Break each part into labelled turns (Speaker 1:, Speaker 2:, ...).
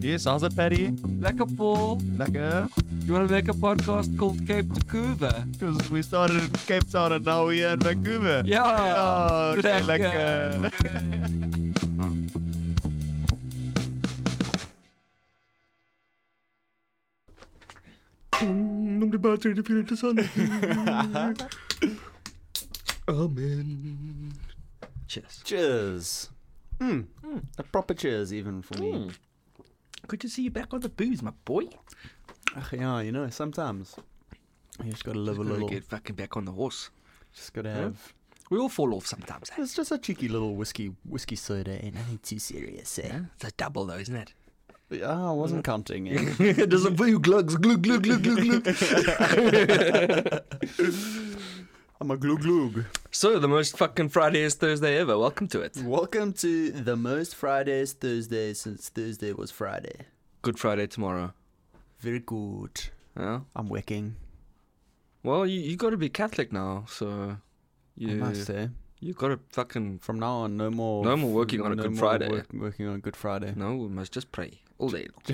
Speaker 1: Yes, how's it, Patty?
Speaker 2: Lekker Paul.
Speaker 1: Lekker.
Speaker 2: You want to make a podcast called Cape to Cuba?
Speaker 1: Because we started in Cape Town and now we're in Vancouver.
Speaker 2: Yeah.
Speaker 1: Oh,
Speaker 2: Lekker.
Speaker 1: lekker.
Speaker 3: Om de buiten de te zand. Amen. Cheers.
Speaker 4: Cheers.
Speaker 3: Hmm.
Speaker 4: Mm. A proper cheers, even for me.
Speaker 3: Good to see you back on the booze, my boy.
Speaker 4: Ugh, yeah, you know, sometimes you just gotta live a little.
Speaker 3: Get fucking back on the horse.
Speaker 4: Just gotta have.
Speaker 3: We all fall off sometimes. eh?
Speaker 4: It's just a cheeky little whiskey whiskey soda, and nothing too serious, eh?
Speaker 3: It's a double though, isn't it?
Speaker 4: Ah, I
Speaker 3: Mm.
Speaker 4: wasn't counting. Eh?
Speaker 3: it doesn't feel glugs, glug, glug, glug, glug, glug.
Speaker 4: I'm a glug glug.
Speaker 3: So the most fucking Friday is Thursday ever. Welcome to it.
Speaker 4: Welcome to the most Fridays Thursday since Thursday was Friday.
Speaker 3: Good Friday tomorrow.
Speaker 4: Very good.
Speaker 3: Yeah.
Speaker 4: I'm working.
Speaker 3: Well, you you got to be Catholic now, so
Speaker 4: I
Speaker 3: you
Speaker 4: must, eh?
Speaker 3: you got to fucking
Speaker 4: From now on, no more.
Speaker 3: No more working on a
Speaker 4: no
Speaker 3: Good
Speaker 4: more
Speaker 3: Friday.
Speaker 4: work- working on a Good Friday.
Speaker 3: no, we must just pray all day long.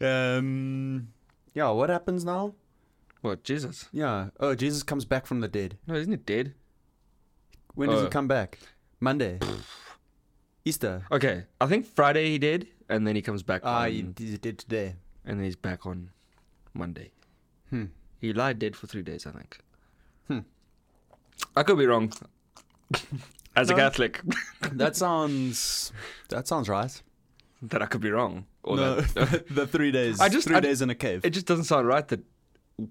Speaker 4: um. Yeah. What happens now?
Speaker 3: What Jesus?
Speaker 4: Yeah. Oh, Jesus comes back from the dead.
Speaker 3: No, isn't it dead?
Speaker 4: When does
Speaker 3: Oh.
Speaker 4: he come back? Monday. Easter.
Speaker 3: Okay, I think Friday he did, and then he comes back
Speaker 4: Ah,
Speaker 3: on,
Speaker 4: he- he's dead today.
Speaker 3: and then he's back on Monday.
Speaker 4: Hmm.
Speaker 3: He lied dead for three days, I think.
Speaker 4: Hmm.
Speaker 3: I could be wrong. As a
Speaker 4: No.
Speaker 3: Catholic,
Speaker 4: That sounds. That sounds right.
Speaker 3: that I could be wrong. Or
Speaker 4: no,
Speaker 3: that,
Speaker 4: the three days.
Speaker 3: I just-
Speaker 4: three
Speaker 3: I-
Speaker 4: days in a cave.
Speaker 3: it just doesn't sound right that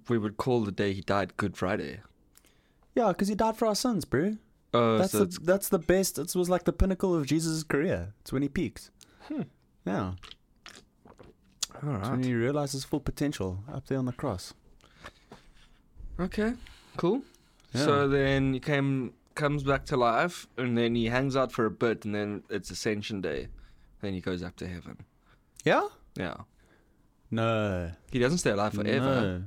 Speaker 3: we would call the day he died Good Friday.
Speaker 4: yeah, because he died for our sins, bro.
Speaker 3: Oh,
Speaker 4: That's
Speaker 3: so
Speaker 4: the,
Speaker 3: it's-
Speaker 4: that's the best. It was like the pinnacle of Jesus' career. It's when he peaked.
Speaker 3: Hmm.
Speaker 4: Yeah,
Speaker 3: all
Speaker 4: it's when
Speaker 3: right.
Speaker 4: he realized his full potential up there on the cross.
Speaker 3: Okay, cool.
Speaker 4: Yeah.
Speaker 3: So then he came, comes back to life, and then he hangs out for a bit, and then it's Ascension Day. Then he goes up to heaven.
Speaker 4: Yeah.
Speaker 3: Yeah,
Speaker 4: No.
Speaker 3: he doesn't stay alive forever.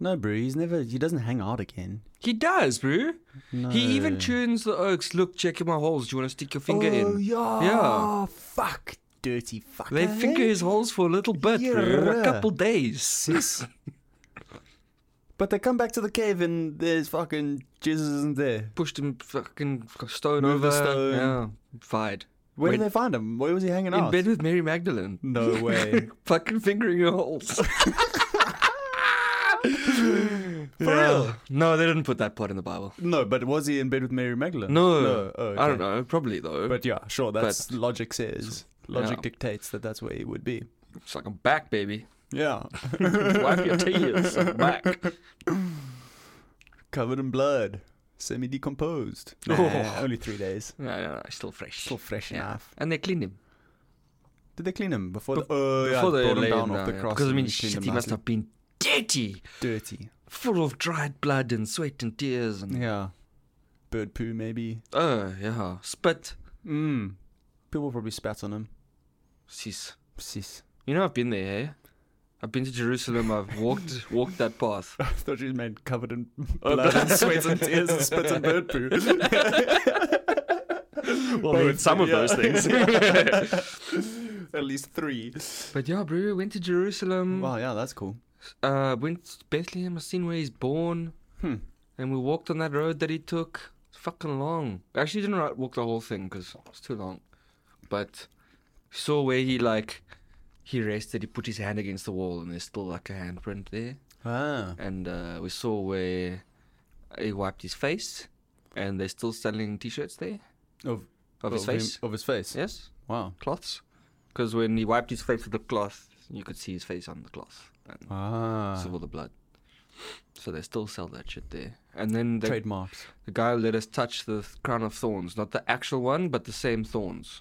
Speaker 4: No. No, bro. He's never. He doesn't hang out again.
Speaker 3: He does, bro.
Speaker 4: No.
Speaker 3: He even tunes the oaks. Look, check my holes. Do you want to stick your finger
Speaker 4: oh,
Speaker 3: in?
Speaker 4: Yeah.
Speaker 3: Yeah.
Speaker 4: Fuck. Dirty fucker.
Speaker 3: They finger his holes for a little bit, bro.
Speaker 4: Yeah.
Speaker 3: A couple days.
Speaker 4: Sis. but they come back to the cave and there's fucking Jesus isn't there.
Speaker 3: Pushed him fucking stone
Speaker 4: Move the
Speaker 3: over.
Speaker 4: stone.
Speaker 3: Yeah, fired.
Speaker 4: Where
Speaker 3: When-
Speaker 4: did they find him? Where was he hanging
Speaker 3: in
Speaker 4: out?
Speaker 3: bed with Mary Magdalene.
Speaker 4: No way.
Speaker 3: Fucking fingering your holes. For real? No, they didn't put that part in the Bible.
Speaker 4: no, but was he in bed with Mary Magdalene?
Speaker 3: No.
Speaker 4: No. Oh,
Speaker 3: I
Speaker 4: okay.
Speaker 3: don't know. Probably though.
Speaker 4: But yeah, sure. That's logic says. Logic
Speaker 3: Yeah.
Speaker 4: dictates that that's where he would be.
Speaker 3: it's like I'm back, baby.
Speaker 4: Yeah.
Speaker 3: Wipe your tears. I'm back.
Speaker 4: Covered in blood. Semi decomposed.
Speaker 3: Oh.
Speaker 4: Only three days.
Speaker 3: No, no, no. Still fresh.
Speaker 4: Still fresh
Speaker 3: Yeah.
Speaker 4: enough.
Speaker 3: And they cleaned him
Speaker 4: Did they clean him before?
Speaker 3: Bef-
Speaker 4: the, oh, yeah,
Speaker 3: before they
Speaker 4: brought him
Speaker 3: laid
Speaker 4: down
Speaker 3: him
Speaker 4: off the
Speaker 3: yeah.
Speaker 4: cross.
Speaker 3: Because I
Speaker 4: and
Speaker 3: mean,
Speaker 4: cleaned
Speaker 3: shit,
Speaker 4: him
Speaker 3: he must
Speaker 4: nicely.
Speaker 3: have been dirty,
Speaker 4: dirty.
Speaker 3: full of dried blood and sweat and tears and
Speaker 4: Yeah. Bird poo, maybe.
Speaker 3: oh yeah, spit.
Speaker 4: Mm. People probably spat on him.
Speaker 3: Sis,
Speaker 4: Sis.
Speaker 3: you know I've been there. Hey? I've been to Jerusalem. I've walked walked that path.
Speaker 4: I thought you meant covered in
Speaker 3: Oh,
Speaker 4: blood and sweat and tears and spit and bird poo.
Speaker 3: Well, I mean, some of those things.
Speaker 4: At least three.
Speaker 3: But yeah, bro, went to Jerusalem.
Speaker 4: Wow, yeah, that's cool.
Speaker 3: Uh, went to Bethlehem. I seen where he's born,
Speaker 4: Hmm.
Speaker 3: and we walked on that road that he took. It's fucking long. I actually didn't ri- walk the whole thing because it's too long. But saw where he like he rested. He put his hand against the wall, and there's still like a handprint there.
Speaker 4: Ah.
Speaker 3: and uh, we saw where he wiped his face, and they're still selling T-shirts there
Speaker 4: Of,
Speaker 3: of his face.
Speaker 4: Him, of his face.
Speaker 3: Yes,
Speaker 4: Wow.
Speaker 3: cloths. Because when he wiped his face with the cloth, you could see his face on the cloth and
Speaker 4: Ah.
Speaker 3: saw all the blood. So they still sell that shit there. And then the,
Speaker 4: Trademarks.
Speaker 3: the guy let us touch the th- crown of thorns, not the actual one, but the same thorns,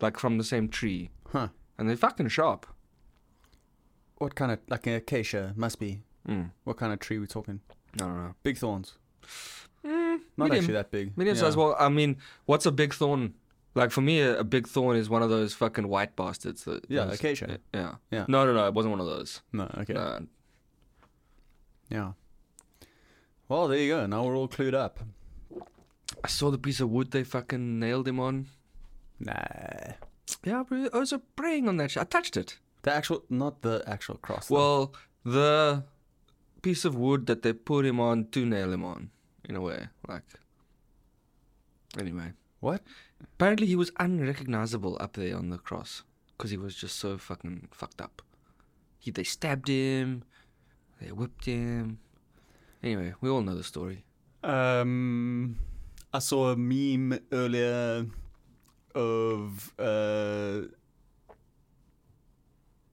Speaker 3: like from the same tree.
Speaker 4: Huh.
Speaker 3: And they're fucking sharp.
Speaker 4: What kind of, like an acacia, must be.
Speaker 3: Mm.
Speaker 4: What kind of tree we talking?
Speaker 3: I don't know.
Speaker 4: Big thorns.
Speaker 3: Mm,
Speaker 4: Not
Speaker 3: medium.
Speaker 4: actually that big.
Speaker 3: Medium size. Well, I mean, what's a big thorn? Like for me, a, a big thorn is one of those fucking white bastards. That,
Speaker 4: Yeah,
Speaker 3: those-
Speaker 4: acacia.
Speaker 3: Yeah.
Speaker 4: Yeah.
Speaker 3: No, no, no. It wasn't one of those.
Speaker 4: No, okay.
Speaker 3: Uh,
Speaker 4: Yeah. Well, there you go. Now we're all clued up.
Speaker 3: I saw the piece of wood they fucking nailed him on.
Speaker 4: Nah.
Speaker 3: Yeah, bro. I was uh, praying on that shit. I touched it.
Speaker 4: The actual, not the actual cross. though.
Speaker 3: Well, the piece of wood that they put him on to nail him on, in a way. Like, anyway.
Speaker 4: what?
Speaker 3: Apparently, he was unrecognizable up there on the cross because he was just so fucking fucked up. He, they stabbed him, they whipped him. Anyway, we all know the story.
Speaker 4: Um, I saw a meme earlier of uh,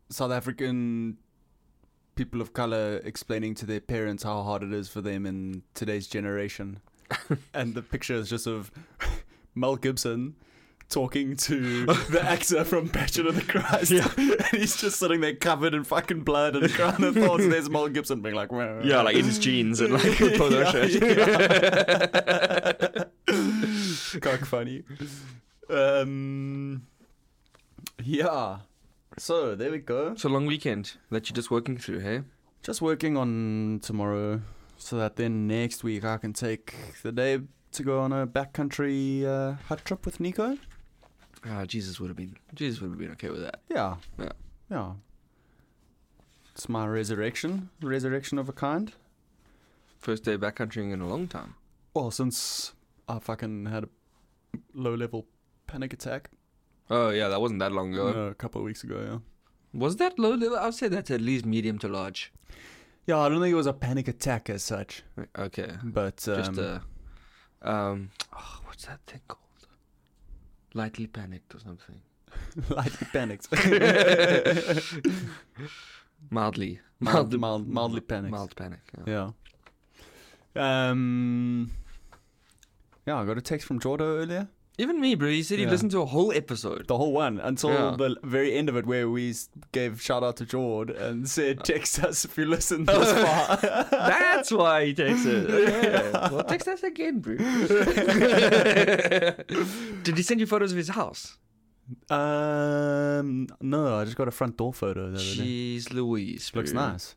Speaker 4: South African people of color explaining to their parents how hard it is for them in today's generation, and the picture is just of Mel Gibson. Talking to the actor from Passion of the Christ, and he's just sitting there covered in fucking blood and crying the thoughts. There's Mel Gibson being like,
Speaker 3: like in his jeans and like
Speaker 4: Cock funny. Um, yeah. So there we go.
Speaker 3: So long weekend that you're just working through, hey?
Speaker 4: Just working on tomorrow, so that then next week I can take the day to go on a backcountry uh, hut trip with Nico.
Speaker 3: Ah, Jesus would have been Jesus would have been okay with that.
Speaker 4: Yeah.
Speaker 3: Yeah.
Speaker 4: Yeah. It's my resurrection, resurrection of a kind.
Speaker 3: First day backcountrying in a long time.
Speaker 4: Well, since I fucking had a low-level panic attack
Speaker 3: Oh yeah, that wasn't that long ago.
Speaker 4: uh, a couple of weeks ago, yeah.
Speaker 3: Was that low level? I'd say that's at least medium to large.
Speaker 4: Yeah, I don't think it was a panic attack as such,
Speaker 3: Okay.
Speaker 4: but um,
Speaker 3: Just uh, a um oh, what's that thing called? Lightly panicked or something.
Speaker 4: lightly panicked.
Speaker 3: Mildly.
Speaker 4: mild, mild, mildly panicked.
Speaker 3: Mild panic. yeah.
Speaker 4: Yeah. Um. Yeah, I got a text from Jordo earlier.
Speaker 3: Even me, bro, he said he
Speaker 4: Yeah.
Speaker 3: listened to a whole episode.
Speaker 4: The whole one until
Speaker 3: Yeah.
Speaker 4: the very end of it, where we s- gave shout out to Jord and
Speaker 3: Uh.
Speaker 4: said, "Text us if you listen this far."
Speaker 3: That's why he takes it. Okay. Well, text us again, bro. Did he send you photos of his house?
Speaker 4: um. No, I just got a front door photo the other day.
Speaker 3: Jeez Louise.
Speaker 4: Looks
Speaker 3: bro.
Speaker 4: nice.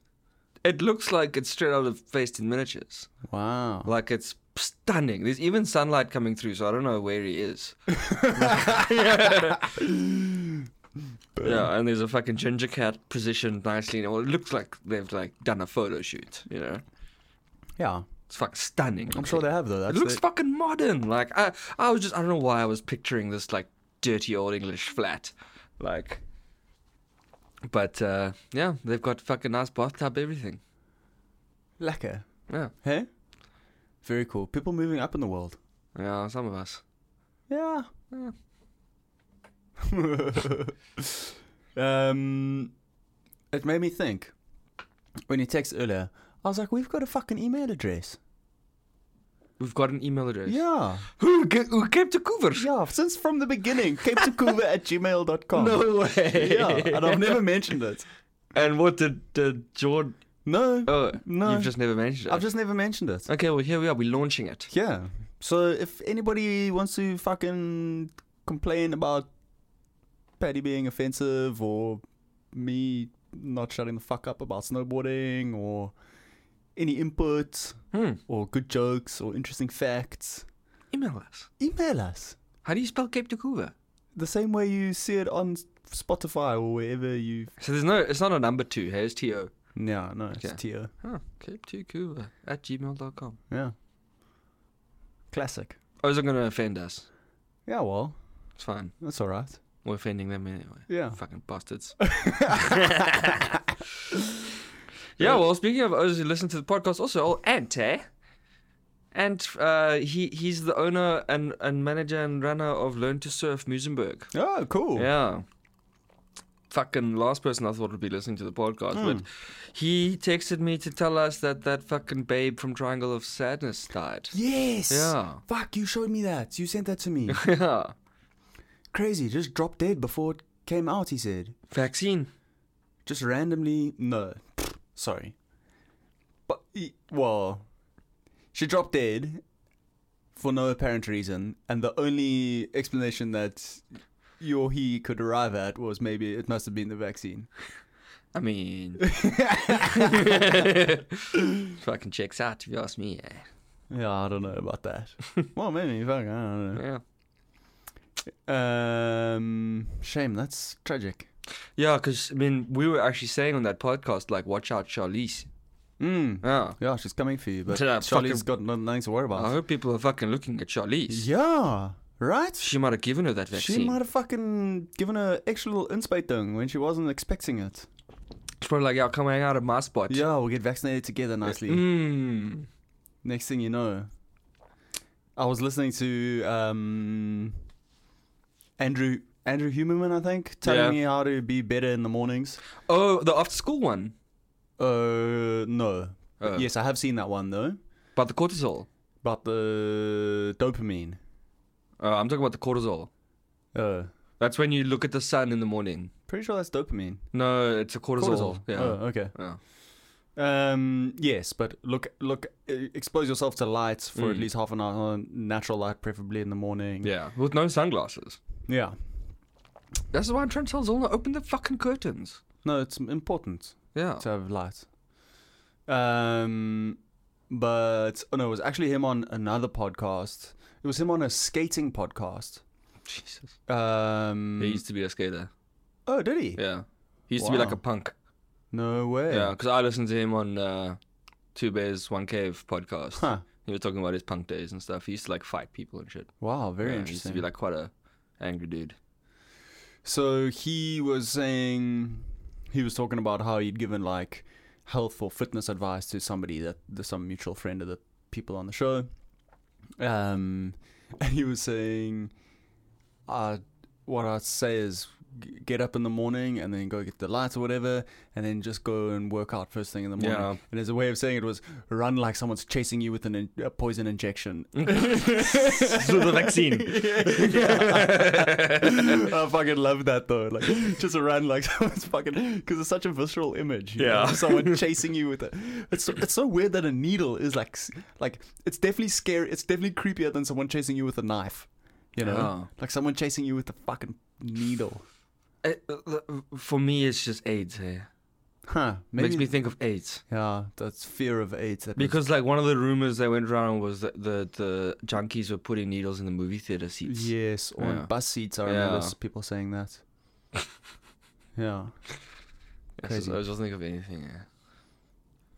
Speaker 3: It looks like it's straight out of Faced in Miniatures.
Speaker 4: Wow.
Speaker 3: Like it's stunning. There's even sunlight coming through, so I don't know where he is. yeah, and there's a fucking ginger cat positioned nicely. and all. It looks like they've like done a photo shoot. You know,
Speaker 4: yeah,
Speaker 3: it's fucking stunning.
Speaker 4: I'm sure they have though. That's
Speaker 3: it looks
Speaker 4: the-
Speaker 3: fucking modern. Like I, I was just I don't know why I was picturing this like dirty old English flat, like. But uh, yeah, they've got fucking nice bathtub, everything.
Speaker 4: lekker.
Speaker 3: Yeah,
Speaker 4: Hey, very cool. People moving up in the world.
Speaker 3: yeah, some of us.
Speaker 4: Yeah.
Speaker 3: Yeah.
Speaker 4: um, it made me think when you text earlier. I was like, we've got a fucking email address.
Speaker 3: We've got an email address.
Speaker 4: Yeah.
Speaker 3: Who, ge- who came to Cover?
Speaker 4: Yeah, since from the beginning, cape to cougar at gmail.com.
Speaker 3: No way.
Speaker 4: Yeah, and I've never mentioned it.
Speaker 3: And what did, did Jordan?
Speaker 4: No,
Speaker 3: Oh,
Speaker 4: No.
Speaker 3: You've just never mentioned it.
Speaker 4: I've just never mentioned it.
Speaker 3: Okay, well here we are. We're launching it.
Speaker 4: Yeah. So if anybody wants to fucking complain about Patty being offensive or me not shutting the fuck up about snowboarding or any input
Speaker 3: Hmm.
Speaker 4: or good jokes or interesting facts,
Speaker 3: Email us.
Speaker 4: email us
Speaker 3: How do you spell Cape Tacuba?
Speaker 4: the same way you see it on Spotify or wherever you.
Speaker 3: So there's no. It's not a number two. Hey, it's T O.
Speaker 4: No, no,
Speaker 3: Okay.
Speaker 4: it's Tio.
Speaker 3: Oh, Cape Tacuba at gmail.com.
Speaker 4: Yeah. Classic.
Speaker 3: Oh, is it going to offend us?
Speaker 4: Yeah, well,
Speaker 3: It's fine.
Speaker 4: that's all right.
Speaker 3: We're offending them anyway.
Speaker 4: Yeah.
Speaker 3: Fucking bastards. yeah, well, speaking of O's who listen to the podcast, also, old Ant, eh? Ant, uh, he, he's the owner and, and manager and runner of Learn to Surf Musenberg.
Speaker 4: Oh, cool.
Speaker 3: Yeah. Fucking last person I thought would be listening to the podcast, but he texted me to tell us that that fucking babe from Triangle of Sadness died.
Speaker 4: Yes.
Speaker 3: Yeah.
Speaker 4: Fuck, you showed me that. You sent that to me.
Speaker 3: Yeah.
Speaker 4: Crazy, just dropped dead before it came out, he said.
Speaker 3: Vaccine.
Speaker 4: Just randomly. No. Sorry. But, y- well, she dropped dead for no apparent reason, and the only explanation that you or he could arrive at was maybe it must have been the vaccine.
Speaker 3: I mean, fucking checks out if you ask me. Eh?
Speaker 4: Yeah, I don't know about that. well, maybe, fuck, I don't know.
Speaker 3: Yeah.
Speaker 4: Um, shame. That's tragic.
Speaker 3: Yeah, because I mean, we were actually saying on that podcast, like, watch out, Charlize.
Speaker 4: Mm.
Speaker 3: Yeah.
Speaker 4: Yeah, she's coming for you, but
Speaker 3: Tell her
Speaker 4: Charlie's
Speaker 3: fucking- Oh,
Speaker 4: got no- nothing to worry about.
Speaker 3: I hope people are fucking looking at Charlize.
Speaker 4: Yeah, right.
Speaker 3: She might have given her that vaccine.
Speaker 4: She might have fucking given her extra little inspatung when she wasn't expecting it.
Speaker 3: She's probably like, yeah, come hang out at my spot.
Speaker 4: Yeah, we'll get vaccinated together nicely.
Speaker 3: Mm.
Speaker 4: Next thing you know, I was listening to um, Andrew Andrew Huberman, I think, telling
Speaker 3: Yeah.
Speaker 4: me how to be better in the mornings.
Speaker 3: Oh, the after school one.
Speaker 4: Uh, no.
Speaker 3: Oh.
Speaker 4: Yes, I have seen that one though.
Speaker 3: About the cortisol.
Speaker 4: About the dopamine.
Speaker 3: Uh, I'm talking about the cortisol.
Speaker 4: Uh,
Speaker 3: That's when you look at the sun in the morning.
Speaker 4: pretty sure that's dopamine.
Speaker 3: No, it's a cortisol. Yeah.
Speaker 4: Oh, okay.
Speaker 3: Yeah.
Speaker 4: Um, yes, but look, look, e- expose yourself to light for at
Speaker 3: Mm.
Speaker 4: least half an hour, natural light, preferably in the morning.
Speaker 3: Yeah, with no sunglasses.
Speaker 4: Yeah.
Speaker 3: That's why I'm trying to tell Zola, open the fucking curtains.
Speaker 4: No, it's m- important
Speaker 3: Yeah.
Speaker 4: to have light. Um, but oh no, it was actually him on another podcast. It was him on a skating podcast.
Speaker 3: Jesus.
Speaker 4: Um,
Speaker 3: He used to be a skater.
Speaker 4: oh, did he?
Speaker 3: Yeah. He used to be like
Speaker 4: Wow.
Speaker 3: a punk.
Speaker 4: No way.
Speaker 3: Yeah, because I listened to him on uh, Two Bears, One Cave podcast.
Speaker 4: Huh.
Speaker 3: He was talking about his punk days and stuff. He used to like fight people and shit.
Speaker 4: Wow. Very
Speaker 3: Yeah, He used
Speaker 4: interesting.
Speaker 3: to be like quite a angry dude.
Speaker 4: So he was saying he was talking about how he'd given like health or fitness advice to somebody that there's some mutual friend of the people on the show. Um, and he was saying, uh, what I'd say is g- get up in the morning and then go get the lights or whatever, and then just go and work out first thing in the morning.
Speaker 3: Yeah.
Speaker 4: And as a way of saying it was run like someone's chasing you with an in- a poison injection.
Speaker 3: So the vaccine.
Speaker 4: I fucking love that though. Like, just run like someone's fucking because it's such a visceral image. you
Speaker 3: Yeah.
Speaker 4: know? someone chasing you with it. It's so, it's so weird that a needle is like s- like it's definitely scary. It's definitely creepier than someone chasing you with a knife. You know,
Speaker 3: Yeah.
Speaker 4: like someone chasing you with a fucking needle.
Speaker 3: It- Eh, uh, for me, it's just AIDS. Hey.
Speaker 4: Huh?
Speaker 3: Makes me think of AIDS.
Speaker 4: yeah, that's fear of AIDS. That
Speaker 3: Because like one of the rumors that went around was that the the junkies were putting needles in the movie theater seats.
Speaker 4: was, yes, or on
Speaker 3: Yeah.
Speaker 4: bus seats. I remember
Speaker 3: Yeah.
Speaker 4: s- people saying that. yeah,
Speaker 3: Yeah, so
Speaker 4: Crazy.
Speaker 3: I was just thinking of anything. Yeah.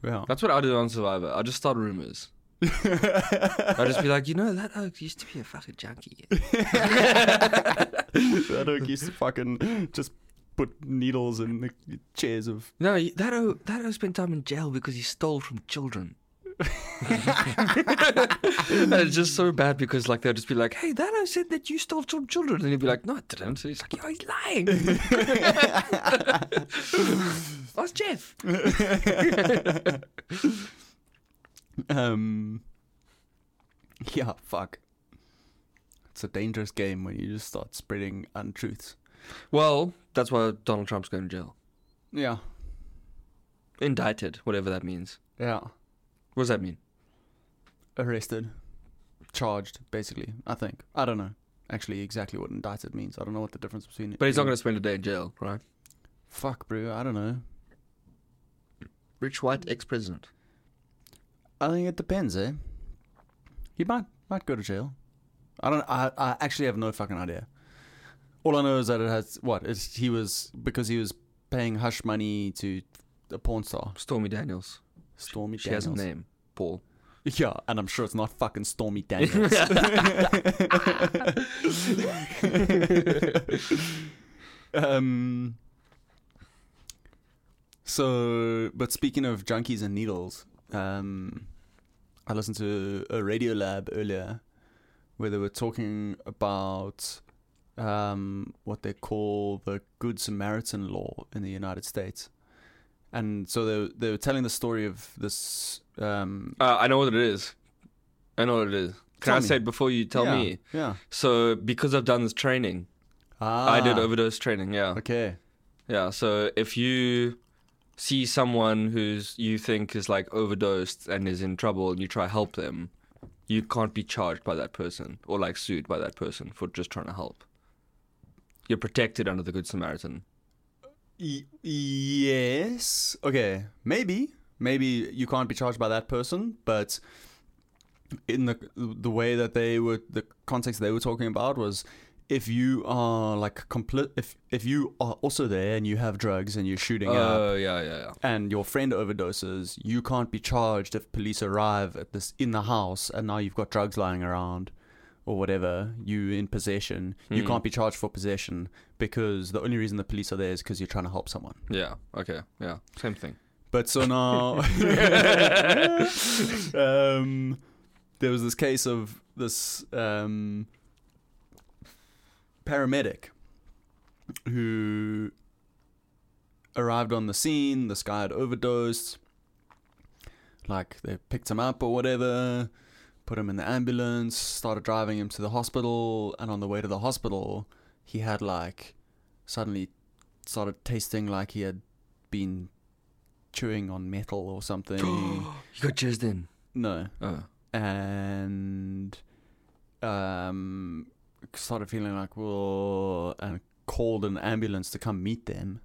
Speaker 4: yeah.
Speaker 3: That's what I do on Survivor. I just start rumors. I just be like, you know, that oak used to be a fucking junkie.
Speaker 4: that oak used to fucking just put needles in the chairs of.
Speaker 3: No, he- that oak, that oak spent time in jail because he stole from children. and it's just so bad because like they'll just be like, hey, that oak said that you stole from children, and he'd be like, no, I didn't. So he's like, yo, he's lying. That's Jeff.
Speaker 4: Um. Yeah, fuck. It's a dangerous game when you just start spreading untruths.
Speaker 3: Well, that's why Donald Trump's going to jail.
Speaker 4: Yeah,
Speaker 3: Indicted, whatever that means.
Speaker 4: yeah.
Speaker 3: What does that mean?
Speaker 4: Arrested, charged, basically. I think. I don't know. Actually, exactly what indicted means. I don't know what the difference between.
Speaker 3: But he's not going to spend a day in jail, right?
Speaker 4: Fuck, bro. I don't know.
Speaker 3: Rich white ex president.
Speaker 4: I think it depends, eh? He might might go to jail. I don't. I, I actually have no fucking idea. All I know is that it has what it's, he was because he was paying hush money to a porn star,
Speaker 3: Stormy Daniels.
Speaker 4: Stormy
Speaker 3: She
Speaker 4: Daniels.
Speaker 3: has a name, Paul.
Speaker 4: Yeah, and I'm sure it's not fucking Stormy Daniels. um. So, but speaking of junkies and needles, um, I listened to a Radio Lab earlier where they were talking about um, what they call the Good Samaritan law in the United States. And so they, they were telling the story of this um,
Speaker 3: Uh, I know what it is. I know what it is. Can
Speaker 4: Tell
Speaker 3: I
Speaker 4: me.
Speaker 3: say it before you tell
Speaker 4: Yeah,
Speaker 3: me?
Speaker 4: Yeah.
Speaker 3: So, because I've done this training,
Speaker 4: Ah,
Speaker 3: I did overdose training, yeah.
Speaker 4: Okay.
Speaker 3: Yeah, so if you see someone who's you think is like overdosed and is in trouble and you try to help them, you can't be charged by that person or like sued by that person for just trying to help. You're protected under the Good Samaritan.
Speaker 4: Y- yes. Okay. Maybe. Maybe you can't be charged by that person, but in the the way that they were the context they were talking about was if you are like complete, if if you are also there and you have drugs and you're shooting up
Speaker 3: Oh yeah, yeah, yeah.
Speaker 4: and your friend overdoses, you can't be charged if police arrive at this in the house and now you've got drugs lying around or whatever you in possession. You
Speaker 3: Hmm.
Speaker 4: can't be charged for possession because the only reason the police are there is because you're trying to help someone.
Speaker 3: Yeah. Okay. Yeah. Same thing.
Speaker 4: But so now, um, there was this case of this um, paramedic who arrived on the scene. This guy had overdosed. Like they picked him up or whatever, put him in the ambulance, started driving him to the hospital, and on the way to the hospital, he had like suddenly started tasting like he had been chewing on metal or something.
Speaker 3: You got jizzed in.
Speaker 4: no.
Speaker 3: Oh.
Speaker 4: And um started feeling like well and called an ambulance to come meet them.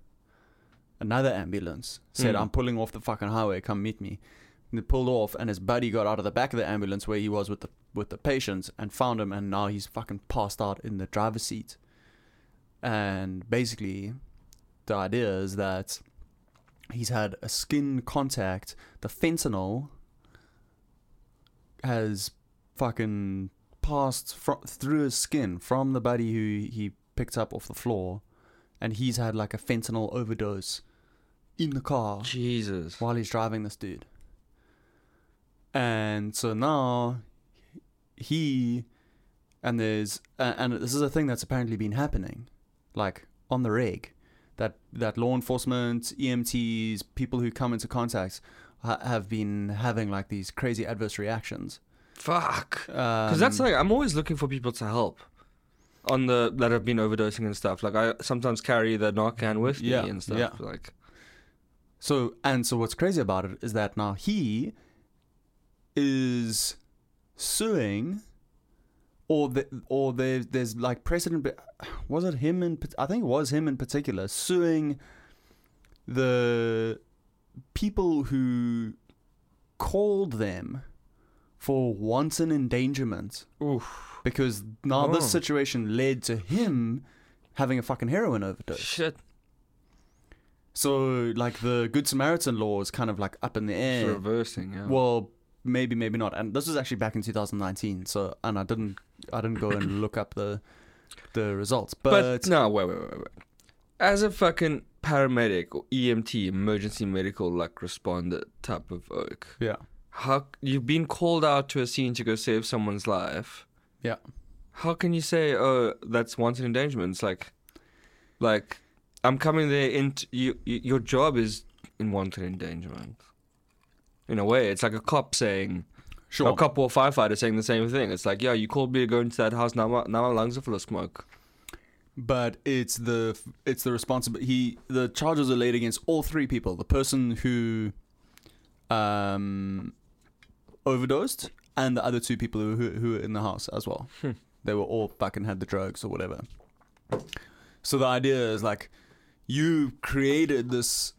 Speaker 4: Another ambulance said,
Speaker 3: Mm.
Speaker 4: I'm pulling off the fucking highway, come meet me. And they pulled off and his buddy got out of the back of the ambulance where he was with the with the patients and found him and now he's fucking passed out in the driver's seat. And basically the idea is that he's had a skin contact. The fentanyl has fucking passed fro- through his skin from the buddy who he picked up off the floor, and he's had like a fentanyl overdose in the car
Speaker 3: Jesus.
Speaker 4: while he's driving this dude. And so now he and there's a- and this is a thing that's apparently been happening like on the reg that that law enforcement, EMTs, people who come into contact ha- have been having like these crazy adverse reactions.
Speaker 3: Fuck.
Speaker 4: Because
Speaker 3: Because that's
Speaker 4: Um,
Speaker 3: like I'm always looking for people to help on the that have been overdosing and stuff. Like I sometimes carry the Narcan with
Speaker 4: Yeah,
Speaker 3: me and stuff.
Speaker 4: yeah.
Speaker 3: Like
Speaker 4: So and so what's crazy about it is that now he is suing or the, or there there's like precedent but was it him in pat- I think it was him in particular suing the people who called them for wanton endangerment
Speaker 3: oof.
Speaker 4: because now
Speaker 3: Oh.
Speaker 4: this situation led to him having a fucking heroin overdose.
Speaker 3: Shit.
Speaker 4: So, like the Good Samaritan law is kind of like up in the
Speaker 3: It's
Speaker 4: air.
Speaker 3: reversing. Yeah.
Speaker 4: Eh. Well, maybe, maybe not. And this was actually back in 2019. So, and I didn't, I didn't go and look up the, the results. But,
Speaker 3: But, no, wait, wait, wait, wait. As a fucking paramedic or EMT, emergency medical like responder type of oak,
Speaker 4: yeah,
Speaker 3: how you've been called out to a scene to go save someone's life.
Speaker 4: Yeah.
Speaker 3: How can you say, "Oh, that's wanton endangerment"? It's like, like, I'm coming there. Into you, you, your job is in wanton endangerment. In a way, it's like a cop saying,
Speaker 4: sure.
Speaker 3: a cop or firefighter saying the same thing. It's like, yeah, you called me to go into that house. Now, my, now my lungs are full of smoke.
Speaker 4: But it's the it's the responsibility. He the charges are laid against all three people: the person who, um, overdosed, and the other two people who who, who were in the house as well.
Speaker 3: Hmm.
Speaker 4: They were all fucking had the drugs or whatever. So the idea is like, you created this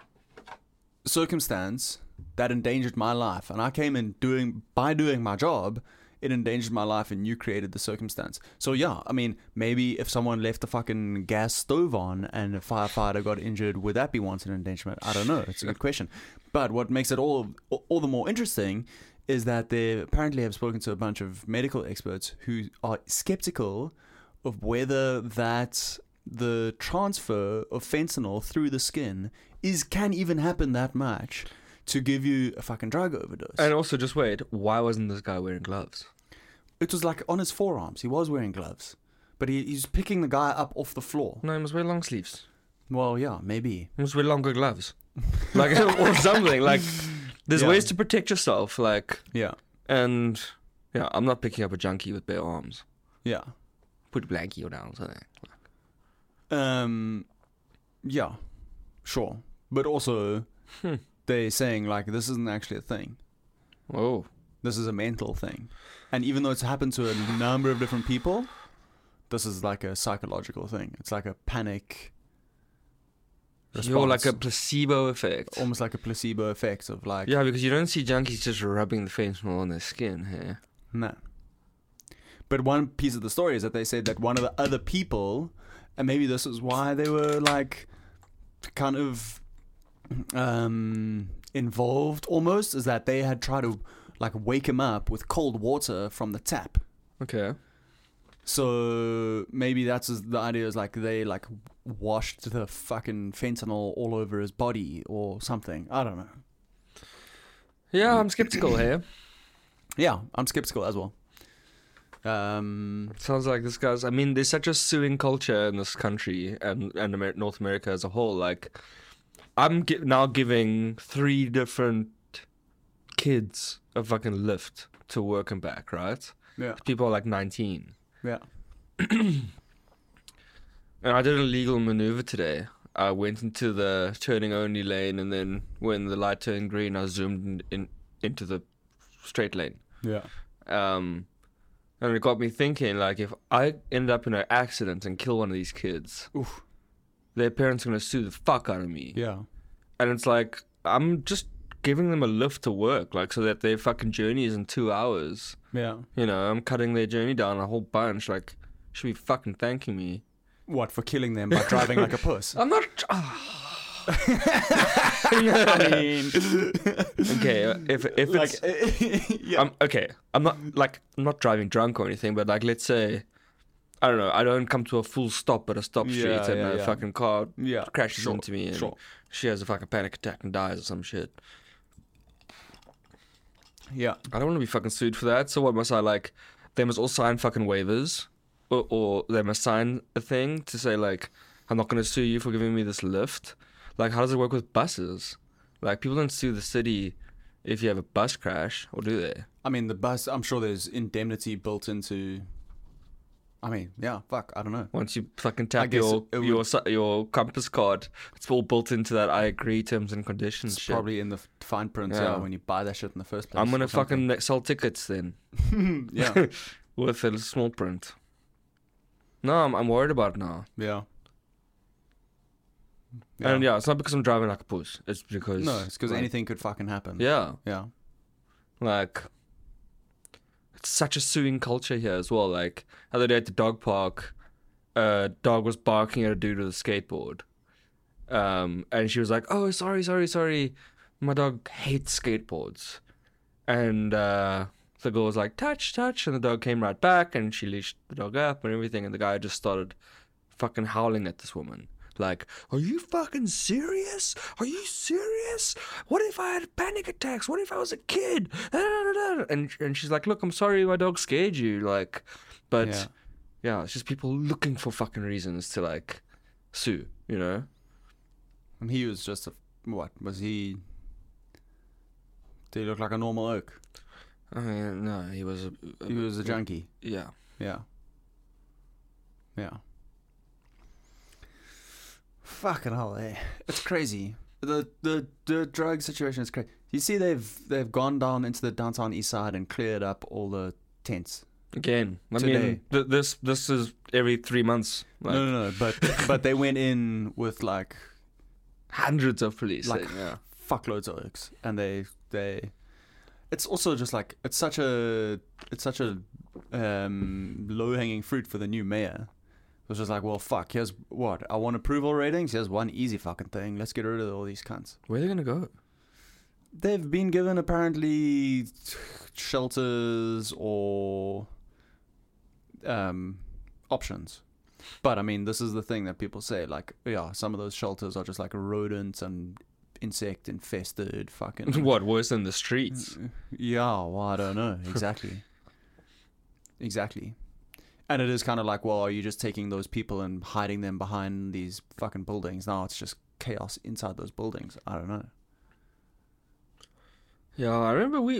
Speaker 4: circumstance that endangered my life, and I came in doing by doing my job it endangered my life and you created the circumstance. So yeah, I mean, maybe if someone left the fucking gas stove on and a firefighter got injured, would that be wanted endangerment? I don't know. It's a good question. But what makes it all all the more interesting is that they apparently have spoken to a bunch of medical experts who are skeptical of whether that the transfer of fentanyl through the skin is can even happen that much to give you a fucking drug overdose.
Speaker 3: And also, just wait. Why wasn't this guy wearing gloves?
Speaker 4: It was like on his forearms. He was wearing gloves, but he, he's picking the guy up off the floor.
Speaker 3: No, he must wear long sleeves.
Speaker 4: Well, yeah, maybe.
Speaker 3: He must wear longer gloves, like or something. Like, there's
Speaker 4: Yeah.
Speaker 3: ways to protect yourself. Like,
Speaker 4: Yeah,
Speaker 3: and yeah, I'm not picking up a junkie with bare arms.
Speaker 4: yeah,
Speaker 3: Put a blankie down, something.
Speaker 4: um, yeah, sure. But also,
Speaker 3: Hmm.
Speaker 4: they're saying like this isn't actually a thing.
Speaker 3: Oh,
Speaker 4: This is a mental thing, and even though it's happened to a number of different people, this is like a psychological thing. It's like a panic.
Speaker 3: you're like a
Speaker 4: response. Oh
Speaker 3: placebo effect.
Speaker 4: almost like a placebo effect of like
Speaker 3: yeah, because you don't see junkies just rubbing the fentanyl on their skin here.
Speaker 4: No. But one piece of the story is that they said that one of the other people, and maybe this is why they were like kind of um, involved almost, is that they had tried to like wake him up with cold water from the tap.
Speaker 3: Okay.
Speaker 4: So maybe that's just- the idea is like they like washed the fucking fentanyl all over his body or something. I don't know.
Speaker 3: Yeah, I'm skeptical here.
Speaker 4: Yeah, I'm skeptical as well. Um,
Speaker 3: Sounds like this guy's. I mean, there's such a suing culture in this country and and Amer- North America as a whole. Like, I'm gi- now giving three different kids a fucking lift to work and back. Right?
Speaker 4: yeah,
Speaker 3: People are like 19.
Speaker 4: yeah.
Speaker 3: And I did a legal maneuver today. I went into the turning only lane, and then when the light turned green, I zoomed in, in into the straight lane.
Speaker 4: Yeah.
Speaker 3: Um, and it got me thinking, like, if I end up in an accident and kill one of these kids,
Speaker 4: Oof.
Speaker 3: their parents are going to sue the fuck out of me.
Speaker 4: Yeah.
Speaker 3: And it's like, I'm just giving them a lift to work, like, so that their fucking journey is in two hours.
Speaker 4: Yeah.
Speaker 3: You know, I'm cutting their journey down a whole bunch. Like, should be fucking thanking me.
Speaker 4: What for killing them by driving like a puss?
Speaker 3: I'm not. ah.
Speaker 4: I mean,
Speaker 3: okay, if if it's,
Speaker 4: like, yeah,
Speaker 3: I'm okay. I'm not like I'm not driving drunk or anything, but like let's say I don't know, I don't come to a full stop at a stop
Speaker 4: Yeah,
Speaker 3: street and
Speaker 4: yeah,
Speaker 3: a
Speaker 4: yeah.
Speaker 3: fucking car
Speaker 4: yeah,
Speaker 3: crashes
Speaker 4: sure,
Speaker 3: into me and
Speaker 4: sure.
Speaker 3: she has a fucking panic attack and dies or some shit.
Speaker 4: yeah,
Speaker 3: I don't want to be fucking sued for that. So what must I like? They must all sign fucking waivers, or, or they must sign a thing to say like, I'm not going to sue you for giving me this lift. Like, how does it work with buses? Like, people don't sue the city if you have a bus crash, or do they?
Speaker 4: I mean, the bus. I'm sure there's indemnity built into. I mean, yeah, fuck. I don't know.
Speaker 3: Once you fucking tap
Speaker 4: guess
Speaker 3: your
Speaker 4: it would-
Speaker 3: your si- your compass card, it's all built into that I agree terms and conditions
Speaker 4: It's
Speaker 3: shit.
Speaker 4: probably in the f- fine print yeah.
Speaker 3: Yeah.
Speaker 4: when you buy that shit in the first place.
Speaker 3: I'm gonna
Speaker 4: or something.
Speaker 3: fucking sell tickets then
Speaker 4: yeah,
Speaker 3: with a small print. No, I'm, I'm worried about it now.
Speaker 4: yeah.
Speaker 3: And yeah, it's not because I'm driving like a puss. It's because
Speaker 4: no, it's because
Speaker 3: like,
Speaker 4: anything could fucking happen.
Speaker 3: Yeah,
Speaker 4: yeah,
Speaker 3: like it's such a suing culture here as well. Like other day at the dog park, a dog was barking at a dude with a skateboard, um, and she was like, "Oh, sorry, sorry, sorry, my dog hates skateboards," and uh, the girl was like, "Touch, touch," and the dog came right back, and she leashed the dog up and everything, and the guy just started fucking howling at this woman. Like, are you fucking serious? Are you serious? What if I had panic attacks? What if I was a kid? Da, da, da, da. And and she's like, look, I'm sorry, my dog scared you. Like, but
Speaker 4: Yeah.
Speaker 3: yeah. it's just people looking for fucking reasons to like sue. You know?
Speaker 4: and he was just a what was he? Did he look like a normal oak?
Speaker 3: I mean, Oh, no, he was a, a-
Speaker 4: He was a junkie.
Speaker 3: yeah.
Speaker 4: Yeah. Yeah. Fucking hell, eh? It's crazy. The the the drug situation is crazy. You see, they've they've gone down into the downtown east side and cleared up all the tents.
Speaker 3: Again, I
Speaker 4: Today.
Speaker 3: mean, th- this this is every three months. Like,
Speaker 4: no, no, no. But but they went in with like
Speaker 3: hundreds of police.
Speaker 4: Like-
Speaker 3: Like, yeah.
Speaker 4: fuckloads of oaks, and they they. It's also just like it's such a it's such a um, low hanging fruit for the new mayor. It was just like, well, fuck. Here's what I want approval ratings. Here's one easy fucking thing. Let's get rid of all these cunts.
Speaker 3: Where are they gonna go?
Speaker 4: They've been given apparently shelters or um, options. But I mean, this is the thing that people say like, yeah, some of those shelters are just like rodents and insect infested fucking.
Speaker 3: what worse than the streets?
Speaker 4: Mm, Yeah, well, I don't know. Exactly. exactly. And it is kind of like, well, are you just taking those people and hiding them behind these fucking buildings? Now it's just chaos inside those buildings. I don't know.
Speaker 3: Yeah, I remember we.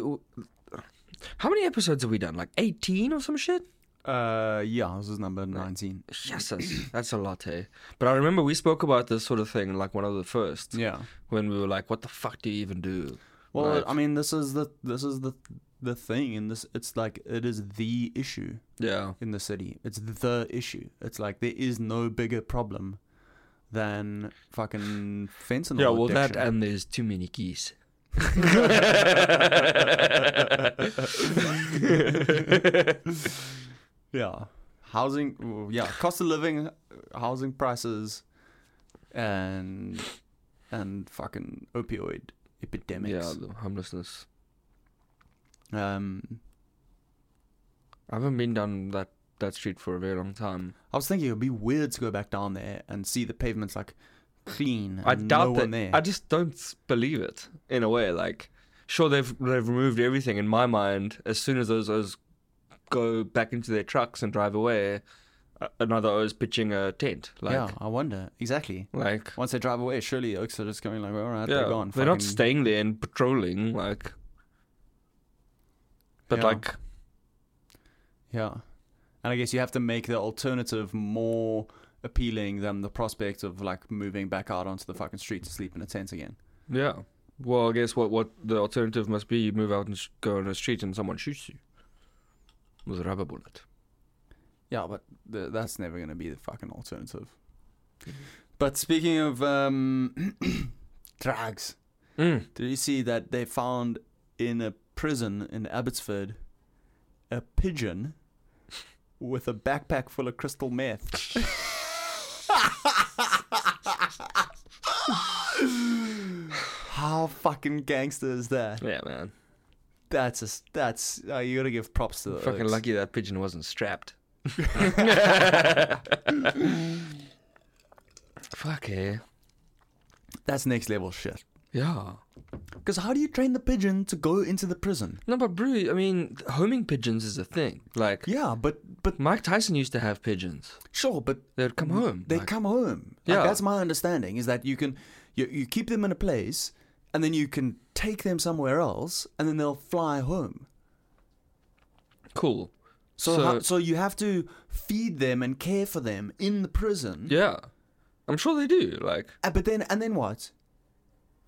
Speaker 3: How many episodes have we done? Like 18 or some shit?
Speaker 4: Uh, yeah, this is number 19.
Speaker 3: Yes, that's, that's a lot, eh? But I remember we spoke about this sort of thing, like one of the first,
Speaker 4: Yeah.
Speaker 3: when we were like, what the fuck do you even do?
Speaker 4: Well,
Speaker 3: Right.
Speaker 4: I mean, this is the this is the the thing, and this it's like it is the issue
Speaker 3: Yeah.
Speaker 4: in the city. It's the issue. It's like there is no bigger problem than fucking fentanyl.
Speaker 3: Yeah, well, that
Speaker 4: addiction.
Speaker 3: and there's too many keys.
Speaker 4: Yeah. Housing, well, yeah, cost of living, uh, housing prices, and and fucking opioid
Speaker 3: Yeah,
Speaker 4: epidemics.
Speaker 3: the homelessness.
Speaker 4: Um,
Speaker 3: I haven't been down that that street for a very long time.
Speaker 4: I was thinking it would be weird to go back down there and see the pavements like clean.
Speaker 3: I
Speaker 4: and no
Speaker 3: doubt
Speaker 4: one
Speaker 3: that.
Speaker 4: there.
Speaker 3: I just don't s- believe it in a way. Like, sure they've they've removed everything in my mind. As soon as those O's go back into their trucks and drive away, a- another O's pitching a tent. Like,
Speaker 4: yeah, I wonder exactly.
Speaker 3: like
Speaker 4: Once they drive away, surely Oaks are just going like, all right,
Speaker 3: yeah,
Speaker 4: they're gone.
Speaker 3: they're not
Speaker 4: fucking-
Speaker 3: staying there and patrolling. Like, but
Speaker 4: Yeah.
Speaker 3: like
Speaker 4: Yeah. And I guess you have to make the alternative more appealing than the prospect of like moving back out onto the fucking street to sleep in a tent again.
Speaker 3: Yeah. Well, I guess what what the alternative must be: you move out and sh- go on the street, and someone shoots you with a rubber bullet.
Speaker 4: Yeah, but th- that's never going to be the fucking alternative. But speaking of um, drugs, did you see that they found in a prison in Abbotsford a pigeon with a backpack full of crystal meth? How fucking gangster is that?
Speaker 3: Yeah, man.
Speaker 4: That's a, s- that's uh, you gotta give props to the
Speaker 3: Fucking
Speaker 4: Oaks.
Speaker 3: lucky that pigeon wasn't strapped. Fuck yeah.
Speaker 4: That's next level shit.
Speaker 3: eh? Yeah.
Speaker 4: Because how do you train the pigeon to go into the prison?
Speaker 3: No, but Brew, I mean, homing pigeons is a thing. Like,
Speaker 4: Yeah, but but
Speaker 3: Mike Tyson used to have pigeons.
Speaker 4: sure, but
Speaker 3: They'd come home.
Speaker 4: they
Speaker 3: like-
Speaker 4: come home. Like,
Speaker 3: Yeah.
Speaker 4: that's my understanding is that you can you, you keep them in a place and then you can take them somewhere else and then they'll fly home.
Speaker 3: cool.
Speaker 4: So
Speaker 3: So-
Speaker 4: how, so you have to feed them and care for them in the prison.
Speaker 3: Yeah. I'm sure they do. Like,
Speaker 4: Uh, But then and then what?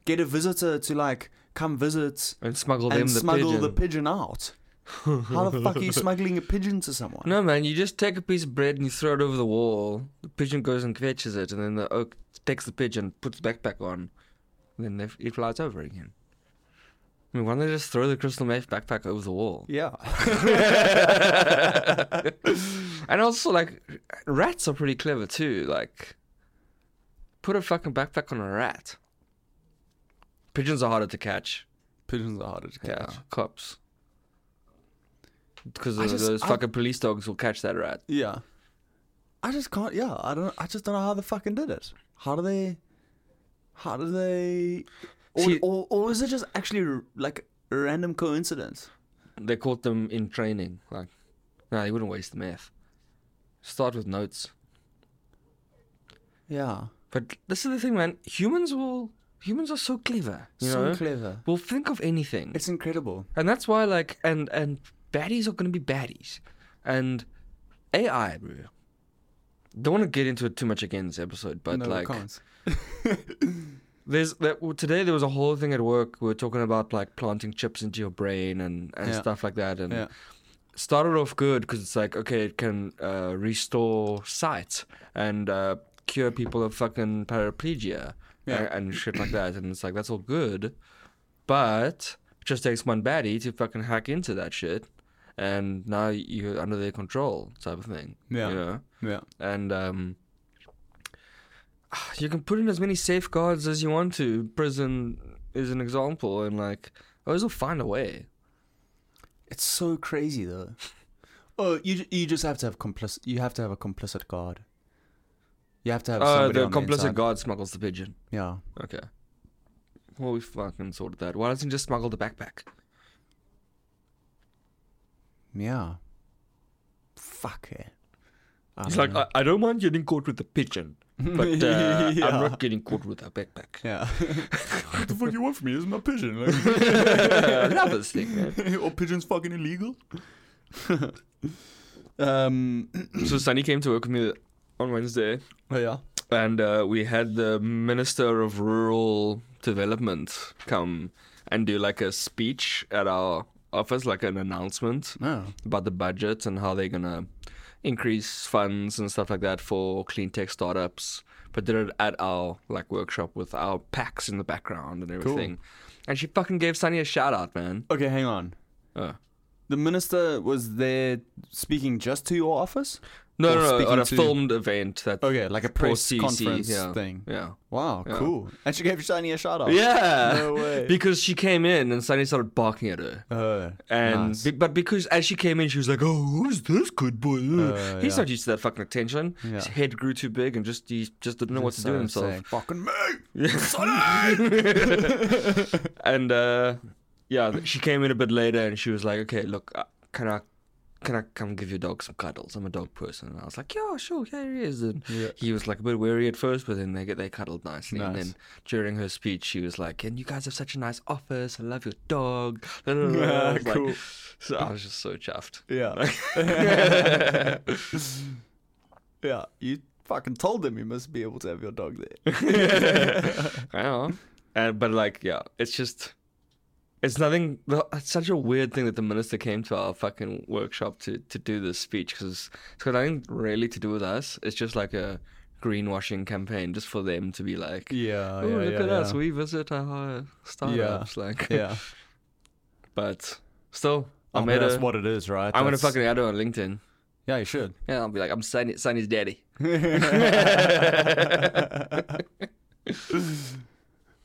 Speaker 4: Get a visitor to like come visit
Speaker 3: and smuggle them
Speaker 4: and
Speaker 3: the
Speaker 4: smuggle
Speaker 3: pigeon.
Speaker 4: the pigeon out. How the fuck are you smuggling a pigeon to someone?
Speaker 3: No, man, you just take a piece of bread and you throw it over the wall. The pigeon goes and catches it, and then the oak takes the pigeon, puts the backpack on, and then they- it flies over again. I mean, why don't they just throw the crystal meth backpack over the wall?
Speaker 4: Yeah.
Speaker 3: And also, like, rats are pretty clever too. Like, put a fucking backpack on a rat. Pigeons are harder to catch.
Speaker 4: Pigeons are harder to
Speaker 3: Yeah, cops. Because
Speaker 4: I just-
Speaker 3: those
Speaker 4: I-
Speaker 3: fucking police dogs will catch that rat.
Speaker 4: Yeah. I just can't. Yeah, I don't. I just don't know how they fucking did it. How do they? How do they? Or,
Speaker 3: See-
Speaker 4: or, or is it just actually r- like a random coincidence?
Speaker 3: they caught them in training. Like, no, they wouldn't waste the math. Start with notes.
Speaker 4: Yeah,
Speaker 3: But this is the thing, man. Humans will. Humans are so clever. You
Speaker 4: so
Speaker 3: know?
Speaker 4: clever.
Speaker 3: We'll think of anything,
Speaker 4: It's incredible.
Speaker 3: and that's why, like, and and baddies are gonna be baddies, and AI, bro. Don't want to get into it too much again this episode, but
Speaker 4: no, we
Speaker 3: like, mm,
Speaker 4: can't.
Speaker 3: There's that well, today there was a whole thing at work. We were talking about like planting chips into your brain and, and
Speaker 4: Yeah.
Speaker 3: stuff like that. And
Speaker 4: Yeah.
Speaker 3: started off good because it's like okay, it can uh, restore sight and uh, cure people of fucking paraplegia
Speaker 4: Yeah.
Speaker 3: and, and shit like that. And it's like that's all good, but it just takes one baddie to fucking hack into that shit, and now you're under their control, type of thing.
Speaker 4: Yeah.
Speaker 3: You know?
Speaker 4: Yeah,
Speaker 3: and um, you can put in as many safeguards as you want to. Prison is an example, and like, always will find a way.
Speaker 4: it's so crazy though. Oh, you ju- you just have to have complicit. You have to have a complicit guard. You have to have.
Speaker 3: Uh,
Speaker 4: somebody
Speaker 3: the
Speaker 4: on
Speaker 3: complicit
Speaker 4: inside.
Speaker 3: guard smuggles the pigeon.
Speaker 4: Yeah,
Speaker 3: Okay. Well, we fucking sorted that. Why doesn't he just smuggle the backpack?
Speaker 4: yeah. Fuck it. I
Speaker 3: He's like,
Speaker 4: don't know.
Speaker 3: I, I don't mind getting caught with the pigeon, but uh,
Speaker 4: Yeah.
Speaker 3: I'm not getting caught with a backpack.
Speaker 4: Yeah. what the fuck you want from me? This is my pigeon.
Speaker 3: I love this thing, man.
Speaker 4: or pigeons fucking illegal? um.
Speaker 3: So Sunny came to work with me on Wednesday.
Speaker 4: Oh yeah.
Speaker 3: and uh, we had the minister of rural development come and do like a speech at our office like an announcement
Speaker 4: No.
Speaker 3: about the budget and how they're gonna increase funds and stuff like that for clean tech startups but did it at our like workshop with our packs in the background and everything and she fucking gave sunny a shout out man
Speaker 4: Okay, hang on.
Speaker 3: Oh.
Speaker 4: The minister was there speaking just to your office?
Speaker 3: No,
Speaker 4: Or
Speaker 3: no, no.
Speaker 4: speaking
Speaker 3: At a
Speaker 4: to-
Speaker 3: filmed event that.
Speaker 4: Okay, like a press
Speaker 3: CC,
Speaker 4: conference
Speaker 3: yeah.
Speaker 4: thing.
Speaker 3: Yeah.
Speaker 4: Wow,
Speaker 3: Yeah.
Speaker 4: cool. And she gave Shiny a shout out.
Speaker 3: Yeah.
Speaker 4: No way.
Speaker 3: Because she came in and suddenly started barking at her.
Speaker 4: Uh,
Speaker 3: And
Speaker 4: nice.
Speaker 3: be- but because as she came in, she was like, "Oh, who's this good boy?" Ugh."
Speaker 4: Uh,
Speaker 3: He's
Speaker 4: yeah.
Speaker 3: not used to that fucking attention. His
Speaker 4: Yeah.
Speaker 3: head grew too big, and just he just didn't know what to do with
Speaker 4: Just started
Speaker 3: himself.
Speaker 4: saying, Fucking me!
Speaker 3: and uh, yeah, th- she came in a bit later, and she was like, "Okay, look, uh, can I, can I come give your dog some cuddles? I'm a dog person." And I was like, "Yeah, sure, here he is." And
Speaker 4: Yeah.
Speaker 3: he was like a bit wary at first, but then they get they cuddled nicely. And
Speaker 4: Nice.
Speaker 3: then during her speech, she was like, "And you guys have such a nice office. I love your dog." Blah, blah, blah, blah. I
Speaker 4: Ah,
Speaker 3: was like-
Speaker 4: cool.
Speaker 3: so I was just so chuffed.
Speaker 4: Yeah. yeah. You fucking told him you must be able to have your dog there.
Speaker 3: Yeah. And but like, yeah, it's just, it's nothing. the- It's such a weird thing that the minister came to our fucking workshop to to do this speech because it's got nothing really to do with us. It's just like a greenwashing campaign just for them to be like,
Speaker 4: Yeah.
Speaker 3: oh, look at us, we visit our startups, like,
Speaker 4: yeah.
Speaker 3: but still, I
Speaker 4: I
Speaker 3: made
Speaker 4: mean, that's
Speaker 3: a.
Speaker 4: what it is, right?
Speaker 3: I'm gonna
Speaker 4: That's-
Speaker 3: fucking add her on LinkedIn.
Speaker 4: Yeah, you should.
Speaker 3: Yeah, I'll be like, I'm Sunny, Sunny's daddy.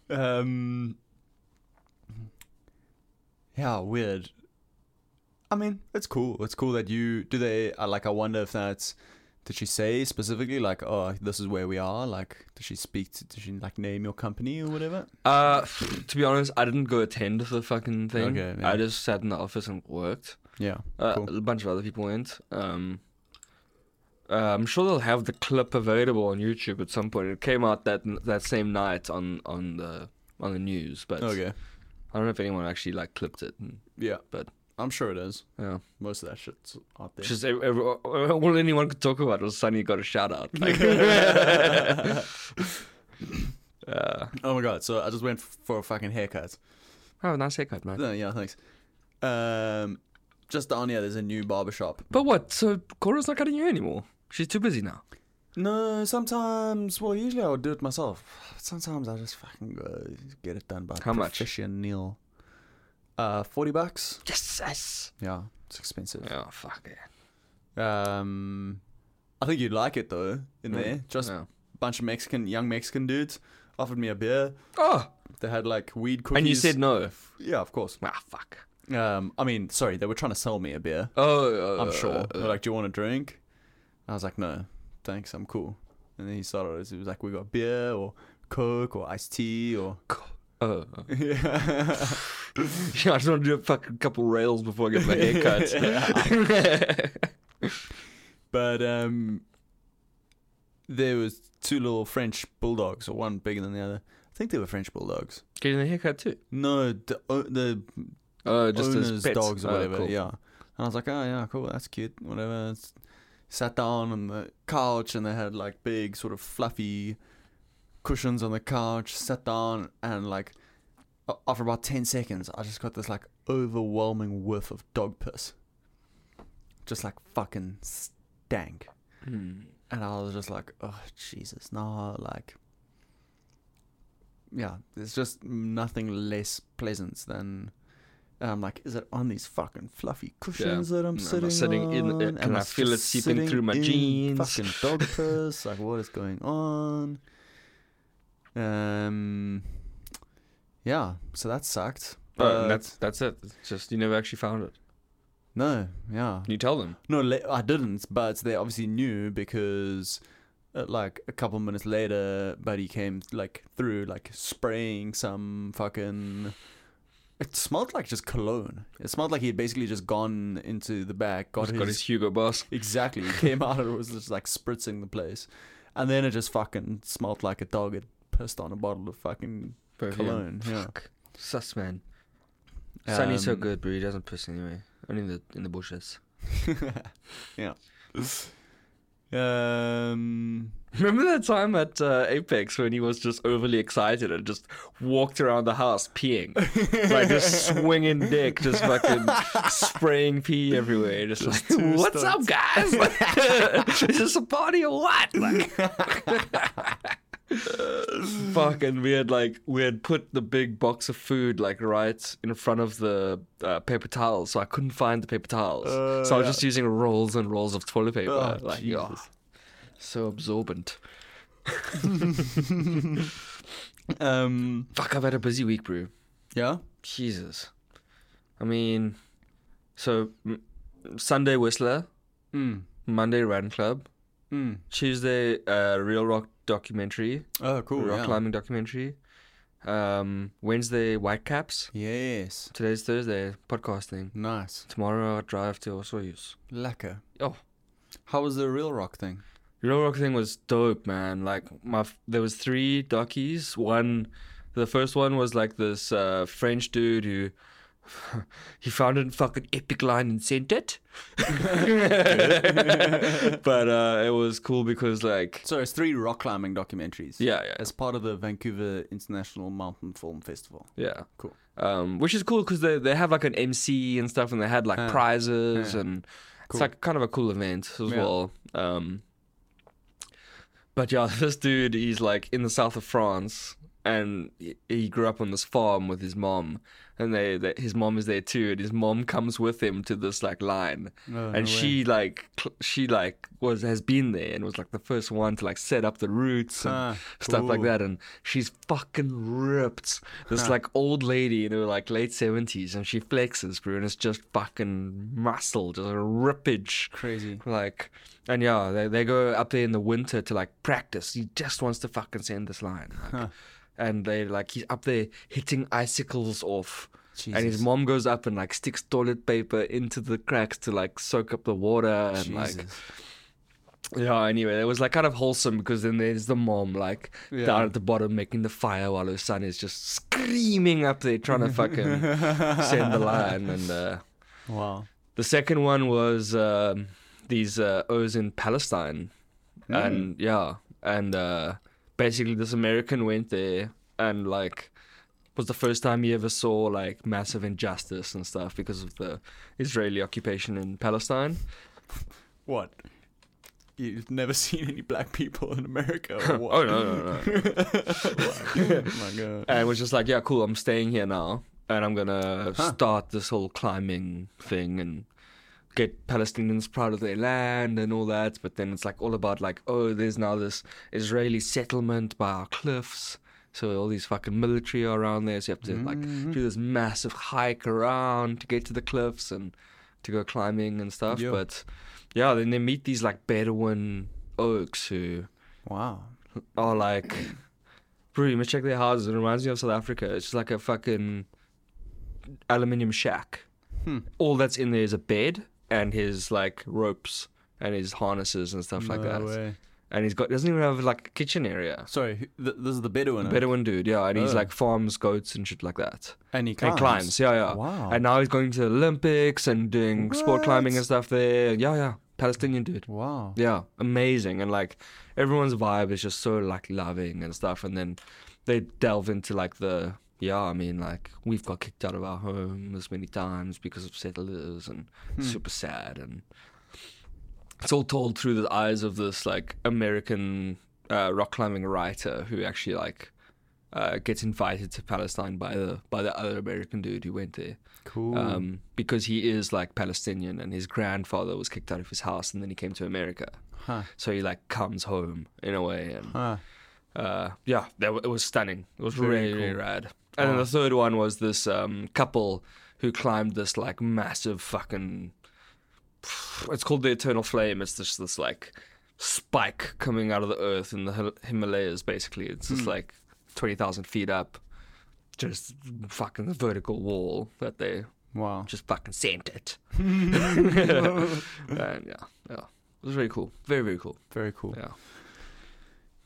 Speaker 4: um, yeah, weird. I mean, it's cool. It's cool that you do they. I like. I wonder if that's. Did she say specifically like, "Oh, this is where we are"? Like, did she speak? To, did she like name your company or whatever?
Speaker 3: Uh, to be honest, I didn't go attend the fucking thing.
Speaker 4: Okay, yeah.
Speaker 3: I just sat in the office and worked.
Speaker 4: Yeah,
Speaker 3: Uh,
Speaker 4: Cool.
Speaker 3: A bunch of other people went. Um, uh, I'm sure they'll have the clip available on YouTube at some point. It came out that that same night on on the on the news, but
Speaker 4: Okay.
Speaker 3: I don't know if anyone actually like clipped it. And,
Speaker 4: Yeah,
Speaker 3: But-
Speaker 4: I'm sure it is.
Speaker 3: yeah,
Speaker 4: Most of that shit's out there.
Speaker 3: it's just ev- ev- all anyone could talk about was Sunny got a shout out. Like, uh,
Speaker 4: oh my god! So I just went f- for a fucking haircut.
Speaker 3: oh, nice haircut, man.
Speaker 4: No, yeah, thanks. Um, just down here, there's a new barber shop.
Speaker 3: But what? So Cora's not cutting you anymore. She's too busy now.
Speaker 4: No, sometimes. Well, usually I would do it myself. Sometimes I just fucking go get it done by
Speaker 3: How much?
Speaker 4: Neil. Uh, forty bucks.
Speaker 3: Yes, yes.
Speaker 4: Yeah, it's expensive.
Speaker 3: Oh fuck it.
Speaker 4: Um, I think you'd like it though. In
Speaker 3: Mm,
Speaker 4: there, just
Speaker 3: yeah.
Speaker 4: a bunch of Mexican, young Mexican dudes offered me a beer.
Speaker 3: Oh,
Speaker 4: They had like weed cookies.
Speaker 3: and you said no.
Speaker 4: yeah, of course.
Speaker 3: Ah, fuck.
Speaker 4: Um, I mean, sorry, they were trying to sell me a beer.
Speaker 3: Oh,
Speaker 4: I'm
Speaker 3: uh,
Speaker 4: sure.
Speaker 3: uh,
Speaker 4: They're like, do you want a drink? I was like, no, thanks, I'm cool. And then he started. He was like, we got beer or Coke or iced tea or.
Speaker 3: Oh, oh.
Speaker 4: yeah.
Speaker 3: yeah, I just want to do a fucking couple rails before I get my haircut.
Speaker 4: But um, there was two little French bulldogs, or one bigger than the other. I think they were French bulldogs.
Speaker 3: Getting a haircut too.
Speaker 4: No, the o- the
Speaker 3: Oh, just as
Speaker 4: owners'
Speaker 3: pets.
Speaker 4: dogs or
Speaker 3: Oh,
Speaker 4: whatever.
Speaker 3: cool.
Speaker 4: Yeah. And I was like, oh yeah, cool, that's cute, whatever. S- Sat down on the couch and they had like big sort of fluffy cushions on the couch. Sat down and like a- after about ten seconds, I just got this like overwhelming whiff of dog piss, just like fucking stank.
Speaker 3: Hmm.
Speaker 4: And I was just like, oh Jesus, no, like, yeah, there's just nothing less pleasant than. And I'm like, is it on these fucking fluffy cushions that I'm
Speaker 3: Am I
Speaker 4: sitting,
Speaker 3: sitting in it? Can
Speaker 4: on? Am
Speaker 3: I feel
Speaker 4: just
Speaker 3: it seeping through my
Speaker 4: sitting in
Speaker 3: jeans?
Speaker 4: Fucking dog piss. like, what is going on? Um, yeah. So that sucked.
Speaker 3: But
Speaker 4: But
Speaker 3: that's that's it. It's just you never actually found it.
Speaker 4: no, yeah.
Speaker 3: You tell them.
Speaker 4: No, le- I didn't, but they obviously knew because, uh, like, a couple minutes later, Buddy came, like, through, like, spraying some fucking. It smelled like just cologne. It smelled like he had basically just gone into the back, got
Speaker 3: Got,
Speaker 4: his.
Speaker 3: got his Hugo Boss.
Speaker 4: Exactly. He came out and was just, like, spritzing the place. And then it just fucking smelled like a dog had pissed on a bottle of fucking
Speaker 3: perfume.
Speaker 4: cologne. Yeah.
Speaker 3: Fuck. Sus man. Sunny's so
Speaker 4: Um,
Speaker 3: good, but he doesn't piss anyway. Only in the in the bushes.
Speaker 4: yeah. Um.
Speaker 3: Remember that time at uh, Apex when he was just overly excited and just walked around the house peeing, like just swinging dick, just fucking spraying pee everywhere, just,
Speaker 4: two
Speaker 3: like, "What's up, guys? Is this a party or what?" Like, Fuck, and we had like we had put the big box of food like right in front of the uh, paper towels, so I couldn't find the paper towels.
Speaker 4: Uh,
Speaker 3: so I was
Speaker 4: yeah.
Speaker 3: just using rolls and rolls of toilet paper.
Speaker 4: Oh,
Speaker 3: like, yeah, so absorbent.
Speaker 4: Um,
Speaker 3: Fuck, I've had a busy week, bro.
Speaker 4: yeah.
Speaker 3: Jesus. I mean, so m- Sunday Whistler,
Speaker 4: Mm.
Speaker 3: Monday Run Club,
Speaker 4: Mm.
Speaker 3: Tuesday uh, Real Rock documentary,
Speaker 4: Oh, cool.
Speaker 3: rock
Speaker 4: yeah.
Speaker 3: climbing documentary. Um, Wednesday Whitecaps.
Speaker 4: Yes.
Speaker 3: Today's Thursday podcasting.
Speaker 4: Nice.
Speaker 3: Tomorrow I drive to Osoyoos.
Speaker 4: Lekker.
Speaker 3: Oh.
Speaker 4: How was the real rock thing?
Speaker 3: Real Rock thing was dope, man. Like my, f- there was three duckies. One, the first one was like this uh, French dude who he found a fucking epic line and sent it. but uh, it was cool because like
Speaker 4: So it's three rock climbing documentaries.
Speaker 3: yeah, yeah,
Speaker 4: As part of the Vancouver International Mountain Film Festival.
Speaker 3: yeah,
Speaker 4: Cool.
Speaker 3: Um, which is cool because they they have like an MC and stuff, and they had like
Speaker 4: Yeah.
Speaker 3: prizes
Speaker 4: Yeah.
Speaker 3: and
Speaker 4: Cool.
Speaker 3: it's like kind of a cool event as
Speaker 4: Yeah.
Speaker 3: well. Um, but yeah, this dude he's like in the south of France, and he- he grew up on this farm with his mom, and they, they his mom is there too, and his mom comes with him to this like line,
Speaker 4: Oh,
Speaker 3: and she like cl- she like was has been there and was like the first one to like set up the roots and
Speaker 4: Ah,
Speaker 3: stuff like
Speaker 4: cool.
Speaker 3: that and she's fucking ripped this like old lady in her like late 70s and she flexes bro and it's just fucking muscle just a rippage
Speaker 4: Crazy.
Speaker 3: like and yeah they, they go up there in the winter to like practice he just wants to fucking send this line like, and they like he's up there hitting icicles off and his
Speaker 4: Jesus.
Speaker 3: mom goes up and like sticks toilet paper into the cracks to like soak up the water and like
Speaker 4: Jesus.
Speaker 3: yeah anyway it was like kind of wholesome because then there's the mom like
Speaker 4: Yeah.
Speaker 3: down at the bottom making the fire while her son is just screaming up there trying to fucking send the line and uh
Speaker 4: Wow.
Speaker 3: the second one was um, these uh, O's in Palestine,
Speaker 4: Hmm.
Speaker 3: and yeah, and uh, basically this American went there and like was the first time he ever saw like massive injustice and stuff because of the Israeli occupation in Palestine.
Speaker 4: What? You've never seen any black people in America or what?
Speaker 3: Oh no no no!
Speaker 4: oh my god.
Speaker 3: and was just like, yeah, cool, I'm staying here now, and I'm gonna
Speaker 4: Huh.
Speaker 3: start this whole climbing thing and get Palestinians proud of their land and all that. But then it's like all about like, oh, there's now this Israeli settlement by our cliffs. So all these fucking military are around there, so you have to
Speaker 4: Mm-hmm.
Speaker 3: like do this massive hike around to get to the cliffs and to go climbing and stuff.
Speaker 4: Yeah.
Speaker 3: But yeah, then they meet these like Bedouin oaks who
Speaker 4: Wow.
Speaker 3: are like, bro, you must check their houses. It reminds me of South Africa. It's just like a fucking aluminium shack.
Speaker 4: Hmm.
Speaker 3: All that's in there is a bed and his like ropes and his harnesses and stuff like that. And he's got doesn't even have like a kitchen area.
Speaker 4: Sorry, who- th- this is the Bedouin. eh?
Speaker 3: Bedouin dude, yeah, and he's
Speaker 4: Oh.
Speaker 3: like farms goats and shit like that.
Speaker 4: And he
Speaker 3: And
Speaker 4: climbs.
Speaker 3: climbs, yeah, yeah.
Speaker 4: Wow.
Speaker 3: And now he's going to the Olympics and doing sport climbing
Speaker 4: What?
Speaker 3: and stuff there. Yeah, yeah. Palestinian dude.
Speaker 4: Wow.
Speaker 3: Yeah, amazing. And like everyone's vibe is just so like loving and stuff. And then they delve into like the yeah, I mean like we've got kicked out of our home this many times because of settlers and super sad and it's all told through the eyes of this like American uh, rock climbing writer who actually like uh, gets invited to Palestine by the by the other American dude who went there
Speaker 4: Cool.
Speaker 3: um, because he is like Palestinian and his grandfather was kicked out of his house and then he came to America.
Speaker 4: Huh.
Speaker 3: So he like comes home in a way. And
Speaker 4: Huh.
Speaker 3: uh, yeah, that w- it was stunning. It was
Speaker 4: Very
Speaker 3: really, really
Speaker 4: cool. Ah.
Speaker 3: rad. And then
Speaker 4: Wow.
Speaker 3: the third one was this um, couple who climbed this like massive fucking. It's called the Eternal Flame. It's just this like spike coming out of the earth in the Hil- Himalayas, basically. It's just
Speaker 4: Hmm.
Speaker 3: like 20,000 feet up. Just fucking the vertical wall that they
Speaker 4: Wow.
Speaker 3: just fucking sent it. and yeah, yeah. It was very cool. Very, very cool.
Speaker 4: Very cool.
Speaker 3: Yeah.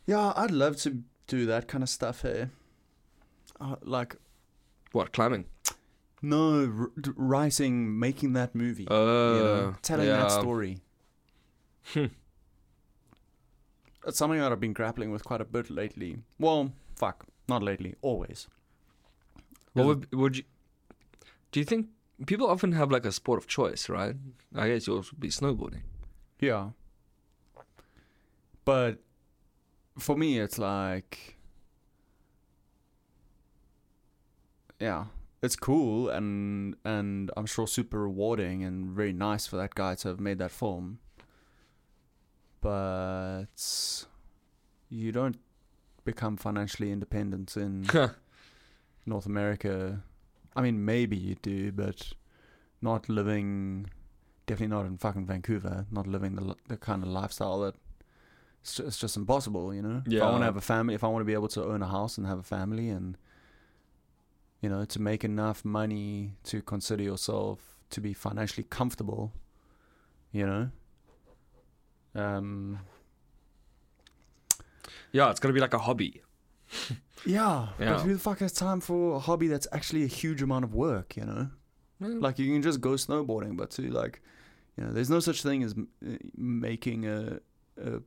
Speaker 4: Yeah, I'd love to do that kind of stuff here. Uh, like,
Speaker 3: What, climbing?
Speaker 4: no, r- d- writing, making that movie.
Speaker 3: Uh,
Speaker 4: you know, telling
Speaker 3: yeah.
Speaker 4: that story.
Speaker 3: Hmm.
Speaker 4: It's something that I've been grappling with quite a bit lately. Well, fuck, not lately, always.
Speaker 3: What would, would you, do you think people often have like a sport of choice, right? I guess yours would be snowboarding.
Speaker 4: Yeah. But for me, it's like, yeah, it's cool and and I'm sure super rewarding and very nice for that guy to have made that film. But you don't become financially independent in North America. I mean, maybe you do, but not living, definitely not in fucking Vancouver. Not living the li- the kind of lifestyle that it's just, it's just impossible, you know. If I want
Speaker 3: Yeah.
Speaker 4: to have a family, if I want to be able to own a house and have a family, and you know, to make enough money to consider yourself to be financially comfortable, you know. Um.
Speaker 3: yeah, it's gonna be like a hobby.
Speaker 4: Yeah,
Speaker 3: Yeah.
Speaker 4: but who the fuck has time for a hobby that's actually a huge amount of work, you know? Like you can just go snowboarding, but to like, you know, there's no such thing as m- uh, making a a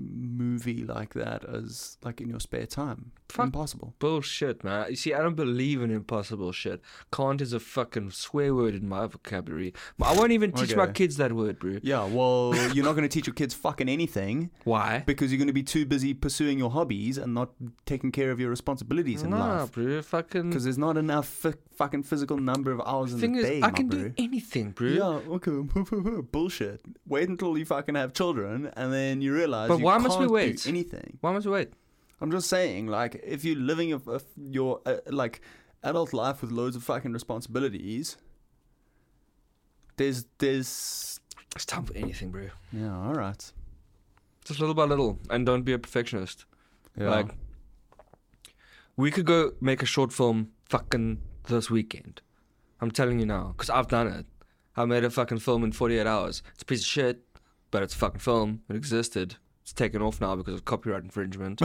Speaker 4: movie like that as like in your spare time.
Speaker 3: Fuck.
Speaker 4: Impossible.
Speaker 3: Bullshit, man. You see, I don't believe in impossible shit. Can't is a fucking swear word in my vocabulary. I won't even teach my
Speaker 4: Okay.
Speaker 3: kids that word, bro.
Speaker 4: Yeah, well, you're not going to teach your kids fucking anything
Speaker 3: Why?
Speaker 4: because you're going to be too busy pursuing your hobbies and not taking care of your responsibilities in
Speaker 3: Nah,
Speaker 4: life.
Speaker 3: bro. Fucking.
Speaker 4: Because there's not enough f- fucking physical number of hours in
Speaker 3: Thing
Speaker 4: the
Speaker 3: is,
Speaker 4: day.
Speaker 3: I
Speaker 4: my
Speaker 3: can
Speaker 4: bro.
Speaker 3: do anything, bro.
Speaker 4: Yeah, okay. Bullshit. Wait until you fucking have children, and then you realize.
Speaker 3: But
Speaker 4: you
Speaker 3: why
Speaker 4: can't
Speaker 3: must we
Speaker 4: do
Speaker 3: wait?
Speaker 4: anything?
Speaker 3: Why must we wait?
Speaker 4: I'm just saying, like, if you're living a, a- your uh, like adult life with loads of fucking responsibilities, there's there's
Speaker 3: It's time for anything, bro.
Speaker 4: yeah, all right,
Speaker 3: Just little by little, and don't be a perfectionist.
Speaker 4: yeah.
Speaker 3: Like, we could go make a short film fucking this weekend. I'm telling you now, because I've done it. I made a fucking film in 48 hours. It's a piece of shit, but it's a fucking film. It existed. It's taken off now because of copyright infringement.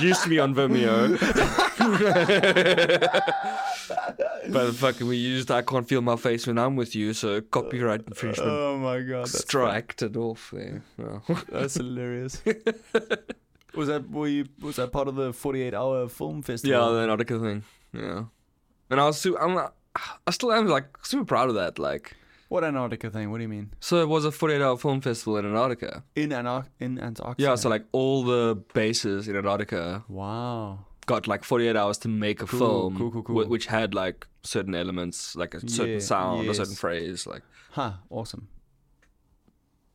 Speaker 3: Used to be on Vimeo. but fucking, we used I Can't Feel My Face When I'm With You, so copyright infringement
Speaker 4: oh my god, that's,
Speaker 3: striked it off there. Yeah.
Speaker 4: that's hilarious. was that were you was that part of the 48 hour film
Speaker 3: Yeah,
Speaker 4: festival?
Speaker 3: the Nautica thing. Yeah, and I was super. I'm. uh, I still am like super proud of that. Like,
Speaker 4: What Antarctica thing? What do you mean?
Speaker 3: so it was a 48 hour film festival in Antarctica.
Speaker 4: In Anar- in Antarctica.
Speaker 3: Yeah, so like all the bases in Antarctica
Speaker 4: wow.
Speaker 3: got like 48 hours to make a
Speaker 4: Cool,
Speaker 3: film,
Speaker 4: cool, cool,
Speaker 3: wh-
Speaker 4: cool.
Speaker 3: which had like certain elements, like a certain
Speaker 4: Yeah,
Speaker 3: sound, a certain
Speaker 4: yes.
Speaker 3: phrase, like.
Speaker 4: Huh, awesome.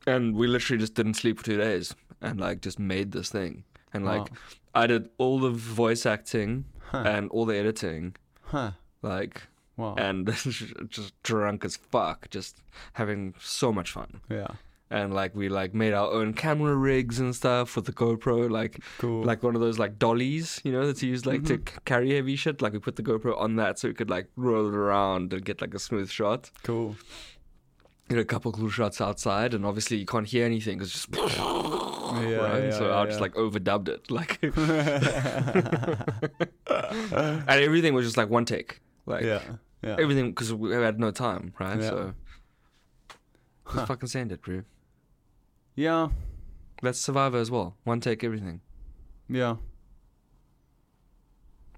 Speaker 3: And we literally just didn't sleep for two days, and like just made this thing, and like uh,
Speaker 4: Wow. Uh-huh.
Speaker 3: I did all the voice acting
Speaker 4: Huh.
Speaker 3: and all the editing,
Speaker 4: Huh.
Speaker 3: like.
Speaker 4: Wow.
Speaker 3: and just drunk as fuck, just having so much fun.
Speaker 4: yeah.
Speaker 3: And like we like made our own camera rigs and stuff with the GoPro, like
Speaker 4: Cool.
Speaker 3: like one of those like dollies, you know, that's used like to
Speaker 4: Mm-hmm.
Speaker 3: c- carry heavy shit. Like we put the GoPro on that so we could like roll it around and get like a smooth shot.
Speaker 4: cool.
Speaker 3: Get a couple cool shots outside, and obviously you can't hear anything because just
Speaker 4: Yeah.
Speaker 3: right?
Speaker 4: yeah,
Speaker 3: so
Speaker 4: yeah,
Speaker 3: I just
Speaker 4: yeah.
Speaker 3: like overdubbed it, like, and everything was just like one take, like
Speaker 4: yeah. Yeah.
Speaker 3: everything because we had no time, right?
Speaker 4: Yeah.
Speaker 3: So just
Speaker 4: Huh.
Speaker 3: fucking send it, bro.
Speaker 4: yeah.
Speaker 3: That's Survivor as well. One take everything.
Speaker 4: Yeah.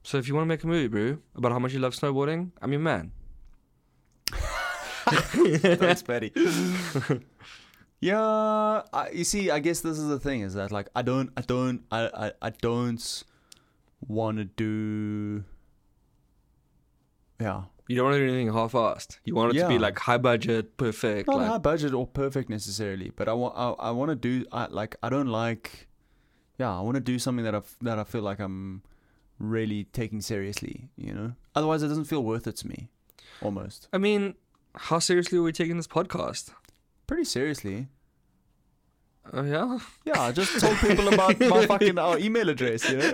Speaker 3: So if you want to make a movie, bro, about how much you love snowboarding, I'm your man.
Speaker 4: Thanks, Betty. yeah. I, you see, I guess this is the thing: is that like I don't, I don't, I, I, I don't want to do. Yeah.
Speaker 3: You don't want to do anything half-assed. You want it to be
Speaker 4: Yeah.
Speaker 3: like high budget, perfect.
Speaker 4: not
Speaker 3: like,
Speaker 4: high budget or perfect necessarily, but I want I, I want to do I like I don't like yeah I want to do something that I f- that I feel like I'm really taking seriously, you know. Otherwise, it doesn't feel worth it to me. Almost
Speaker 3: I mean, how seriously are we taking this podcast?
Speaker 4: pretty seriously.
Speaker 3: Oh yeah.
Speaker 4: Yeah, I just told people about my fucking our email address, you know.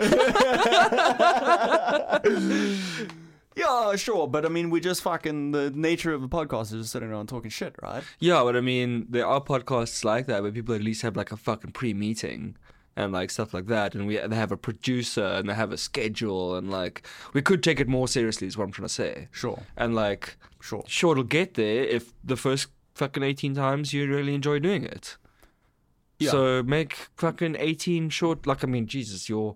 Speaker 4: yeah, sure, but I mean, we just fucking the nature of the podcast is just sitting around talking shit, right?
Speaker 3: Yeah, but I mean, there are podcasts like that where people at least have like a fucking pre-meeting and like stuff like that, and we they have a producer and they have a schedule, and like we could take it more seriously. Is what I'm trying to say.
Speaker 4: Sure,
Speaker 3: And like,
Speaker 4: sure.
Speaker 3: sure it'll get there if the first fucking 18 times you really enjoy doing it
Speaker 4: Yeah.
Speaker 3: so make fucking 18 short like i mean jesus your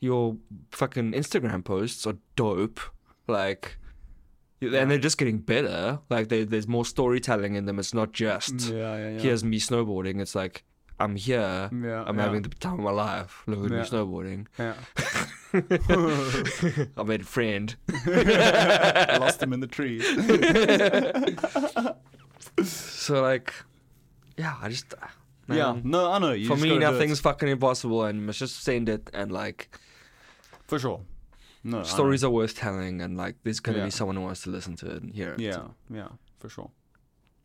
Speaker 3: your fucking instagram posts are dope like and they're just getting better like they, there's more storytelling in them it's not just
Speaker 4: Yeah, yeah, yeah.
Speaker 3: here's me snowboarding it's like I'm here.
Speaker 4: Yeah,
Speaker 3: I'm
Speaker 4: yeah.
Speaker 3: having the time of my life. Look at me
Speaker 4: Yeah.
Speaker 3: snowboarding.
Speaker 4: Yeah.
Speaker 3: I made a friend.
Speaker 4: I lost him in the trees.
Speaker 3: So like, yeah, I just
Speaker 4: yeah.
Speaker 3: man,
Speaker 4: No, I know. You
Speaker 3: For
Speaker 4: just
Speaker 3: me,
Speaker 4: gotta do it.
Speaker 3: nothing's fucking impossible, and you must just send it. And like,
Speaker 4: for sure. No I know.
Speaker 3: stories are worth telling, and like, there's gonna
Speaker 4: Yeah.
Speaker 3: be someone who wants to listen to it and hear it.
Speaker 4: Yeah. Yeah. For sure.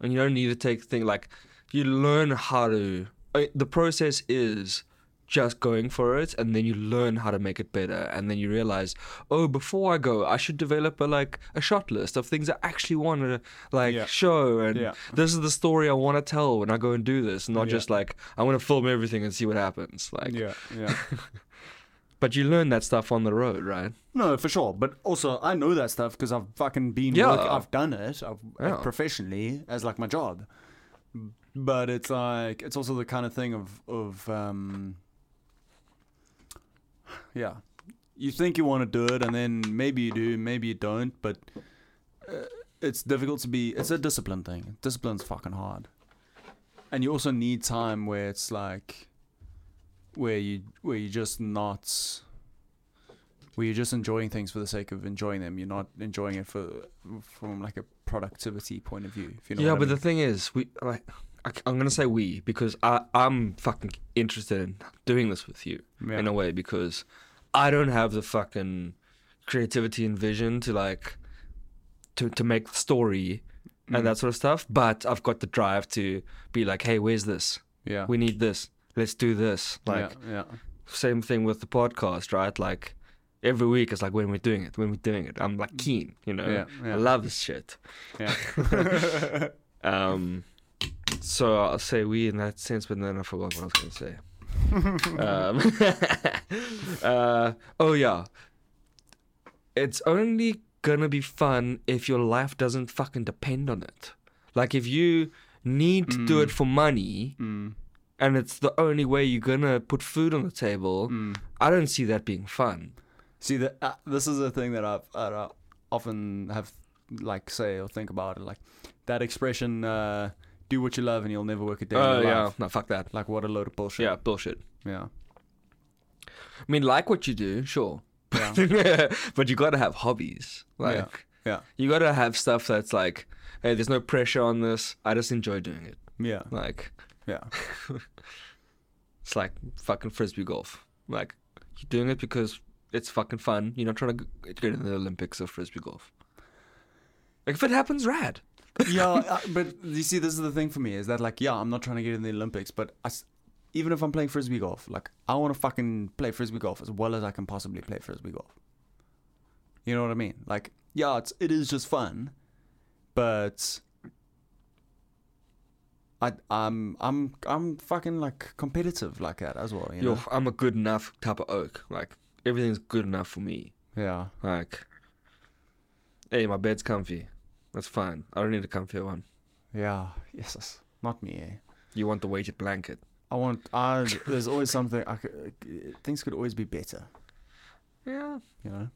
Speaker 3: and you don't need to take thing like you learn how to I- the process is just going for it and then you learn how to make it better and then you realize oh before i go i should develop a like a shot list of things i actually want to like
Speaker 4: Yeah.
Speaker 3: show and
Speaker 4: Yeah.
Speaker 3: this is the story i want to tell when i go and do this not
Speaker 4: Yeah.
Speaker 3: just like i want to film everything and see what happens like
Speaker 4: yeah. Yeah.
Speaker 3: but you learn that stuff on the road right
Speaker 4: No, for sure. But also, I know that stuff because I've fucking been.
Speaker 3: Yeah.
Speaker 4: Work, I've done it I've, uh,
Speaker 3: Yeah.
Speaker 4: professionally as like my job. But it's like it's also the kind of thing of of um, yeah. You think you want to do it, and then maybe you do, maybe you don't. But uh, it's difficult to be. It's a discipline thing. Discipline's fucking hard, and you also need time where it's like where you where you just not where you're just enjoying things for the sake of enjoying them. You're not enjoying it for from like a productivity point of view. If you know
Speaker 3: yeah,
Speaker 4: what I
Speaker 3: but the
Speaker 4: mean.
Speaker 3: thing is, we like I, am gonna say we because I I'm fucking interested in doing this with you
Speaker 4: Yeah.
Speaker 3: in a way because I don't have the fucking creativity and vision to like to to make the story
Speaker 4: Mm.
Speaker 3: and that sort of stuff. But I've got the drive to be like, hey, where's this?
Speaker 4: yeah,
Speaker 3: We need this. Let's do this. Like
Speaker 4: yeah,
Speaker 3: same thing with the podcast, right? Like every week it's like when we're doing it, when we're doing it. I'm like keen, you know.
Speaker 4: Yeah, yeah.
Speaker 3: I love this shit.
Speaker 4: yeah,
Speaker 3: Um, so I'll say we in that sense, but then I forgot what I was going to say. um, uh, oh yeah, it's only gonna be fun if your life doesn't fucking depend on it. Like if you need to do it for money,
Speaker 4: Mm.
Speaker 3: and it's the only way you're gonna put food on the table. I don't see that being fun.
Speaker 4: See, the, uh, this is a thing that I've that I often have like say or think about, like that expression, uh, "Do what you love, and you'll never work a day
Speaker 3: Uh,
Speaker 4: in your life."
Speaker 3: no, fuck that.
Speaker 4: Like what a load of bullshit.
Speaker 3: Oh, Yeah, bullshit.
Speaker 4: yeah,
Speaker 3: I mean, like what you do, sure,
Speaker 4: yeah,
Speaker 3: but you gotta have hobbies. Like.
Speaker 4: yeah,
Speaker 3: You gotta have stuff that's like, hey, there's no pressure on this. I just enjoy doing it.
Speaker 4: yeah,
Speaker 3: Like,
Speaker 4: yeah,
Speaker 3: it's like fucking frisbee golf. Like, you're doing it because it's fucking fun. You're not trying to g- get in the Olympics of frisbee golf. Like, if it happens, rad.
Speaker 4: yeah. I, but you see, this is the thing for me is that like, yeah, I'm not trying to get in the Olympics, but I s even if I'm playing frisbee golf, like I want to fucking play frisbee golf as well as I can possibly play frisbee golf. You know what I mean? Like, yeah, it's it is just fun, but I I'm I'm I'm fucking like competitive like that as well. You
Speaker 3: Yo,
Speaker 4: know?
Speaker 3: I'm a good enough type of oak. Like, everything's good enough for me.
Speaker 4: Yeah,
Speaker 3: Like, hey, my bed's comfy. That's fine. I don't need a comfier one.
Speaker 4: yeah. Yes, yes. not me. Eh?
Speaker 3: You want the weighted blanket.
Speaker 4: I want. I there's always something. I could, things could always be better.
Speaker 3: Yeah.
Speaker 4: you know.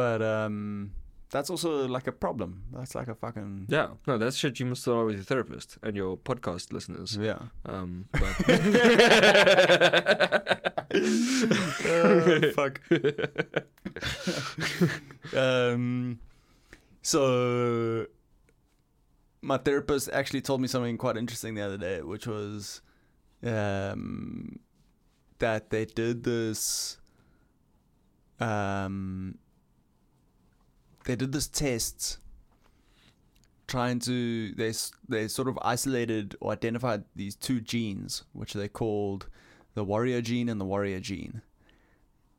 Speaker 4: But um, that's also like a problem. That's like a fucking
Speaker 3: Yeah. No, that's shit you must start with your therapist and your podcast listeners.
Speaker 4: yeah.
Speaker 3: Um, but
Speaker 4: fuck. um, so my therapist actually told me something quite interesting the other day, which was um, that they did this. Um, they did this test trying to they s- they sort of isolated or identified these two genes which they called the warrior gene and the warrior gene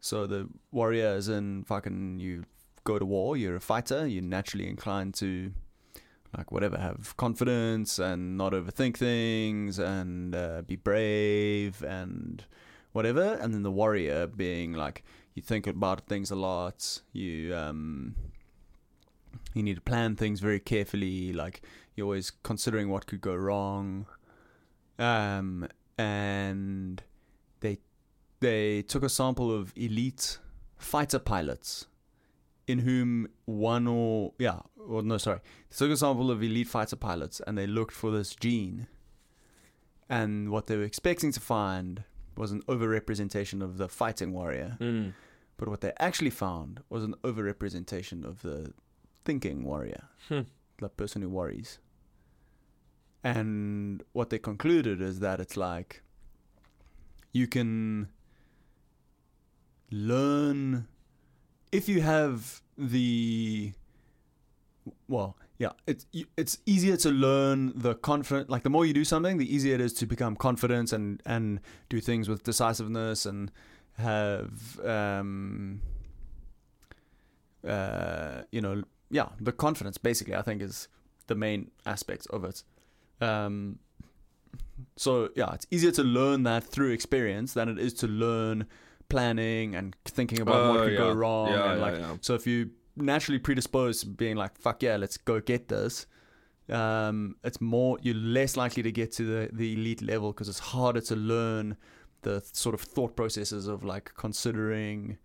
Speaker 4: so the warrior is in fucking you go to war you're a fighter you're naturally inclined to like whatever have confidence and not overthink things and uh, be brave and whatever and then the warrior being like you think about things a lot you um you need to plan things very carefully like you're always considering what could go wrong um and they they took a sample of elite fighter pilots in whom one or yeah or no sorry they took a sample of elite fighter pilots and they looked for this gene and what they were expecting to find was an overrepresentation of the fighting warrior.
Speaker 3: Mm.
Speaker 4: But what they actually found was an overrepresentation of the thinking warrior,
Speaker 3: Hmm.
Speaker 4: the person who worries. And what they concluded is that it's like you can learn if you have the well yeah it's you- it's easier to learn the confident like the more you do something the easier it is to become confident and and do things with decisiveness and have um uh you know yeah the confidence basically i think is the main aspect of it um so yeah it's easier to learn that through experience than it is to learn planning and thinking about what
Speaker 3: Oh,
Speaker 4: could go
Speaker 3: yeah.
Speaker 4: wrong
Speaker 3: Yeah,
Speaker 4: and
Speaker 3: yeah,
Speaker 4: like
Speaker 3: yeah.
Speaker 4: so if you naturally predisposed to being like fuck yeah let's go get this um it's more you're less likely to get to the the elite level because it's harder to learn the th- sort of thought processes of like considering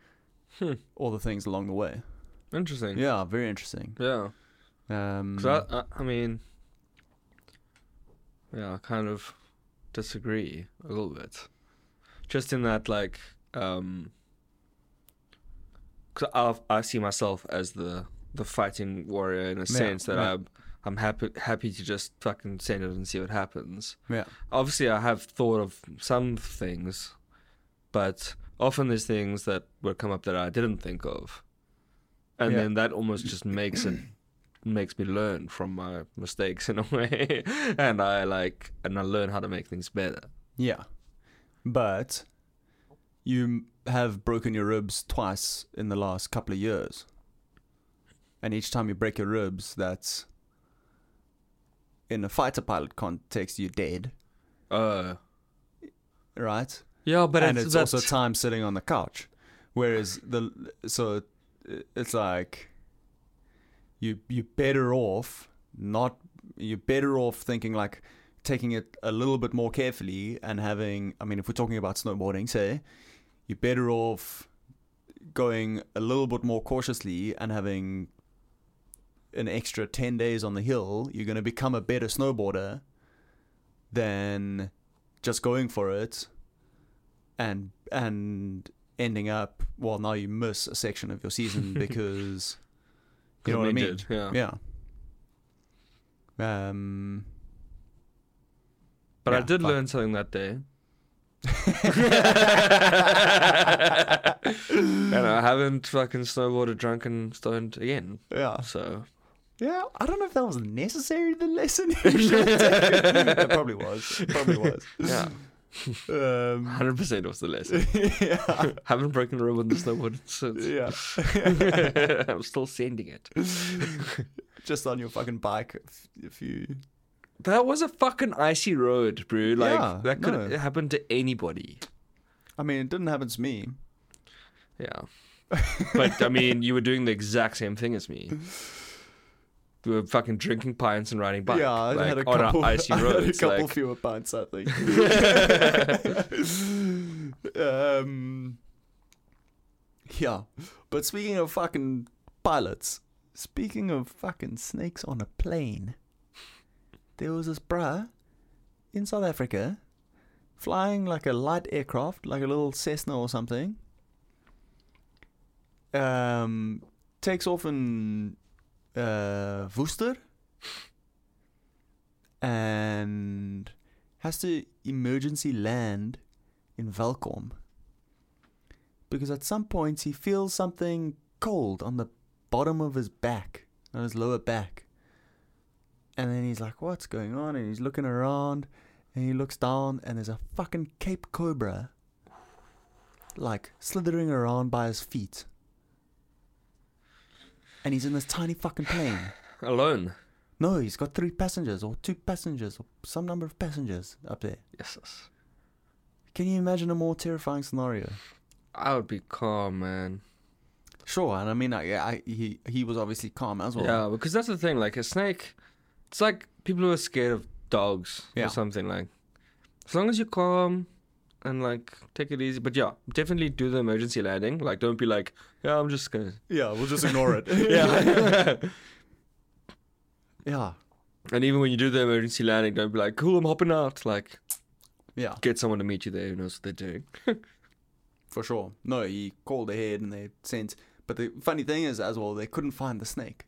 Speaker 3: Hmm.
Speaker 4: all the things along the way.
Speaker 3: Interesting.
Speaker 4: Yeah, very interesting.
Speaker 3: Yeah.
Speaker 4: Um,
Speaker 3: 'Cause I, I, I mean, yeah, I kind of disagree a little bit. Just in that, like, um, cause I've, I see myself as the the fighting warrior in a sense that
Speaker 4: yeah.
Speaker 3: I'm I'm happy happy to just fucking send it and see what happens.
Speaker 4: yeah,
Speaker 3: Obviously, I have thought of some things, but often there's things that would come up that I didn't think of, and
Speaker 4: Yeah.
Speaker 3: then that almost just makes it makes me learn from my mistakes in a way, and I like and I learn how to make things better.
Speaker 4: yeah, but you m- have broken your ribs twice in the last couple of years, and each time you break your ribs, that's in a fighter pilot context, you're dead,
Speaker 3: Uh,
Speaker 4: right?
Speaker 3: yeah, but
Speaker 4: and
Speaker 3: it's,
Speaker 4: it's
Speaker 3: that's,
Speaker 4: also time sitting on the couch. Whereas the so it- it's like you you better off not you're better off thinking like taking it a little bit more carefully and having I mean if we're talking about snowboarding say you're better off going a little bit more cautiously and having an extra 10 days on the hill you're going to become a better snowboarder than just going for it and and ending up well now you miss a section of your season because you know what I mean
Speaker 3: needed, Yeah.
Speaker 4: yeah. Um.
Speaker 3: but I
Speaker 4: yeah,
Speaker 3: did
Speaker 4: fuck.
Speaker 3: learn something that day, and I haven't fucking snowboarded drunk and stoned again.
Speaker 4: Yeah.
Speaker 3: So
Speaker 4: Yeah. I don't know if that was necessary. The lesson. you should have taken. it probably was. It probably was.
Speaker 3: yeah,
Speaker 4: Um.
Speaker 3: hundred percent was the lesson.
Speaker 4: yeah.
Speaker 3: haven't broken the rule on the snowboard since.
Speaker 4: Yeah.
Speaker 3: I'm still sending it.
Speaker 4: Just on your fucking bike. if- If you.
Speaker 3: That was a fucking icy road, bro. Like
Speaker 4: Yeah,
Speaker 3: that could
Speaker 4: no.
Speaker 3: happen to anybody.
Speaker 4: I mean, it didn't happen to me.
Speaker 3: Yeah. but I mean, you were doing the exact same thing as me. We were fucking drinking pints and riding bikes.
Speaker 4: yeah, I
Speaker 3: like,
Speaker 4: had a
Speaker 3: on
Speaker 4: couple.
Speaker 3: our icy
Speaker 4: I had a
Speaker 3: roads.
Speaker 4: couple
Speaker 3: like,
Speaker 4: fewer pints, I think. um, yeah, but speaking of fucking pilots, speaking of fucking snakes on a plane, there was this bruh in South Africa flying like a light aircraft, like a little Cessna or something. Um, takes off in uh, Worcester and has to emergency land in Valcom because at some point he feels something cold on the bottom of his back, on his lower back. And then he's like, What's going on? And he's looking around and he looks down and there's a fucking Cape Cobra like slithering around by his feet. And he's in this tiny fucking plane.
Speaker 3: alone.
Speaker 4: No, he's got three passengers or two passengers or some number of passengers up there.
Speaker 3: Yes.
Speaker 4: Can you imagine a more terrifying scenario?
Speaker 3: I would be calm, man.
Speaker 4: Sure, and I mean, I, I, he he was obviously calm as well.
Speaker 3: Yeah, because that's the thing. Like a snake, it's like people who are scared of dogs
Speaker 4: Yeah.
Speaker 3: or something. Like as long as you're calm and like take it easy. But yeah, definitely do the emergency landing. Like don't be like, yeah, I'm just gonna.
Speaker 4: yeah, we'll just ignore it.
Speaker 3: Yeah.
Speaker 4: yeah,
Speaker 3: and even when you do the emergency landing, don't be like, cool, I'm hopping out. Like
Speaker 4: Yeah,
Speaker 3: Get someone to meet you there who knows what they're doing.
Speaker 4: for sure. No, he called ahead and they sent. But the funny thing is, as well, they couldn't find the snake.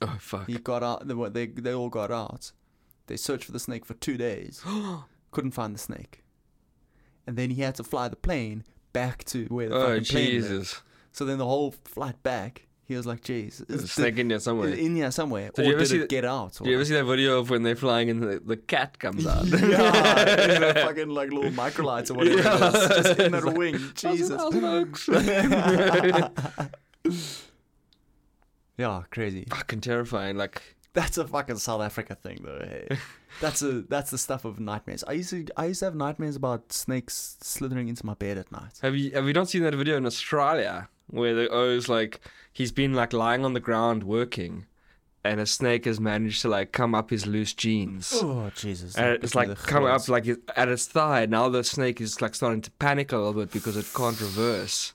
Speaker 3: Oh fuck!
Speaker 4: He got out. They, were- they they all got out. They searched for the snake for two days. Couldn't find the snake. And then he had to fly the plane back to where the
Speaker 3: oh
Speaker 4: fucking plane lived.
Speaker 3: Jesus!
Speaker 4: So then the whole flight back, he was like, "Jeez,
Speaker 3: There's a
Speaker 4: is
Speaker 3: snake in there
Speaker 4: the-
Speaker 3: somewhere.
Speaker 4: is it in here somewhere,
Speaker 3: Did
Speaker 4: or
Speaker 3: you ever
Speaker 4: did
Speaker 3: see
Speaker 4: it
Speaker 3: the-
Speaker 4: get out?"
Speaker 3: Do you
Speaker 4: or-
Speaker 3: ever see that video of when they're flying and the, the cat comes out?
Speaker 4: yeah, in the fucking like little microlights or whatever,
Speaker 3: Yeah.
Speaker 4: it is, just in
Speaker 3: It's
Speaker 4: that
Speaker 3: like,
Speaker 4: wing. Jesus.
Speaker 3: Thousand oaks.
Speaker 4: Yeah, crazy.
Speaker 3: Fucking terrifying. Like,
Speaker 4: That's a fucking South Africa thing, though. Hey, that's a that's the stuff of nightmares. I used to I used to have nightmares about snakes slithering into my bed at night.
Speaker 3: have you have you not seen that video in Australia where the O's like he's been like lying on the ground working, and a snake has managed to like come up his loose jeans.
Speaker 4: Oh Jesus!
Speaker 3: And
Speaker 4: that
Speaker 3: it's
Speaker 4: gives me
Speaker 3: like
Speaker 4: the
Speaker 3: coming up
Speaker 4: thrills.
Speaker 3: like it- at its thigh. Now the snake is like starting to panic a little bit because it can't reverse,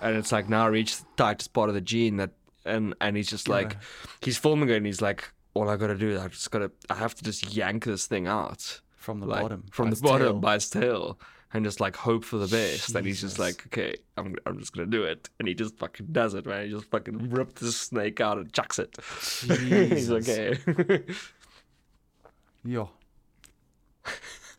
Speaker 3: and it's like now reached the tightest part of the gene that, and and he's just like, he's filming it and he's like, all I gotta do is I just gotta I have to just yank this thing out
Speaker 4: from the
Speaker 3: like,
Speaker 4: bottom,
Speaker 3: from
Speaker 4: by
Speaker 3: the
Speaker 4: its
Speaker 3: bottom
Speaker 4: tail.
Speaker 3: by its tail, and just like hope for the best. And he's
Speaker 4: Jesus.
Speaker 3: just like, okay, I'm I'm just gonna do it, and he just fucking does it, man. He just fucking rips the snake out and chucks it. he's
Speaker 4: Jesus.
Speaker 3: okay.
Speaker 4: Yo.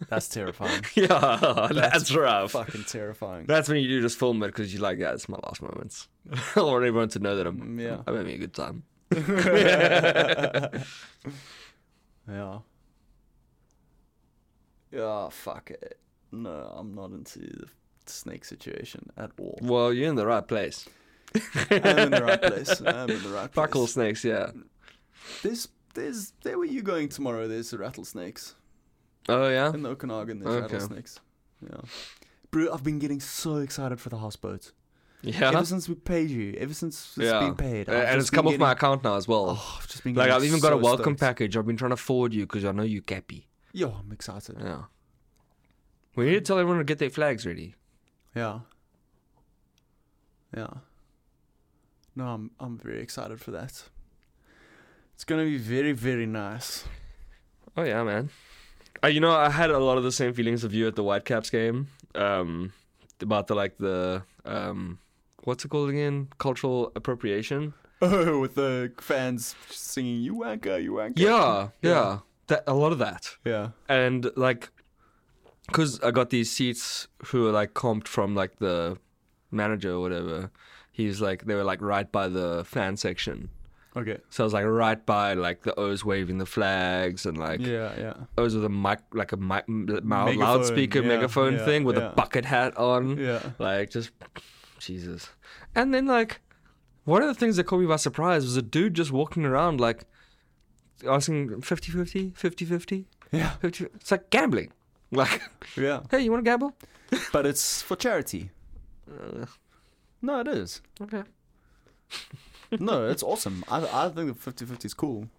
Speaker 4: That's terrifying.
Speaker 3: yeah, that's, rough.
Speaker 4: Fucking terrifying.
Speaker 3: That's when you do just film it because you're like, yeah, it's my last moments. I want everyone to know that I'm,
Speaker 4: Mm, yeah.
Speaker 3: I'm having a good time.
Speaker 4: Yeah. Yeah, fuck it. No, I'm not into the snake situation at all.
Speaker 3: Well, you're in the right place.
Speaker 4: I'm in the right place. I'm in the right place.
Speaker 3: Buckle snakes, yeah.
Speaker 4: There's, there's, there were you going tomorrow. There's rattlesnakes
Speaker 3: Oh yeah.
Speaker 4: in the Okanagan. There's
Speaker 3: Okay.
Speaker 4: rattlesnakes. Yeah. Bro, I've been getting so excited for the houseboat.
Speaker 3: Yeah.
Speaker 4: Ever since we paid you, ever since it's
Speaker 3: Uh-huh. yeah.
Speaker 4: been paid,
Speaker 3: Uh,
Speaker 4: I've
Speaker 3: and
Speaker 4: just
Speaker 3: it's come
Speaker 4: been
Speaker 3: off my
Speaker 4: getting-
Speaker 3: account now as well.
Speaker 4: Oh, I've just been
Speaker 3: like
Speaker 4: getting
Speaker 3: I've even got a
Speaker 4: so
Speaker 3: welcome
Speaker 4: stoked.
Speaker 3: package. I've been trying to forward you because I know you cappy.
Speaker 4: Yo, I'm excited.
Speaker 3: Yeah. We need to tell everyone to get their flags ready.
Speaker 4: Yeah. Yeah. No, I'm I'm very excited for that. It's gonna be very very nice.
Speaker 3: Oh yeah, man. Uh, you know, I had a lot of the same feelings of you at the Whitecaps game. Um, about the like the um, what's it called again? Cultural appropriation.
Speaker 4: Oh, with the fans singing "You wanker, you wanker."
Speaker 3: Yeah, yeah. That a lot of that,
Speaker 4: Yeah.
Speaker 3: and like, cause I got these seats who were like comped from like the manager or whatever. He's like they were like right by the fan section,
Speaker 4: Okay.
Speaker 3: so I was like right by like the O's waving the flags and like
Speaker 4: Yeah, yeah.
Speaker 3: O's with a mic like a mic m- mou-
Speaker 4: Megaphone,
Speaker 3: loudspeaker
Speaker 4: yeah,
Speaker 3: megaphone
Speaker 4: yeah,
Speaker 3: thing with
Speaker 4: yeah.
Speaker 3: a bucket hat on.
Speaker 4: Yeah.
Speaker 3: Like just Jesus. And then like one of the things that caught me by surprise was a dude just walking around like asking 50-50, 50-50,
Speaker 4: Yeah.
Speaker 3: 50 It's like gambling. Like,
Speaker 4: Yeah.
Speaker 3: hey, you want to gamble?
Speaker 4: But it's for charity.
Speaker 3: Uh,
Speaker 4: No, it is.
Speaker 3: okay.
Speaker 4: No, it's awesome. I I think the 50-50 is cool.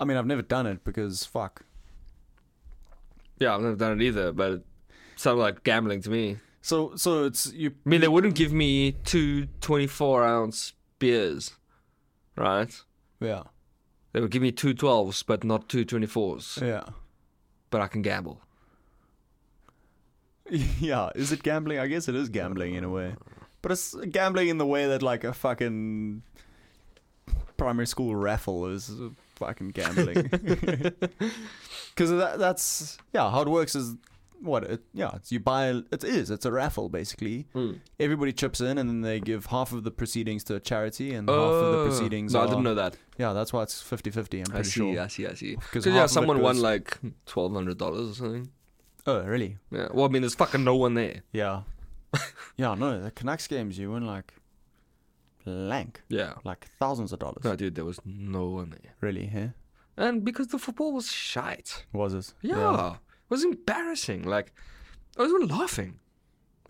Speaker 4: I mean, I've never done it because fuck.
Speaker 3: Yeah, I've never done it either, but it sounded like gambling to me.
Speaker 4: So so it's you
Speaker 3: I mean, they wouldn't give me two 24 ounce beers, right?
Speaker 4: Yeah.
Speaker 3: They would give me two 12s, but not two 24s.
Speaker 4: Yeah.
Speaker 3: but I can gamble.
Speaker 4: Yeah, is it gambling? I guess it is gambling in a way, but it's gambling in the way that like a fucking primary school raffle is fucking gambling. Because that, that's yeah, how it works is what it, yeah, it's, you buy it is it's a raffle basically. Everybody chips in and then they give half of the proceedings to a charity and half of the proceedings.
Speaker 3: Oh. No,
Speaker 4: are,
Speaker 3: I didn't know that.
Speaker 4: Yeah, that's why it's 50-50, I'm
Speaker 3: I
Speaker 4: pretty
Speaker 3: see,
Speaker 4: sure.
Speaker 3: I see, I see.
Speaker 4: 'Cause
Speaker 3: Because yeah,
Speaker 4: half of it
Speaker 3: someone won
Speaker 4: goes-
Speaker 3: like twelve hundred dollars or something.
Speaker 4: Oh, really?
Speaker 3: Yeah. Well, I mean, there's fucking no one there.
Speaker 4: Yeah. yeah, no, the Canucks games you win like lank.
Speaker 3: Yeah.
Speaker 4: like thousands of dollars.
Speaker 3: No, dude, there was no one there.
Speaker 4: Really? Yeah.
Speaker 3: And because the football was shite.
Speaker 4: Was it?
Speaker 3: Yeah. It was embarrassing. Like, I was all laughing.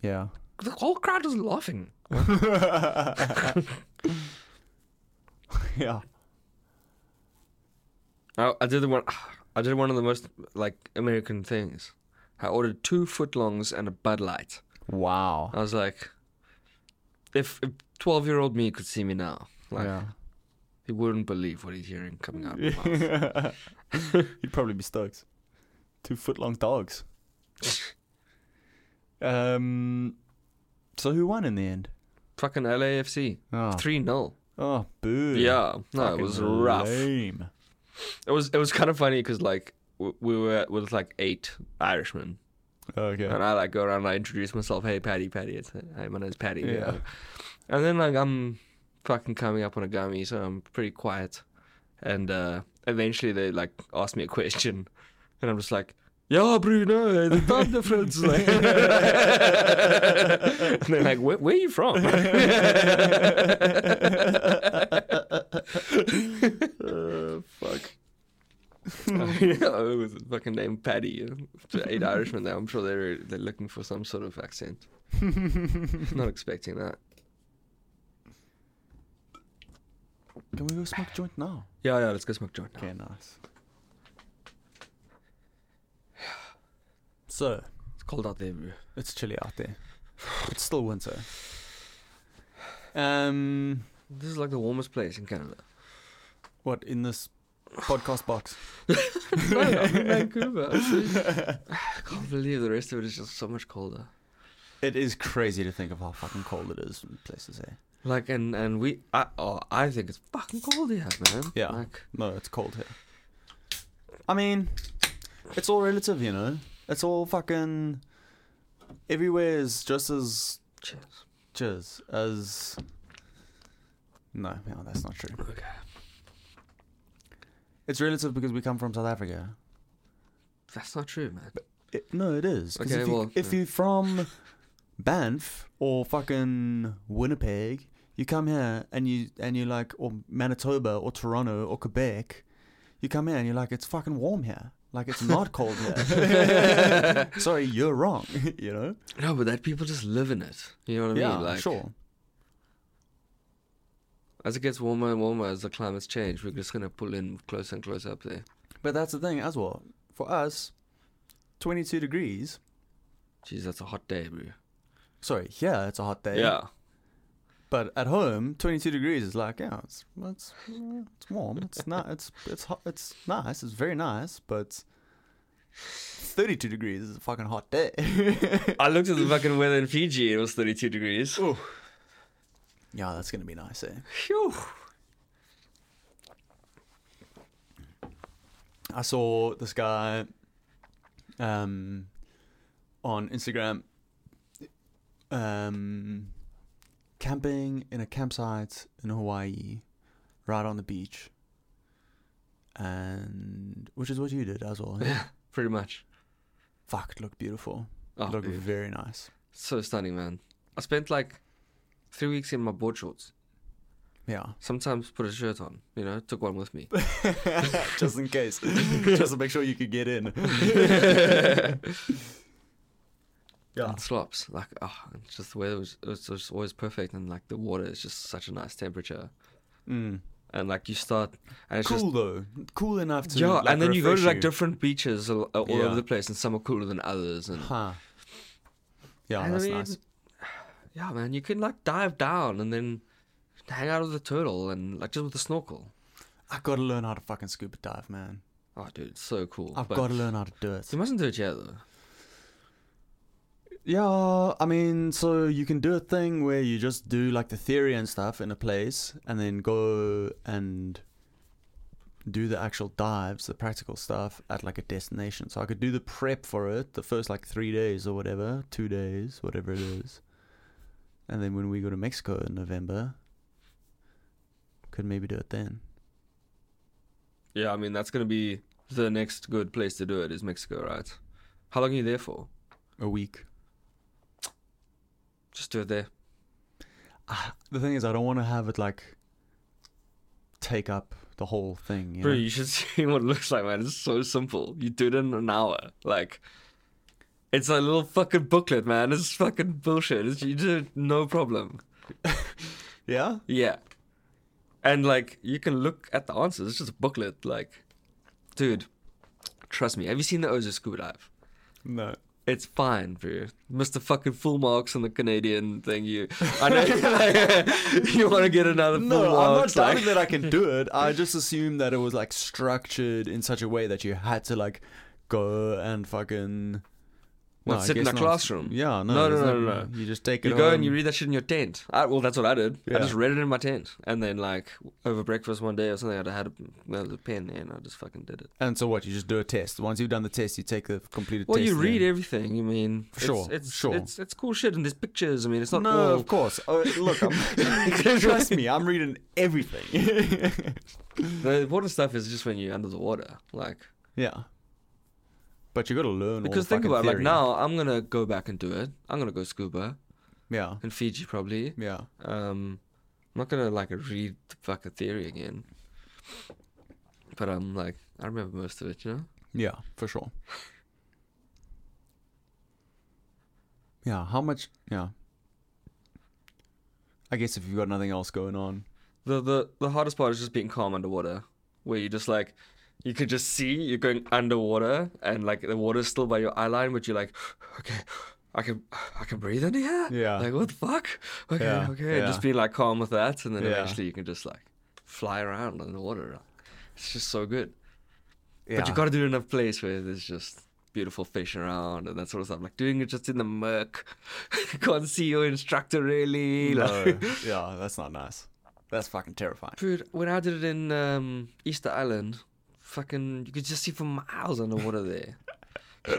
Speaker 4: Yeah.
Speaker 3: The whole crowd was laughing.
Speaker 4: Yeah. yeah.
Speaker 3: I, I did the one. I did one of the most like American things. I ordered two footlongs and a Bud Light.
Speaker 4: Wow.
Speaker 3: I was like, if twelve-year-old me could see me now, like,
Speaker 4: yeah.
Speaker 3: He wouldn't believe what he's hearing coming out of my mouth.
Speaker 4: You'd probably be stoked. Two foot long dogs. Um, so who won in the end?
Speaker 3: Fucking LAFC.
Speaker 4: Oh,
Speaker 3: 3 0.
Speaker 4: oh boo.
Speaker 3: Yeah. No, it
Speaker 4: Fucking
Speaker 3: was rough.
Speaker 4: lame.
Speaker 3: It was it was kind of funny because, like, w- we were with like eight Irishmen.
Speaker 4: Okay.
Speaker 3: And I like go around and I introduce myself. Hey, Patty, Patty. It's hey, my name's Patty.
Speaker 4: Yeah.
Speaker 3: you know. And then like I'm fucking coming up on a gummy, so I'm pretty quiet. And uh eventually they like ask me a question, and I'm just like, Yeah, Bruno, the time difference. Like, and they're like, where, where are you from? Uh, fuck. yeah, it was a fucking named Paddy. You know? To Eight Irishmen. There, I'm sure they're they're looking for some sort of accent. Not expecting that.
Speaker 4: Can we go smoke joint now?
Speaker 3: Yeah, yeah. Let's go smoke joint. now.
Speaker 4: Okay, nice. So
Speaker 3: It's cold out there, bro.
Speaker 4: it's chilly out there. It's still winter. Um,
Speaker 3: This is like the warmest place in Canada.
Speaker 4: what in this podcast box?
Speaker 3: no, I'm in Vancouver. I can't believe the rest of it is just so much colder.
Speaker 4: It is crazy to think of how fucking cold it is in places here.
Speaker 3: Like, and and we, I, oh, I think it's fucking cold here, man.
Speaker 4: Yeah.
Speaker 3: Like,
Speaker 4: No, it's cold here. I mean, it's all relative, you know. It's all fucking. Everywhere is just as
Speaker 3: cheers.
Speaker 4: jizz as. No, no, that's not true.
Speaker 3: Okay.
Speaker 4: It's relative because we come from South Africa.
Speaker 3: That's not true, man.
Speaker 4: It, no, it is. 'cause
Speaker 3: Okay,
Speaker 4: if, you,
Speaker 3: well,
Speaker 4: if
Speaker 3: yeah.
Speaker 4: you're from Banff or fucking Winnipeg, you come here and you and you like or Manitoba or Toronto or Quebec, you come here and you're like it's fucking warm here. Like it's not cold here. Sorry, you're wrong. you know?
Speaker 3: No, but that people just live in it. You know what I
Speaker 4: yeah,
Speaker 3: mean? Like,
Speaker 4: sure.
Speaker 3: As it gets warmer and warmer, as the climates change, we're just gonna pull in closer and closer up there.
Speaker 4: But that's the thing as well. For us, 22 degrees.
Speaker 3: Jeez, that's a hot day, bro.
Speaker 4: Sorry, here it's a hot day.
Speaker 3: Yeah.
Speaker 4: But at home, 22 degrees is like, yeah, it's it's, it's warm. It's not. It's it's hot. It's nice. It's very nice. But 32 degrees is a fucking hot day.
Speaker 3: I looked at the fucking weather in Fiji. It was 32 degrees.
Speaker 4: yeah, that's gonna be nice, eh?
Speaker 3: Phew.
Speaker 4: I saw this guy, um, on Instagram, um, camping in a campsite in Hawaii, right on the beach. And which is what you did as well. eh?
Speaker 3: Yeah, pretty much.
Speaker 4: Fuck, it looked beautiful.
Speaker 3: Oh,
Speaker 4: It looked
Speaker 3: dude,
Speaker 4: very nice.
Speaker 3: so stunning, man. I spent like three weeks in my board shorts.
Speaker 4: Yeah.
Speaker 3: Sometimes put a shirt on, you know, took one with me.
Speaker 4: Just in case. Just to make sure you could get in. yeah.
Speaker 3: And slops. Like, oh, it's just the weather was, it was just always perfect. And like the water is just such a nice temperature.
Speaker 4: Mm.
Speaker 3: And like you start, and it's
Speaker 4: Cool
Speaker 3: just.
Speaker 4: though. Cool enough to.
Speaker 3: yeah,
Speaker 4: like,
Speaker 3: and then you go to
Speaker 4: refresh
Speaker 3: like different beaches all, all
Speaker 4: Yeah.
Speaker 3: over the place, and some are cooler than others. And
Speaker 4: Huh. Yeah,
Speaker 3: And I
Speaker 4: that's
Speaker 3: mean,
Speaker 4: nice.
Speaker 3: Yeah, man, you can like dive down and then hang out with the turtle and like just with the snorkel.
Speaker 4: I gotta learn how to fucking scuba dive, man.
Speaker 3: Oh, dude, it's so cool.
Speaker 4: I've
Speaker 3: But
Speaker 4: gotta learn how to do it.
Speaker 3: You mustn't do it yet, though.
Speaker 4: Yeah, I mean, so you can do a thing where you just do like the theory and stuff in a place and then go and do the actual dives, the practical stuff at like a destination. So I could do the prep for it the first like three days or whatever, two days, whatever it is. And then when we go to Mexico in November, could maybe do it then.
Speaker 3: Yeah, I mean that's gonna be the next good place to do it is Mexico, right? How long are you there for?
Speaker 4: A week.
Speaker 3: Just do it there.
Speaker 4: Ah, The thing is, I don't want to have it like take up the whole thing. You
Speaker 3: Bro,
Speaker 4: know?
Speaker 3: you should see what it looks like, man. It's so simple. You do it in an hour. Like, it's a little fucking booklet, man. It's fucking bullshit. It's, you do it no problem.
Speaker 4: Yeah?
Speaker 3: Yeah. And like you can look at the answers. It's just a booklet. Like, dude, trust me. Have you seen the Ozu scuba dive?
Speaker 4: No.
Speaker 3: It's fine, bro. Mr. Fucking full marks on the Canadian thing. You, I know you, like, you want to get another full
Speaker 4: No, I'm not
Speaker 3: marks.
Speaker 4: doubting
Speaker 3: like,
Speaker 4: that I can do it. I just assumed that it was like structured in such a way that you had to like go and fucking
Speaker 3: What,
Speaker 4: I
Speaker 3: sit in
Speaker 4: guess
Speaker 3: a
Speaker 4: not.
Speaker 3: classroom?
Speaker 4: Yeah, no,
Speaker 3: No, no,
Speaker 4: there's
Speaker 3: no, no, no.
Speaker 4: You just take it.
Speaker 3: You go
Speaker 4: home.
Speaker 3: and you read that shit in your tent. I, well, that's what I did.
Speaker 4: Yeah.
Speaker 3: I just read it in my tent, and then like over breakfast one day or something, I had a, I had a pen and I just fucking did it.
Speaker 4: And so what? You just do a test. Once you've done the test, you take the completed
Speaker 3: Well,
Speaker 4: test.
Speaker 3: you
Speaker 4: then.
Speaker 3: read everything. You mean it's-
Speaker 4: Sure,
Speaker 3: It's,
Speaker 4: sure.
Speaker 3: It's it's cool shit, and there's pictures. I mean, it's not
Speaker 4: no,
Speaker 3: all.
Speaker 4: of course. Oh, look, I'm, trust me, I'm reading everything.
Speaker 3: The important stuff is just when you're under the water, like
Speaker 4: yeah. But you got to learn. all
Speaker 3: because
Speaker 4: the
Speaker 3: think
Speaker 4: fucking
Speaker 3: about it, like
Speaker 4: theory.
Speaker 3: now I'm gonna go back and do it. I'm gonna go scuba
Speaker 4: Yeah,
Speaker 3: in Fiji probably.
Speaker 4: yeah.
Speaker 3: Um, I'm not gonna like read the fucking theory again, but I'm like I remember most of it, you know.
Speaker 4: Yeah, for sure. Yeah, how much? Yeah. I guess if you've got nothing else going on.
Speaker 3: The the the hardest part is just being calm underwater, where you just like you can just see you're going underwater and like the water's still by your eye line, but you're like, okay, I can I can breathe in here.
Speaker 4: Yeah.
Speaker 3: Like what the fuck? Okay,
Speaker 4: Yeah,
Speaker 3: okay.
Speaker 4: yeah.
Speaker 3: Just being like calm with that, and then
Speaker 4: Yeah.
Speaker 3: eventually you can just like fly around in the water. It's just so good.
Speaker 4: Yeah.
Speaker 3: But you gotta do it in a place where there's just beautiful fish around and that sort of stuff. Like doing it just in the murk, you can't see your instructor really.
Speaker 4: No,
Speaker 3: Like,
Speaker 4: yeah, that's not nice. That's fucking terrifying.
Speaker 3: Dude, when I did it in um, Easter Island, fucking, you could just see for miles underwater there.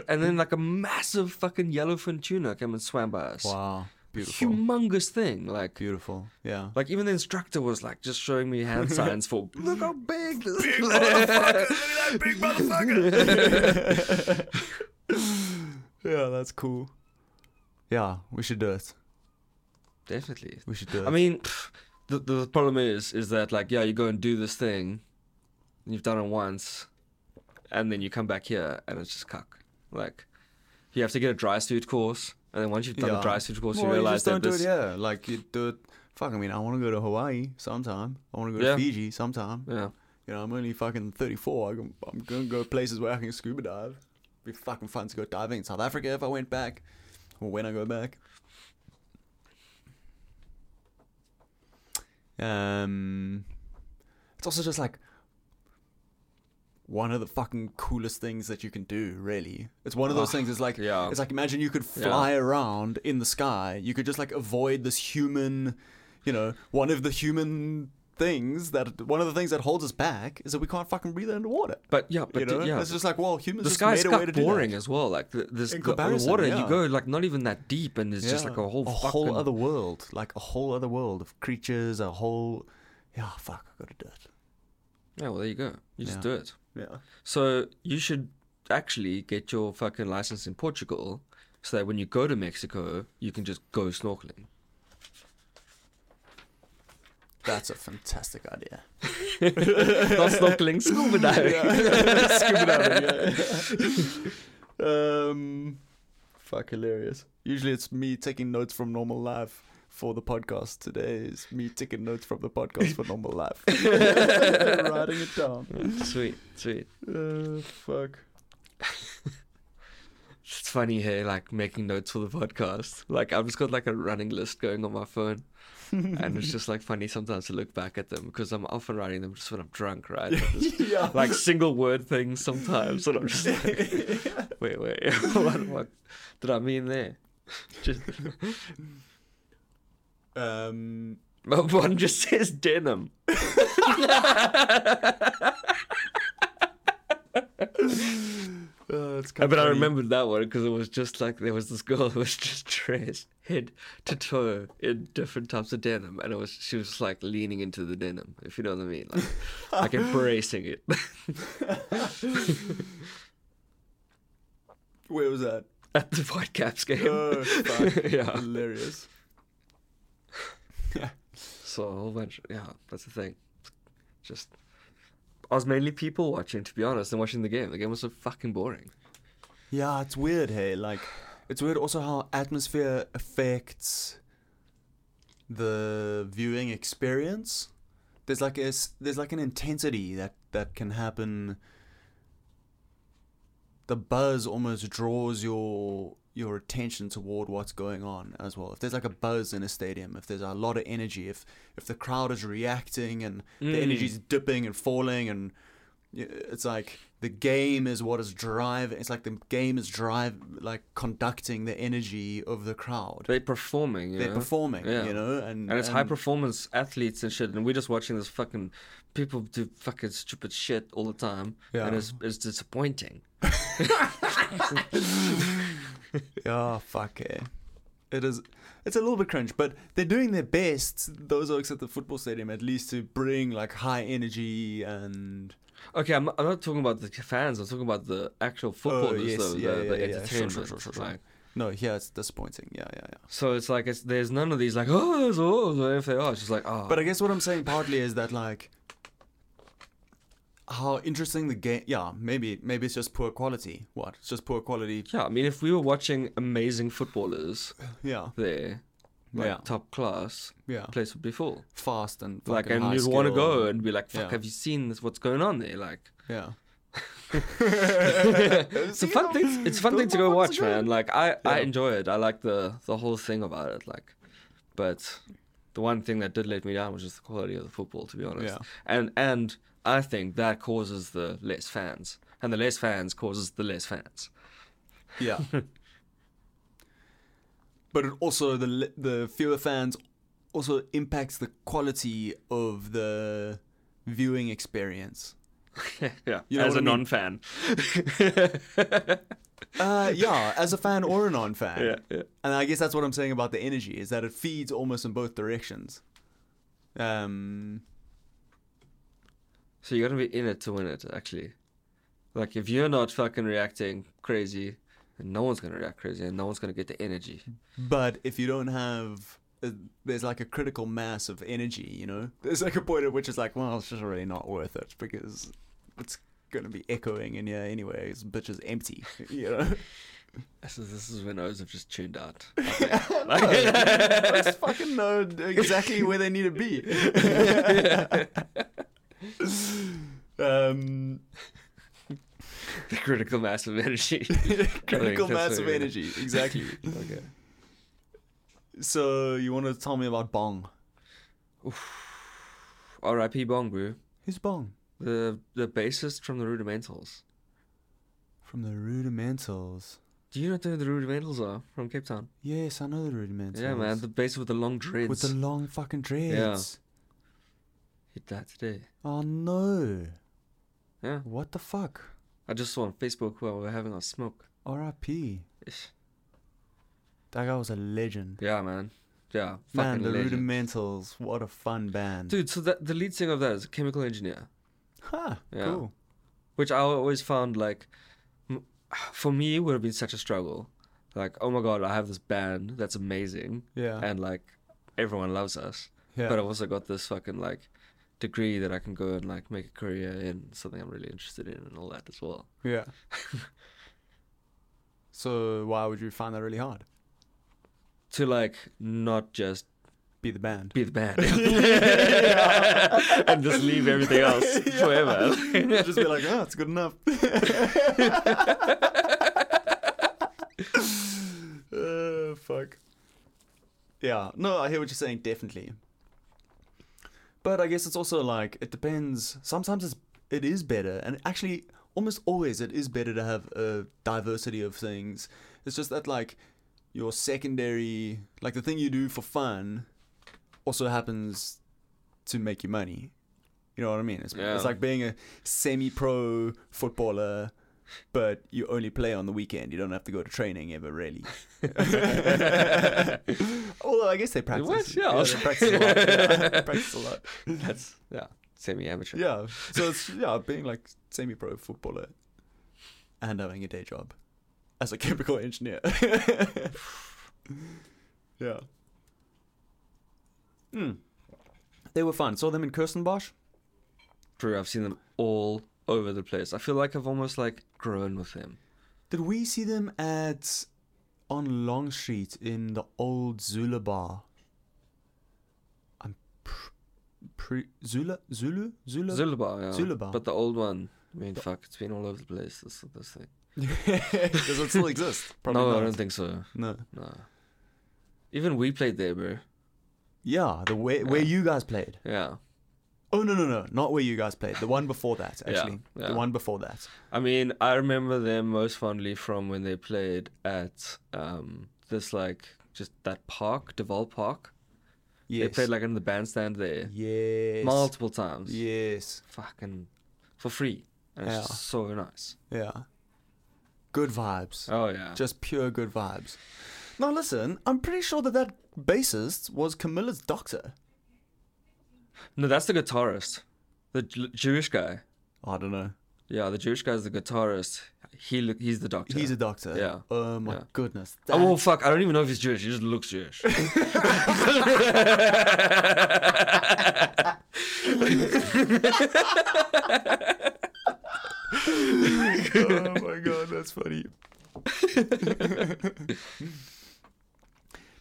Speaker 3: and then like a massive fucking yellowfin tuna came and swam by us.
Speaker 4: Wow, beautiful,
Speaker 3: Humongous thing, like.
Speaker 4: beautiful. Yeah.
Speaker 3: Like even the instructor was like just showing me hand signs for look how big this big
Speaker 4: big motherfucker. yeah, that's cool. Yeah, we should do it.
Speaker 3: Definitely.
Speaker 4: We should do it.
Speaker 3: I mean, pff, the the problem is is that like yeah, you go and do this thing, and you've done it once, and then you come back here and it's just cuck. Like, you have to get a dry suit course, and then once you've done
Speaker 4: Yeah.
Speaker 3: a dry suit course,
Speaker 4: Well,
Speaker 3: you realize
Speaker 4: just don't
Speaker 3: that this
Speaker 4: do it. Yeah, like you do it. Fuck, I mean, I want to go to Hawaii sometime. I want to go to
Speaker 3: Yeah.
Speaker 4: Fiji sometime.
Speaker 3: yeah.
Speaker 4: You know, I'm only fucking 34. I can, I'm gonna go places where I can scuba dive. Be fucking fun to go diving in South Africa if I went back, or when I go back. Um, it's also just like one of the fucking coolest things that you can do. Really, it's one of those
Speaker 3: Ah,
Speaker 4: things. It's like
Speaker 3: yeah.
Speaker 4: it's like imagine you could
Speaker 3: Yeah.
Speaker 4: fly around in the sky. You could just like avoid this human, you know, one of the human things that one of the things that holds us back is that we can't fucking breathe underwater.
Speaker 3: But yeah, but
Speaker 4: you know,
Speaker 3: d- yeah,
Speaker 4: it's just like well, humans
Speaker 3: the
Speaker 4: just
Speaker 3: sky's
Speaker 4: made a way to
Speaker 3: cuck
Speaker 4: do that.
Speaker 3: boring as well. Like the, this the,
Speaker 4: In
Speaker 3: the
Speaker 4: comparison,
Speaker 3: water,
Speaker 4: yeah.
Speaker 3: you go like not even that deep, and it's just
Speaker 4: Yeah.
Speaker 3: like a whole
Speaker 4: a
Speaker 3: fucking
Speaker 4: whole other world, like a whole other world of creatures, a whole yeah. Fuck, I gotta do it.
Speaker 3: yeah. Well, there you go. You just
Speaker 4: Yeah.
Speaker 3: do it.
Speaker 4: Yeah.
Speaker 3: So you should actually get your fucking license in Portugal so that when you go to Mexico, you can just go snorkeling.
Speaker 4: That's a fantastic idea.
Speaker 3: Not snorkeling, scuba diving.
Speaker 4: Scuba diving, yeah. um, fuck, hilarious. Usually it's me taking notes from normal life for the podcast. Today is me taking notes from the podcast for normal life. Writing it down.
Speaker 3: Sweet, sweet.
Speaker 4: Uh, fuck.
Speaker 3: It's funny here, like making notes for the podcast. Like I've just got like a running list going on my phone, and it's just like funny sometimes to look back at them because I'm often writing them just when I'm drunk, right? Just,
Speaker 4: Yeah.
Speaker 3: like single word things sometimes, and I'm just like, wait, wait, what, what did I mean there? Just,
Speaker 4: Um,
Speaker 3: my one just says denim.
Speaker 4: uh, it's
Speaker 3: Uh,
Speaker 4: kinda
Speaker 3: But I
Speaker 4: funny.
Speaker 3: remembered that one because it was just like there was this girl who was just dressed head to toe in different types of denim, and it was she was like leaning into the denim, if you know what I mean, like, like embracing it.
Speaker 4: Where was that?
Speaker 3: At the White Caps game,
Speaker 4: Oh, fuck.
Speaker 3: yeah.
Speaker 4: Hilarious.
Speaker 3: So a whole bunch, yeah. That's the thing. Just I was mainly people watching, to be honest, and watching the game. The game was so fucking boring.
Speaker 4: Yeah, it's weird, hey. Like, it's weird also how atmosphere affects the viewing experience. There's like a s- there's like an intensity that that can happen. The buzz almost draws your your attention toward what's going on as well. If there's like a buzz in a stadium, if there's a lot of energy, if if the crowd is reacting and the energy's dipping and falling and it's like the game is what is driving. It's like the game is drive like conducting the energy of the crowd.
Speaker 3: They're performing. You
Speaker 4: They're
Speaker 3: know?
Speaker 4: performing,
Speaker 3: Yeah.
Speaker 4: you know, and
Speaker 3: and it's high performance athletes and shit, and we're just watching this fucking people do fucking stupid shit all the time,
Speaker 4: Yeah.
Speaker 3: and it's, it's disappointing.
Speaker 4: Oh fuck yeah. It is. It's a little bit cringe, but they're doing their best. Those oaks at the football stadium, at least, to bring like high energy and
Speaker 3: Okay, I'm, I'm not talking about the fans. I'm talking about the actual footballers,
Speaker 4: Oh, yes,
Speaker 3: though.
Speaker 4: yeah,
Speaker 3: the, the
Speaker 4: yeah, yeah,
Speaker 3: entertainment.
Speaker 4: sure, sure, sure, sure, sure.
Speaker 3: like.
Speaker 4: no. Yeah, it's disappointing. Yeah, yeah, yeah.
Speaker 3: So it's like it's, there's none of these like oh, it's, oh, if they are, it's just like oh.
Speaker 4: But I guess what I'm saying partly is that like how interesting the game. Yeah, maybe maybe it's just poor quality. What? It's just poor quality.
Speaker 3: yeah, I mean, if we were watching amazing footballers
Speaker 4: Yeah,
Speaker 3: there, like
Speaker 4: Yeah.
Speaker 3: top class,
Speaker 4: yeah.
Speaker 3: place would be full.
Speaker 4: Fast and
Speaker 3: Like,
Speaker 4: fucking
Speaker 3: and
Speaker 4: high
Speaker 3: you'd want to
Speaker 4: skill.
Speaker 3: go and be like, "Fuck,
Speaker 4: Yeah.
Speaker 3: have you seen this? What's going on there?" Like,
Speaker 4: Yeah.
Speaker 3: it's a fun thing. It's a fun thing to go watch, man. Like, I I
Speaker 4: Yeah.
Speaker 3: enjoy it. I like the the whole thing about it. Like, but the one thing that did let me down was just the quality of the football, to be honest.
Speaker 4: Yeah.
Speaker 3: And and I think that causes the less fans, and the less fans causes the less fans.
Speaker 4: Yeah. but it also the le- the fewer fans also impacts the quality of the viewing experience.
Speaker 3: yeah,
Speaker 4: You know
Speaker 3: as a
Speaker 4: what I mean?
Speaker 3: non-fan.
Speaker 4: Uh, yeah, as a fan or a non-fan.
Speaker 3: Yeah, yeah.
Speaker 4: And I guess that's what I'm saying about the energy is that it feeds almost in both directions. Um,
Speaker 3: So you gotta be in it to win it, actually. Like if you're not fucking reacting crazy, then no one's gonna react crazy, and no one's gonna get the energy.
Speaker 4: but if you don't have uh there's like a critical mass of energy, you know. There's like a point at which it's like, well, it's just really not worth it because it's gonna be echoing in here anyway. This bitch is empty, you know.
Speaker 3: This is this is when O's have just tuned out.
Speaker 4: I just fucking know exactly where they need to be. um,
Speaker 3: the critical mass of energy.
Speaker 4: critical
Speaker 3: that's
Speaker 4: mass
Speaker 3: what
Speaker 4: of
Speaker 3: it is.
Speaker 4: energy, exactly.
Speaker 3: okay.
Speaker 4: So you want to tell me about Bong?
Speaker 3: R.I.P. Bong, bro.
Speaker 4: Who's Bong?
Speaker 3: The the bassist from the Rudimentals.
Speaker 4: From the Rudimentals.
Speaker 3: Do you not know who the Rudimentals are from Cape Town?
Speaker 4: Yes, I know the Rudimentals.
Speaker 3: Yeah, man. The bassist with the long dreads.
Speaker 4: With the long fucking dreads.
Speaker 3: Hit that today.
Speaker 4: Oh no!
Speaker 3: Yeah.
Speaker 4: What the fuck?
Speaker 3: I just saw on Facebook while we were having our smoke.
Speaker 4: R.I.P.
Speaker 3: Ish.
Speaker 4: That guy was a legend.
Speaker 3: Yeah, man. Yeah.
Speaker 4: Man,
Speaker 3: fucking
Speaker 4: the
Speaker 3: legend.
Speaker 4: Rudimentals. What a fun band.
Speaker 3: Dude, so that, the lead singer of that is a chemical engineer,
Speaker 4: Ha!
Speaker 3: Yeah.
Speaker 4: Cool.
Speaker 3: which I always found like, m- for me, would have been such a struggle. Like, oh my god, I have this band that's amazing,
Speaker 4: Yeah.
Speaker 3: and like, everyone loves us.
Speaker 4: yeah.
Speaker 3: But I've also got this fucking like degree that I can go and like make a career in something I'm really interested in and all that as well.
Speaker 4: Yeah. so why would you find that really hard?
Speaker 3: To like not just
Speaker 4: Be the band.
Speaker 3: be the band and just leave everything else forever.
Speaker 4: Just be like, oh, it's good enough. uh, fuck. Yeah. No, I hear what you're saying. Definitely. But I guess it's also like it depends. Sometimes it's it is better, and actually, almost always it is better to have a diversity of things. It's just that like your secondary, like the thing you do for fun, also happens to make you money. You know what I mean? It's,
Speaker 3: Yeah.
Speaker 4: it's like being a semi-pro footballer, but you only play on the weekend. You don't have to go to training ever, really. Although I guess they practice.
Speaker 3: What? Yeah.
Speaker 4: they practice a lot. Yeah, practice a lot.
Speaker 3: That's yeah, semi amateur.
Speaker 4: Yeah. So it's yeah, being like semi-pro footballer and having a day job as a chemical engineer. yeah. Hmm. They were fun. Saw them in Kirstenbosch.
Speaker 3: True, I've seen them all over the place. I feel like I've almost like grown with them.
Speaker 4: Did we see them at on Long Street in the old Zula bar? I'm pr- pre- Zula Zulu Zula.
Speaker 3: Zulubar, yeah.
Speaker 4: Zulubar.
Speaker 3: But the old one. I mean, fuck, it's been all over the place. This this thing.
Speaker 4: Does it still exist?
Speaker 3: no, I don't think so.
Speaker 4: No.
Speaker 3: No. Even we played there, bro.
Speaker 4: Yeah, the way where you guys played.
Speaker 3: Yeah.
Speaker 4: Oh no no no! Not where you guys played. The one before that,
Speaker 3: Yeah,
Speaker 4: actually.
Speaker 3: yeah.
Speaker 4: The one before that.
Speaker 3: I mean, I remember them most fondly from when they played at um, this like just that park, Deval Park.
Speaker 4: Yes.
Speaker 3: They played like in the bandstand there
Speaker 4: yes.
Speaker 3: multiple times.
Speaker 4: Yes.
Speaker 3: Fucking for free. And it's
Speaker 4: Yeah.
Speaker 3: just so nice.
Speaker 4: Yeah. Good vibes.
Speaker 3: Oh yeah.
Speaker 4: Just pure good vibes. Now listen, I'm pretty sure that that bassist was Camilla's doctor.
Speaker 3: No, that's the guitarist, the J- Jewish guy.
Speaker 4: I don't know.
Speaker 3: Yeah, the Jewish guy's the guitarist. He look, he's the doctor.
Speaker 4: He's a doctor.
Speaker 3: Yeah.
Speaker 4: Oh my
Speaker 3: Yeah.
Speaker 4: goodness.
Speaker 3: Oh well,
Speaker 4: That-
Speaker 3: fuck! I don't even know if he's Jewish. He just looks Jewish.
Speaker 4: oh my god, that's funny.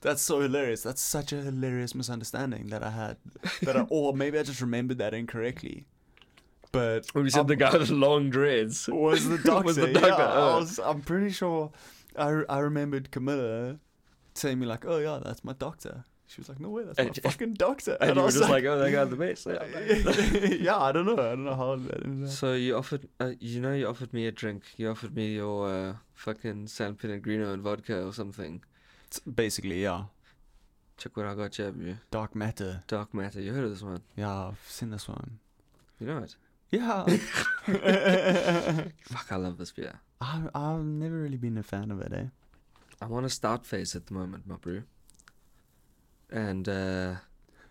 Speaker 4: that's so hilarious. That's such a hilarious misunderstanding that I had. That I, or maybe I just remembered that incorrectly. But
Speaker 3: When we said the guy with the long dreads.
Speaker 4: was the doctor.
Speaker 3: Was the
Speaker 4: yeah,
Speaker 3: doctor,
Speaker 4: I
Speaker 3: uh.
Speaker 4: was, I'm pretty sure. I I remembered Camilla saying me like, "Oh yeah, that's my doctor." She was like, "No way, that's my
Speaker 3: And-
Speaker 4: fucking doctor."
Speaker 3: And, you
Speaker 4: I
Speaker 3: were
Speaker 4: was
Speaker 3: just like, oh, that guy's the best. Yeah.
Speaker 4: yeah, I don't know. I don't know how that ended up.
Speaker 3: So you offered, uh, you know, you offered me a drink. You offered me your uh, fucking San Pellegrino and vodka or something.
Speaker 4: Basically, yeah.
Speaker 3: Check what I got you, you.
Speaker 4: Dark matter.
Speaker 3: Dark matter. You heard of this one?
Speaker 4: Yeah, I've seen this one.
Speaker 3: You know it.
Speaker 4: Yeah.
Speaker 3: Fuck! I love this beer.
Speaker 4: I, I've never really been a fan of it, eh?
Speaker 3: I'm on a stout phase at the moment, my brew. And uh,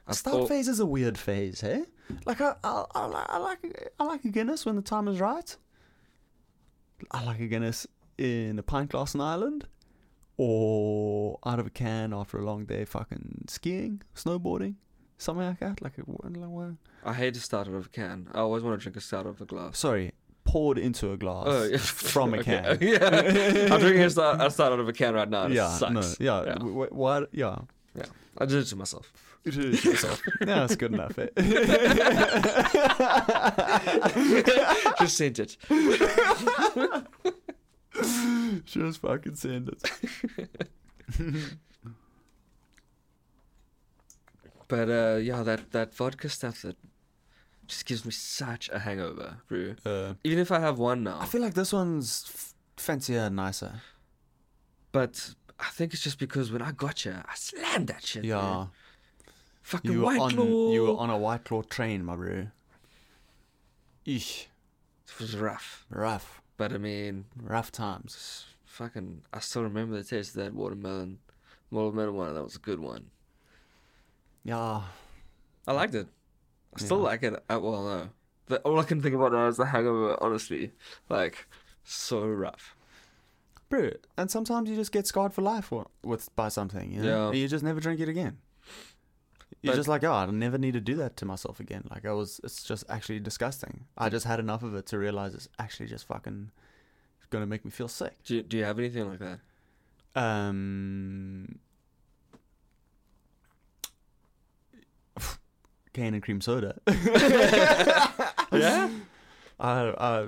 Speaker 3: I've
Speaker 4: Stout
Speaker 3: al-
Speaker 4: phase is a weird phase, eh? Like I, I, I, li- I like, I like a Guinness when the time is right. I like a Guinness in a pint glass in Ireland, or out of a can after a long day, fucking skiing, snowboarding, something like that. Like, a, like one-
Speaker 3: I hate a stout out of a can. I always want to drink a stout out of a glass.
Speaker 4: sorry, poured into a glass
Speaker 3: Oh, yeah.
Speaker 4: Oh, from a
Speaker 3: Okay,
Speaker 4: can.
Speaker 3: yeah. I'm drinking a stout, a stout out of a can right now. and
Speaker 4: yeah,
Speaker 3: it sucks.
Speaker 4: no, yeah,
Speaker 3: Yeah.
Speaker 4: w- w- why, yeah.
Speaker 3: Yeah. I did it to myself.
Speaker 4: no, that's good enough. eh?
Speaker 3: Just sent it.
Speaker 4: Just fucking send it.
Speaker 3: But uh, yeah, that, that vodka stuff that just gives me such a hangover, brew.
Speaker 4: Uh,
Speaker 3: Even if I have one
Speaker 4: I
Speaker 3: now.
Speaker 4: feel like this one's f- fancier and nicer.
Speaker 3: But I think it's just because when I got you, I slammed that shit.
Speaker 4: Yeah,
Speaker 3: man. Fucking
Speaker 4: you were
Speaker 3: White
Speaker 4: on
Speaker 3: Claw.
Speaker 4: you were on a white claw train, my bro. Eesh,
Speaker 3: It was rough.
Speaker 4: rough,
Speaker 3: But I mean,
Speaker 4: rough times.
Speaker 3: s- fucking, I still remember the taste of that watermelon. Watermelon one, that was a good one.
Speaker 4: Yeah,
Speaker 3: I liked it. I still
Speaker 4: Yeah.
Speaker 3: like it. I, well, no. The, all I can think about now is the hangover, honestly. Like, so rough.
Speaker 4: bro. And sometimes you just get scarred for life or, with by something. You know?
Speaker 3: Yeah.
Speaker 4: And you just never drink it again. You're
Speaker 3: But-
Speaker 4: just like, oh, I never need to do that to myself again. Like I was, it's just actually disgusting. I just had enough of it to realize it's actually just fucking gonna make me feel sick.
Speaker 3: Do, you- do you have anything like that?
Speaker 4: Um, cane and cream soda.
Speaker 3: Yeah?
Speaker 4: Uh, uh,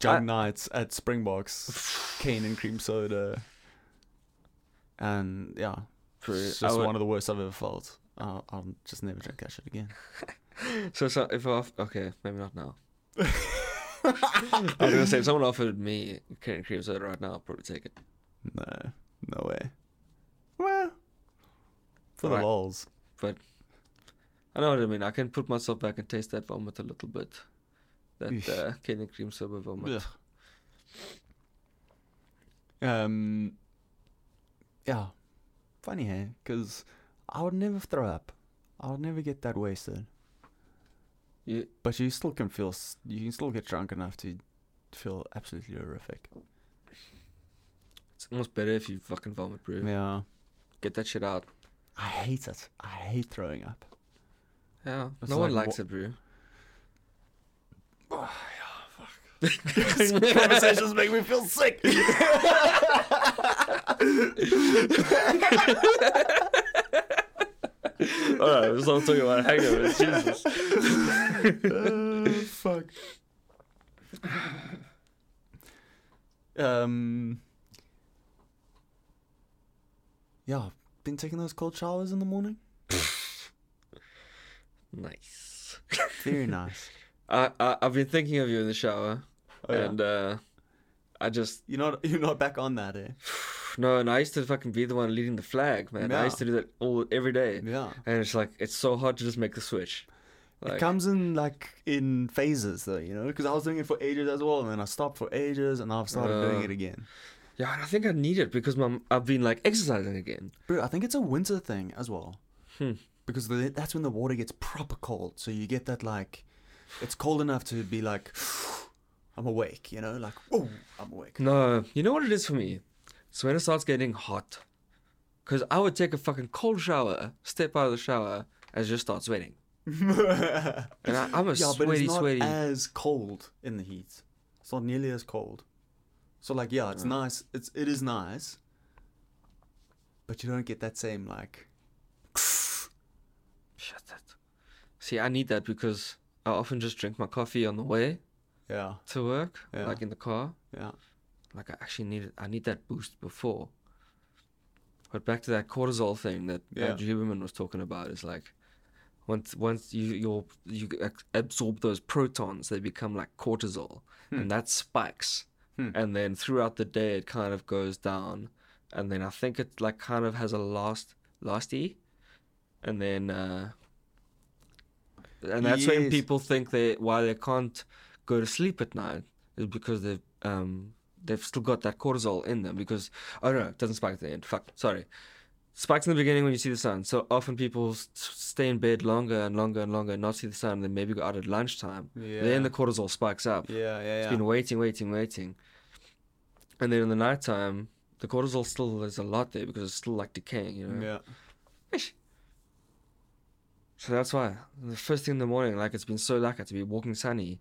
Speaker 4: jug nights at Springbox, cane and cream soda, and yeah, it's just one of the worst I've ever felt. I'll, I'll just never drink that shit again.
Speaker 3: So, so if I off- okay, maybe not now. I was gonna say if someone offered me Canadian cream soda right now, I'd probably take it.
Speaker 4: No, no way. Well, for
Speaker 3: Alright.
Speaker 4: the lols.
Speaker 3: I know what I mean. I can put myself back and taste that vomit a little bit. That
Speaker 4: Eesh.
Speaker 3: uh, Canadian cream soda vomit.
Speaker 4: Ugh. Um. Yeah. Funny, hey? Because I would never throw up. I would never get that wasted.
Speaker 3: You-
Speaker 4: But you still can feel. s- You can still get drunk enough to feel absolutely horrific.
Speaker 3: It's almost better if you fucking vomit, bro.
Speaker 4: Yeah.
Speaker 3: Get that shit out.
Speaker 4: I hate it. I hate throwing up.
Speaker 3: Yeah.
Speaker 4: It's
Speaker 3: no one
Speaker 4: like
Speaker 3: likes
Speaker 4: wa-
Speaker 3: it, bro.
Speaker 4: These conversations make me feel sick.
Speaker 3: All right, let's not talking about hangovers. Jesus.
Speaker 4: Uh, fuck. Um. Yeah, been taking those cold showers in the morning.
Speaker 3: Nice.
Speaker 4: Very nice.
Speaker 3: I, I I've been thinking of you in the shower,
Speaker 4: Oh, yeah.
Speaker 3: and uh, I just
Speaker 4: You're not you're not back on that, eh?
Speaker 3: no, and I used to fucking be the one leading the flag, man. I
Speaker 4: Yeah.
Speaker 3: used to do that all every day,
Speaker 4: Yeah.
Speaker 3: and it's like it's so hard to just make the switch. Like,
Speaker 4: it comes in like in phases though, you know, because I was doing it for ages as well, and then I stopped for ages, and now I've started doing
Speaker 3: Uh.
Speaker 4: it again.
Speaker 3: yeah, and I think I need it because my, I've been like exercising again.
Speaker 4: Bro, I think it's a winter thing as well,
Speaker 3: Hmm.
Speaker 4: because the, that's when the water gets proper cold, so you get that like, it's cold enough to be like, I'm awake, you know, like oh, I'm awake.
Speaker 3: No, you know what it is for me? It's when it starts getting hot. Because I would take a fucking cold shower, step out of the shower, and just start sweating.
Speaker 4: yeah,
Speaker 3: And I, I'm a
Speaker 4: but
Speaker 3: sweaty,
Speaker 4: it's not
Speaker 3: sweaty.
Speaker 4: as cold in the heat. It's not nearly as cold. So like, yeah, it's nice. It's it is nice, but you don't get that same like.
Speaker 3: Shut that. See, I need that because I often just drink my coffee on the way
Speaker 4: Yeah,
Speaker 3: to work,
Speaker 4: Yeah.
Speaker 3: like in the car.
Speaker 4: yeah.
Speaker 3: Like I actually need it. I need that boost before. But back to that cortisol thing that
Speaker 4: Yeah.
Speaker 3: Andrew Huberman was talking about is like, once once you you're, you ac- absorb those protons, they become like cortisol, and that spikes.
Speaker 4: Hmm.
Speaker 3: And then throughout the day, it kind of goes down, and then I think it like kind of has a last last e, and then uh, and that's when
Speaker 4: Yes.
Speaker 3: people think they why they can't go to sleep at night is because they've um they've still got that cortisol in them because oh no it doesn't spike at the end fuck sorry spikes in the beginning when you see the sun so often people s- stay in bed longer and longer and longer and not see the sun and then maybe go out at lunchtime
Speaker 4: Yeah.
Speaker 3: then the cortisol spikes up
Speaker 4: Yeah, yeah,
Speaker 3: it's
Speaker 4: yeah.
Speaker 3: been waiting waiting waiting and then in the nighttime the cortisol still there's a lot there because it's still like decaying you know
Speaker 4: yeah.
Speaker 3: So that's why the first thing in the morning, like it's been so lucky to be walking sunny,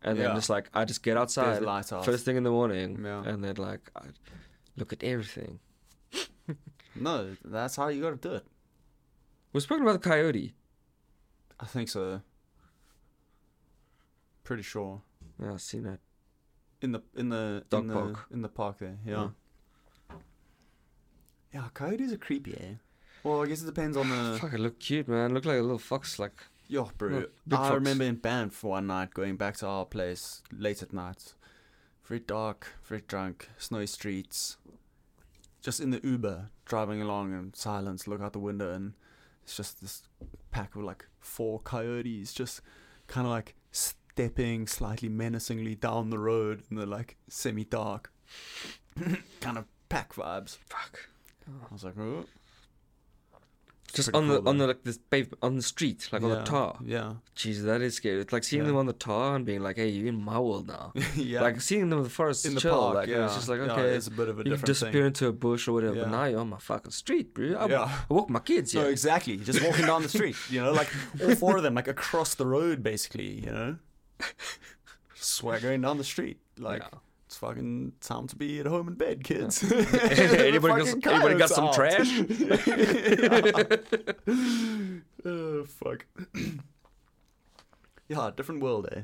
Speaker 3: and then
Speaker 4: Yeah.
Speaker 3: just like I just get outside
Speaker 4: light out.
Speaker 3: first thing in the morning,
Speaker 4: Yeah.
Speaker 3: and then like I look at everything.
Speaker 4: No, that's how you gotta do it.
Speaker 3: We're speaking about the coyote.
Speaker 4: I think so. Pretty sure.
Speaker 3: Yeah, I've seen that.
Speaker 4: In the in the
Speaker 3: Dog
Speaker 4: in the,
Speaker 3: park.
Speaker 4: in the park there. Yeah.
Speaker 3: Mm.
Speaker 4: Yeah, coyotes are creepy, eh? Well, I guess it depends on the.
Speaker 3: Fuck, it looked cute, man. Looked like a little fox. Like
Speaker 4: Yo, bro.
Speaker 3: Look, big
Speaker 4: I
Speaker 3: fox.
Speaker 4: remember in Banff one night going back to our place late at night. Very dark, very drunk, snowy streets. Just in the Uber, driving along in silence, look out the window, and it's just this pack of like four coyotes just kind of like stepping slightly menacingly down the road in the like semi dark kind of pack vibes.
Speaker 3: fuck,
Speaker 4: I was like, oh.
Speaker 3: just
Speaker 4: pretty
Speaker 3: on the
Speaker 4: cool,
Speaker 3: on
Speaker 4: though.
Speaker 3: the like this pavement on the street, like on the
Speaker 4: Yeah,
Speaker 3: tar.
Speaker 4: Yeah.
Speaker 3: Jeez, that is scary. It's like seeing
Speaker 4: Yeah.
Speaker 3: them on the tar and being like, "Hey, you're in my world now."
Speaker 4: yeah.
Speaker 3: Like seeing them in the forest,
Speaker 4: in
Speaker 3: is
Speaker 4: the
Speaker 3: chill.
Speaker 4: park.
Speaker 3: like
Speaker 4: yeah.
Speaker 3: it's just like
Speaker 4: Yeah,
Speaker 3: okay,
Speaker 4: it's a bit of a
Speaker 3: you can
Speaker 4: different
Speaker 3: disappear
Speaker 4: thing.
Speaker 3: into a bush or whatever.
Speaker 4: Yeah.
Speaker 3: But now you're on my fucking street, bro. I,
Speaker 4: Yeah.
Speaker 3: I walk my kids.
Speaker 4: No,
Speaker 3: Yeah.
Speaker 4: exactly. Just walking down the street, you know, like all four of them, like across the road, basically, you know, swaggering down the street, like
Speaker 3: Yeah.
Speaker 4: it's fucking time to be at home in bed, kids. The
Speaker 3: anybody,
Speaker 4: fucking
Speaker 3: got, anybody got some
Speaker 4: coyotes out.
Speaker 3: trash?
Speaker 4: oh fuck. yeah, different world, eh?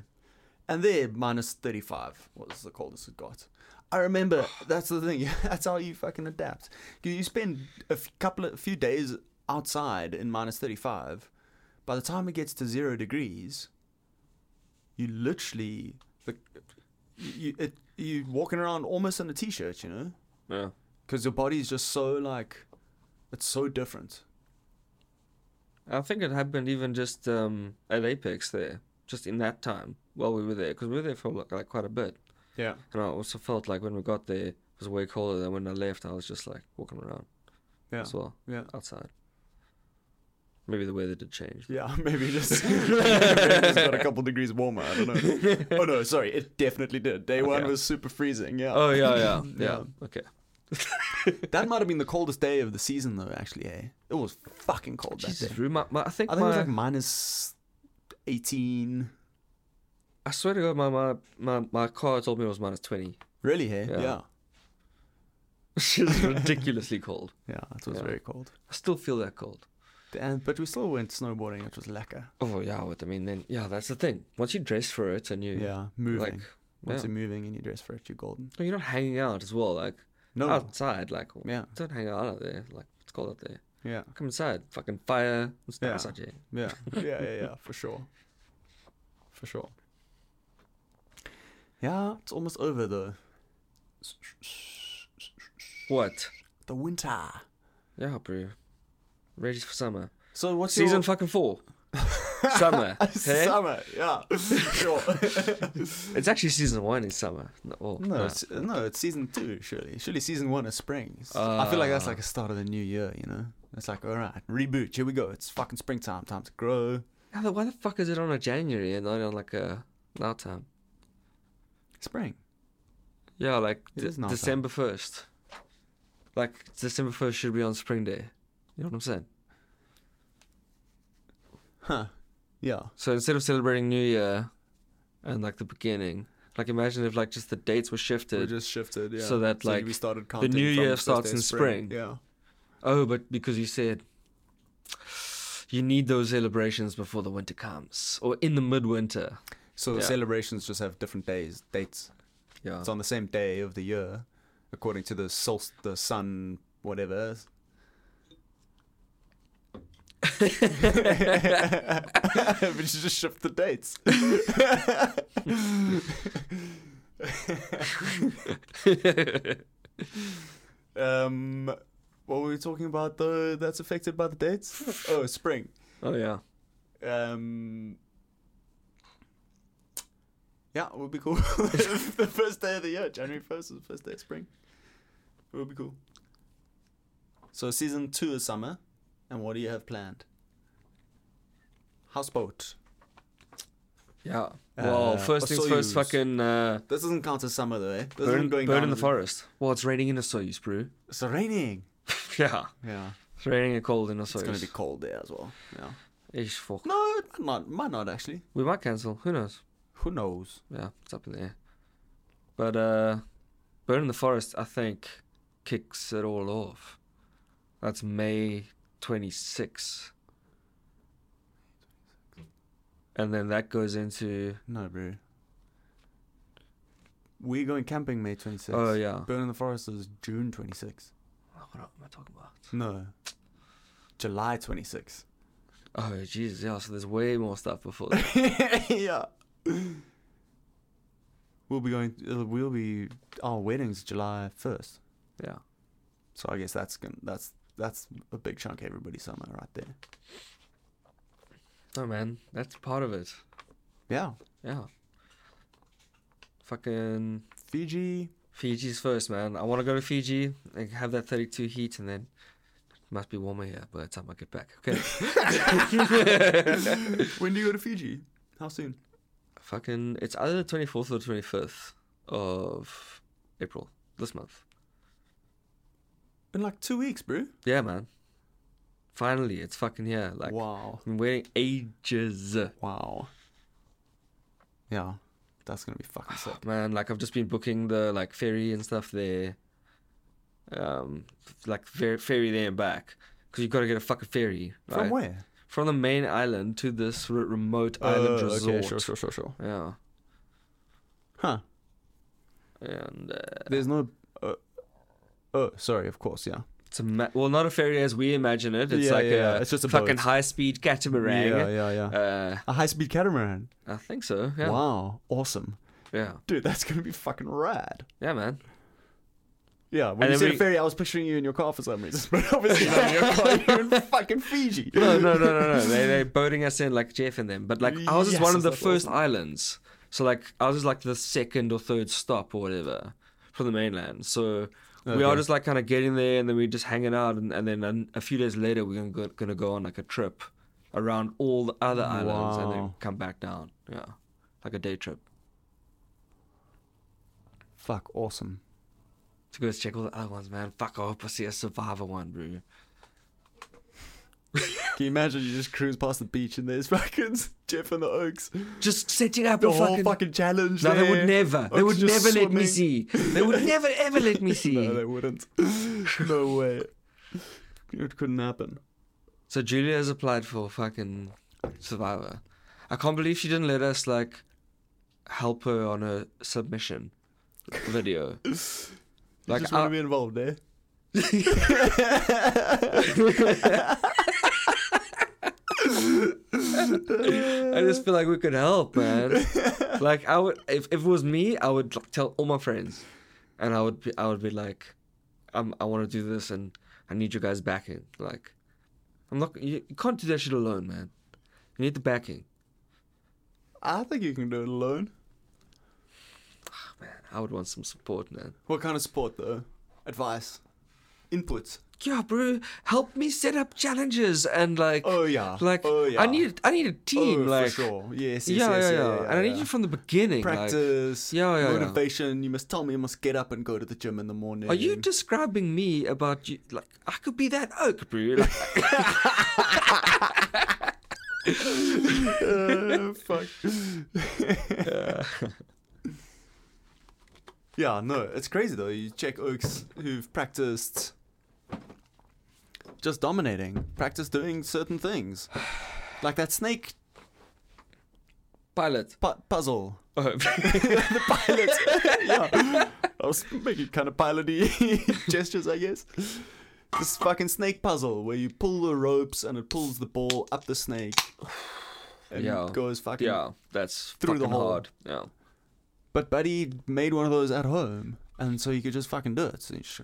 Speaker 4: And there, minus thirty-five was the coldest it got. I remember. That's the thing. That's how you fucking adapt. 'Cause You spend a f- couple of a few days outside in minus thirty-five. By the time it gets to zero degrees, you literally the you it you walking around almost in a t-shirt, you know,
Speaker 3: Yeah.
Speaker 4: because your body's just so like it's so different.
Speaker 3: I think it happened even just um, at Apex there, just in that time while we were there, because we were there for like, like quite a bit.
Speaker 4: Yeah.
Speaker 3: And I also felt like when we got there, it was way colder than when I left. I was just like walking around
Speaker 4: Yeah.
Speaker 3: as well
Speaker 4: Yeah.
Speaker 3: outside. Maybe the weather did change.
Speaker 4: Yeah, maybe just, maybe it just got a couple degrees warmer. I don't know. Oh no, sorry, it definitely did. Day one
Speaker 3: Okay.
Speaker 4: was super freezing. Yeah.
Speaker 3: Oh yeah, yeah, yeah.
Speaker 4: Yeah.
Speaker 3: Okay.
Speaker 4: that might have been the coldest day of the season, though. Actually, eh? It was fucking cold
Speaker 3: Jesus,
Speaker 4: that day.
Speaker 3: Rue, my, my, I think,
Speaker 4: I think it
Speaker 3: my,
Speaker 4: was like minus eighteen.
Speaker 3: I swear to God, my, my my my car told me it was minus twenty.
Speaker 4: Really? Eh?
Speaker 3: Yeah.
Speaker 4: Yeah. Yeah.
Speaker 3: It's ridiculously cold.
Speaker 4: it was
Speaker 3: Yeah.
Speaker 4: very cold.
Speaker 3: I still feel that cold.
Speaker 4: And, but we still went snowboarding, which was lekker.
Speaker 3: Oh yeah, what I mean then yeah, that's the thing. Once you dress for it and you
Speaker 4: Yeah, moving.
Speaker 3: like
Speaker 4: Once
Speaker 3: yeah.
Speaker 4: you're moving and you dress for it, you're golden.
Speaker 3: you're not hanging out as well, like
Speaker 4: No.
Speaker 3: outside, like
Speaker 4: Yeah.
Speaker 3: don't hang out out there. Like it's cold out there.
Speaker 4: Yeah.
Speaker 3: Come inside. Fucking fire. It's nice
Speaker 4: Yeah.
Speaker 3: out here.
Speaker 4: Yeah. yeah. Yeah. Yeah. For sure. For sure. Yeah, it's almost over though.
Speaker 3: What?
Speaker 4: The winter.
Speaker 3: Yeah, bro. Ready for summer.
Speaker 4: So what's
Speaker 3: Season
Speaker 4: your...
Speaker 3: fucking four. summer. Okay?
Speaker 4: Summer. Yeah. sure.
Speaker 3: It's actually season one in summer. No, well,
Speaker 4: No,
Speaker 3: no.
Speaker 4: it's, no, it's season two, surely. Surely season one is spring. S- I feel like that's like a start of the new year, you know? It's like, all right, reboot, here we go. It's fucking springtime, time to grow.
Speaker 3: How the- Why the fuck is it on a January and not on like a now time?
Speaker 4: Spring.
Speaker 3: Yeah, like
Speaker 4: It
Speaker 3: de-
Speaker 4: is now
Speaker 3: December first. Like December first should be on Spring Day. You know what I'm saying?
Speaker 4: Huh. Yeah.
Speaker 3: So instead of celebrating New Year and like the beginning, like imagine if like just the dates were
Speaker 4: We
Speaker 3: shifted.
Speaker 4: just shifted, yeah.
Speaker 3: So that, like,
Speaker 4: we started
Speaker 3: new
Speaker 4: counting
Speaker 3: year
Speaker 4: from
Speaker 3: starts
Speaker 4: Thursday
Speaker 3: in spring.
Speaker 4: Yeah.
Speaker 3: Oh, but because you said you need those celebrations before the winter comes or in the midwinter.
Speaker 4: So the
Speaker 3: Yeah.
Speaker 4: celebrations just have different days, dates.
Speaker 3: Yeah.
Speaker 4: It's on the same day of the year, according to the sol, the sun, whatever. but you just shift the dates. um, what were we talking about though? That's affected by the dates. Oh, spring.
Speaker 3: oh yeah.
Speaker 4: Um, yeah, it would be cool. the first day of the year, January 1st is the first day of spring. It would be cool. So, season two is summer. And what do you have planned? Houseboat.
Speaker 3: Yeah. well,
Speaker 4: Uh,
Speaker 3: first things
Speaker 4: Soyuz.
Speaker 3: first, fucking uh,
Speaker 4: This doesn't count as summer, though, eh? This
Speaker 3: burn,
Speaker 4: isn't going
Speaker 3: burn
Speaker 4: down
Speaker 3: in the
Speaker 4: as-
Speaker 3: forest. Well, it's raining in a Soyuz, bro.
Speaker 4: It's raining.
Speaker 3: yeah.
Speaker 4: Yeah.
Speaker 3: It's raining and cold in a Soyuz.
Speaker 4: It's going to be cold there as well. Yeah.
Speaker 3: Ish, fuck.
Speaker 4: No, it might not. Might not, actually.
Speaker 3: We might cancel. Who knows?
Speaker 4: Who knows?
Speaker 3: Yeah, it's up in the air. But uh, Burn in the Forest, I think, kicks it all off. That's May 26. And then that goes into.
Speaker 4: No, bro. We're going camping May 26th.
Speaker 3: Oh, yeah.
Speaker 4: Burn in the Forest is June 26th.
Speaker 3: Oh, What am I talking about?
Speaker 4: No. July 26th.
Speaker 3: Oh, Jesus, yeah, so there's way more stuff before that.
Speaker 4: yeah. We'll be going, uh, we'll be, our wedding's July 1st.
Speaker 3: yeah.
Speaker 4: So I guess that's gonna, that's, that's a big chunk of everybody's summer right there.
Speaker 3: No, man, that's part of it.
Speaker 4: Yeah.
Speaker 3: Yeah. Fucking
Speaker 4: Fiji.
Speaker 3: Fiji's first, man. I want to go to Fiji and have that 32 heat, and then it must be warmer here by the time I get back. Okay.
Speaker 4: when do you go to Fiji? How soon?
Speaker 3: Fucking, it's either the 24th or the 25th of April this month.
Speaker 4: In like two weeks, bro.
Speaker 3: Yeah, man. Finally, it's fucking here. Like,
Speaker 4: wow.
Speaker 3: I've been waiting ages.
Speaker 4: Wow. Yeah. That's gonna be fucking sick.
Speaker 3: Man, like, I've just been booking the, like, ferry and stuff there. Um, like, fer- ferry there and back. Because you got to get a fucking ferry. Right?
Speaker 4: From where?
Speaker 3: From the main island to this re- remote island resort.
Speaker 4: Uh, Oh, sure, sure, sure.
Speaker 3: Yeah.
Speaker 4: Huh.
Speaker 3: And uh,
Speaker 4: There's no. Uh, oh, sorry. Of course, yeah.
Speaker 3: it's a ma- well, not a ferry as we imagine it. It's
Speaker 4: Yeah,
Speaker 3: like
Speaker 4: yeah, yeah.
Speaker 3: a
Speaker 4: It's just a
Speaker 3: fucking
Speaker 4: boat.
Speaker 3: high speed catamaran.
Speaker 4: Yeah, yeah, yeah.
Speaker 3: Uh,
Speaker 4: a high-speed catamaran.
Speaker 3: I think so. Yeah.
Speaker 4: Wow, awesome,
Speaker 3: Yeah.
Speaker 4: dude. That's gonna be fucking rad.
Speaker 3: Yeah, man.
Speaker 4: Yeah,
Speaker 3: And
Speaker 4: when you
Speaker 3: then
Speaker 4: said
Speaker 3: we-
Speaker 4: ferry, I was picturing you in your car for some reason, but obviously not in your car. You're in fucking Fiji.
Speaker 3: No, no, no, no, no. they they boating us in like Jeff and them, but like ours is
Speaker 4: Yes,
Speaker 3: one of the
Speaker 4: that's
Speaker 3: first
Speaker 4: awesome.
Speaker 3: islands. So like ours is like the second or third stop or whatever from the mainland. So we are
Speaker 4: Okay.
Speaker 3: just like kind of getting there, and then we're just hanging out, and, and then an- a few days later we're gonna go, gonna go on like a trip around all the other islands, and then
Speaker 4: Wow.
Speaker 3: come back down. Yeah, like a day trip
Speaker 4: Fuck, awesome.
Speaker 3: to go check all the other ones, man. Fuck, I hope I see a survivor one, bro.
Speaker 4: Can you imagine you just cruise past the beach and there's fucking Jeff and the Oaks,
Speaker 3: Just setting up
Speaker 4: the
Speaker 3: a
Speaker 4: whole
Speaker 3: fucking.
Speaker 4: fucking challenge.
Speaker 3: no, they
Speaker 4: there.
Speaker 3: would never. They
Speaker 4: Oaks
Speaker 3: would
Speaker 4: just
Speaker 3: never let me
Speaker 4: swimming.
Speaker 3: see. They would never ever let me see.
Speaker 4: No, they wouldn't. No way. It couldn't happen.
Speaker 3: So Julia has applied for fucking Survivor. I can't believe she didn't let us like help her on her submission video.
Speaker 4: You
Speaker 3: Like
Speaker 4: just
Speaker 3: I, uh,
Speaker 4: want to be involved, eh?
Speaker 3: I just feel like we could help, man. Like I would, if, if it was me, I would like, tell all my friends, and I would be, I would be like, I'm, I want to do this, and I need you guys backing. Like, I'm not, you, you can't do that shit alone, man. You need the backing.
Speaker 4: I think you can do it alone.
Speaker 3: I would want some support, man.
Speaker 4: What kind of support though? Advice, inputs.
Speaker 3: Yeah, bro, help me set up challenges and like,
Speaker 4: Oh yeah.
Speaker 3: like
Speaker 4: oh yeah.
Speaker 3: I need, I need a team,
Speaker 4: Oh,
Speaker 3: like,
Speaker 4: for sure. Yes. yes,
Speaker 3: yeah,
Speaker 4: yes,
Speaker 3: yeah, yeah,
Speaker 4: yeah,
Speaker 3: and I need
Speaker 4: yeah.
Speaker 3: you from the beginning, like-
Speaker 4: practice.
Speaker 3: Yeah, yeah, yeah.
Speaker 4: Motivation. You must tell me. You must get up and go to the gym in the morning.
Speaker 3: Are you describing me about you? Like I could be that oak, bro. Like,
Speaker 4: Uh, fuck. yeah, no, it's crazy though. You check oaks who've practiced just dominating, practice doing certain things, like that snake
Speaker 3: pilot.
Speaker 4: pu- puzzle.
Speaker 3: Oh.
Speaker 4: the pilot. yeah, I was making kind of piloty gestures, I guess. This fucking snake puzzle where you pull the ropes and it pulls the ball up the snake and
Speaker 3: Yeah.
Speaker 4: goes fucking
Speaker 3: yeah, that's
Speaker 4: Through the
Speaker 3: fucking
Speaker 4: hole.
Speaker 3: hard. Yeah.
Speaker 4: But Buddy made one of those at home, and so you could just fucking do it. So you just-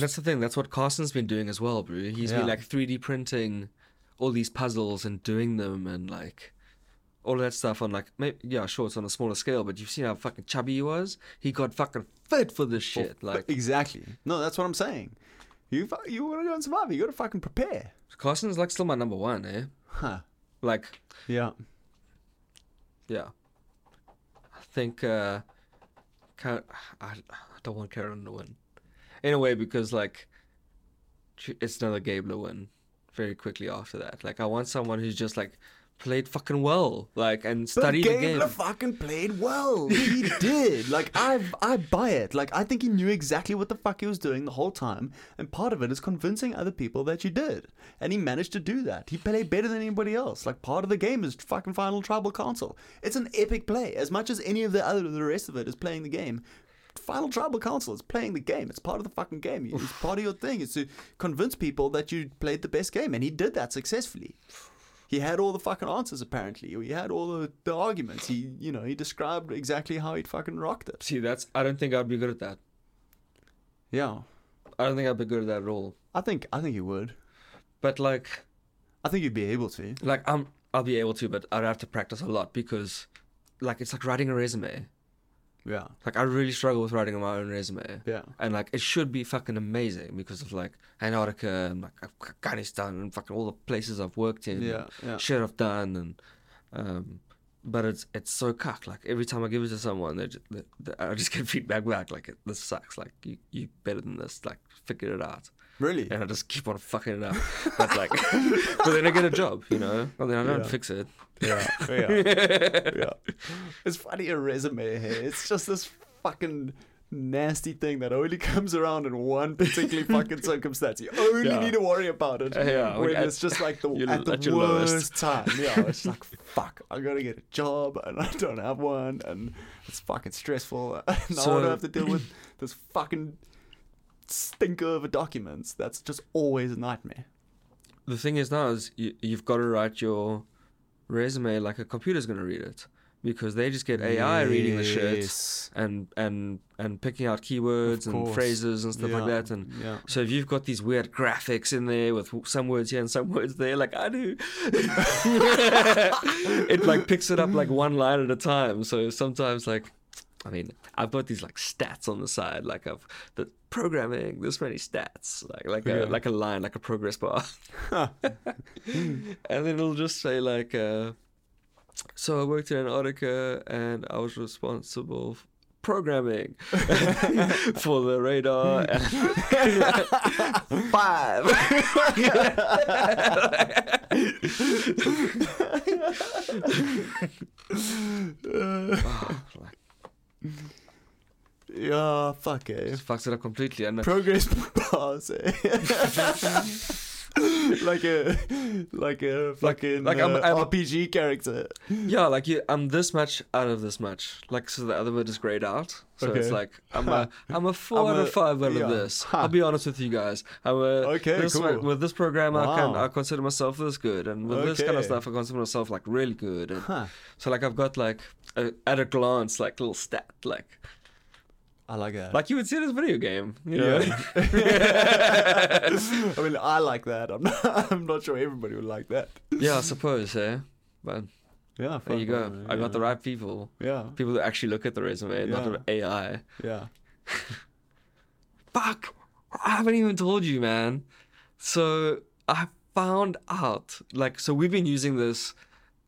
Speaker 3: That's the thing. That's what Carson's been doing as well, bro. He's
Speaker 4: Yeah.
Speaker 3: been like 3D printing all these puzzles and doing them and like all that stuff on like, maybe, yeah, sure, it's on a smaller scale, but you've seen how fucking chubby he was. He got fucking fit for this shit. like
Speaker 4: exactly. No, that's what I'm saying. You fu- you want to go and survive? You got to fucking prepare.
Speaker 3: Carson's like still my number one, eh?
Speaker 4: Huh?
Speaker 3: Like,
Speaker 4: Yeah.
Speaker 3: yeah. I think uh, Car- I, I don't want Karen to win. Anyway, because like she- it's another Gabler win very quickly after that. Like I want someone who's just like played fucking well, like and studied the game.
Speaker 4: fucking played well. He did. Like I I buy it. Like I think he knew exactly what the fuck he was doing the whole time, and part of it is convincing other people that you did, and he managed to do that. He played better than anybody else. Like part of the game is fucking Final Tribal Council. It's an epic play as much as any of the other the rest of it is playing the game. Final Tribal Council is playing the game. It's part of the fucking game. It's part of your thing. It's to convince people that you played the best game, and he did that successfully he had all the fucking answers apparently. He had all the, the arguments. He you know, he described exactly how he'd fucking rocked it.
Speaker 3: See, that's I don't think I'd be good at that.
Speaker 4: Yeah.
Speaker 3: I don't think I'd be good at that at all.
Speaker 4: I think I think he would.
Speaker 3: But like,
Speaker 4: I think you'd be able to.
Speaker 3: like I'm I'll be able to, but I'd have to practice a lot because, like, it's like writing a resume.
Speaker 4: Yeah.
Speaker 3: Like I really struggle with writing my own resume.
Speaker 4: Yeah.
Speaker 3: And like it should be fucking amazing because of like Antarctica and like Afghanistan and fucking all the places I've worked in.
Speaker 4: Yeah.
Speaker 3: and
Speaker 4: Yeah.
Speaker 3: Shit I've done and um but it's it's so cuck. Like every time I give it to someone, they just, they, they, I just get feedback back. Like this sucks. Like you you better than this. Like figure it out.
Speaker 4: Really?
Speaker 3: And I just keep on fucking it up. But like, but then I get a job, you know. And then I don't
Speaker 4: Yeah.
Speaker 3: fix it.
Speaker 4: Yeah. Yeah. yeah. It's funny a resume here. It's just this fucking nasty thing that only comes around in one particular fucking circumstance. You only
Speaker 3: Yeah.
Speaker 4: need to worry about it
Speaker 3: Uh, yeah,
Speaker 4: when
Speaker 3: when at-
Speaker 4: it's just like the
Speaker 3: you're
Speaker 4: at
Speaker 3: at
Speaker 4: the
Speaker 3: your lowest.
Speaker 4: worst time. Yeah, it's like fuck. I gotta get a job and I don't have one, and it's fucking stressful. And now I
Speaker 3: So-
Speaker 4: don't have to deal with this fucking stinker of a documents. That's just always a nightmare.
Speaker 3: the thing is now is you, you've got to write your resume like a computer's going to read it because they just get AI reading the shit
Speaker 4: Yes.
Speaker 3: and and and picking out keywords and
Speaker 4: course.
Speaker 3: phrases and stuff like
Speaker 4: Yeah,
Speaker 3: that and
Speaker 4: yeah.
Speaker 3: so if you've got these weird graphics in there with w- some words here and some words there like I do it like picks it up like one line at a time so sometimes like I mean, I've got these like stats on the side, like of the programming. This many stats, like like a
Speaker 4: Yeah.
Speaker 3: like a line, like a progress bar, and then it'll just say like, uh, so I worked in Antarctica and I was responsible for programming for the radar. Five.
Speaker 4: Yeah, fuck it.
Speaker 3: Just fucks it up completely. And
Speaker 4: Progress bars. eh? like a like a fucking uh,
Speaker 3: like
Speaker 4: like,
Speaker 3: I'm- I'm-
Speaker 4: RPG character.
Speaker 3: Yeah, like you, I'm this much out of this much. Like so, the other bit is grayed out. So it's
Speaker 4: Okay.
Speaker 3: like I'm a I'm a 4
Speaker 4: I'm
Speaker 3: out of
Speaker 4: a-
Speaker 3: five out
Speaker 4: yeah.
Speaker 3: of this.
Speaker 4: Ha.
Speaker 3: I'll be honest with you guys. I'm a,
Speaker 4: Okay,
Speaker 3: this,
Speaker 4: cool.
Speaker 3: With this program, I can
Speaker 4: Wow.
Speaker 3: I consider myself this good, and with this kind of
Speaker 4: Okay.
Speaker 3: stuff, I consider myself like really good. And
Speaker 4: Huh.
Speaker 3: so like I've got like a, at a glance like little stat like
Speaker 4: I like that.
Speaker 3: like you would see in this video game. You know?
Speaker 4: yeah. I mean, I like that. I'm not, I'm not sure everybody would like that.
Speaker 3: yeah, I suppose. Eh? But
Speaker 4: Yeah.
Speaker 3: there you
Speaker 4: fuck,
Speaker 3: go. I got the right people.
Speaker 4: Yeah.
Speaker 3: People that actually look at the resume, not
Speaker 4: Yeah.
Speaker 3: an AI.
Speaker 4: Yeah.
Speaker 3: fuck i haven't even told you man so i found out like so we've been using this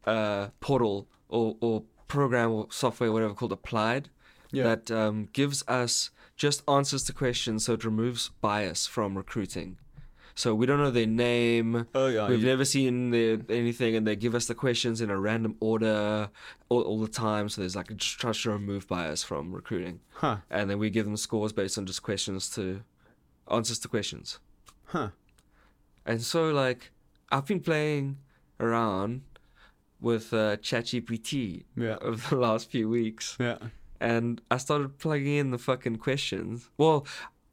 Speaker 3: uh portal or or program or software whatever called applied
Speaker 4: Yeah.
Speaker 3: that um, gives us just answers to questions so it removes bias from recruiting so we don't know their name
Speaker 4: Oh yeah.
Speaker 3: We've
Speaker 4: you-
Speaker 3: never seen the, anything, and they give us the questions in a random order all, all the time. So there's like just tries to remove bias from recruiting,
Speaker 4: Huh.
Speaker 3: and then we give them scores based on just questions to answers to questions.
Speaker 4: Huh.
Speaker 3: And so like I've been playing around with uh, ChatGPT
Speaker 4: Yeah.
Speaker 3: over the last few weeks,
Speaker 4: Yeah.
Speaker 3: and I started plugging in the fucking questions. Well,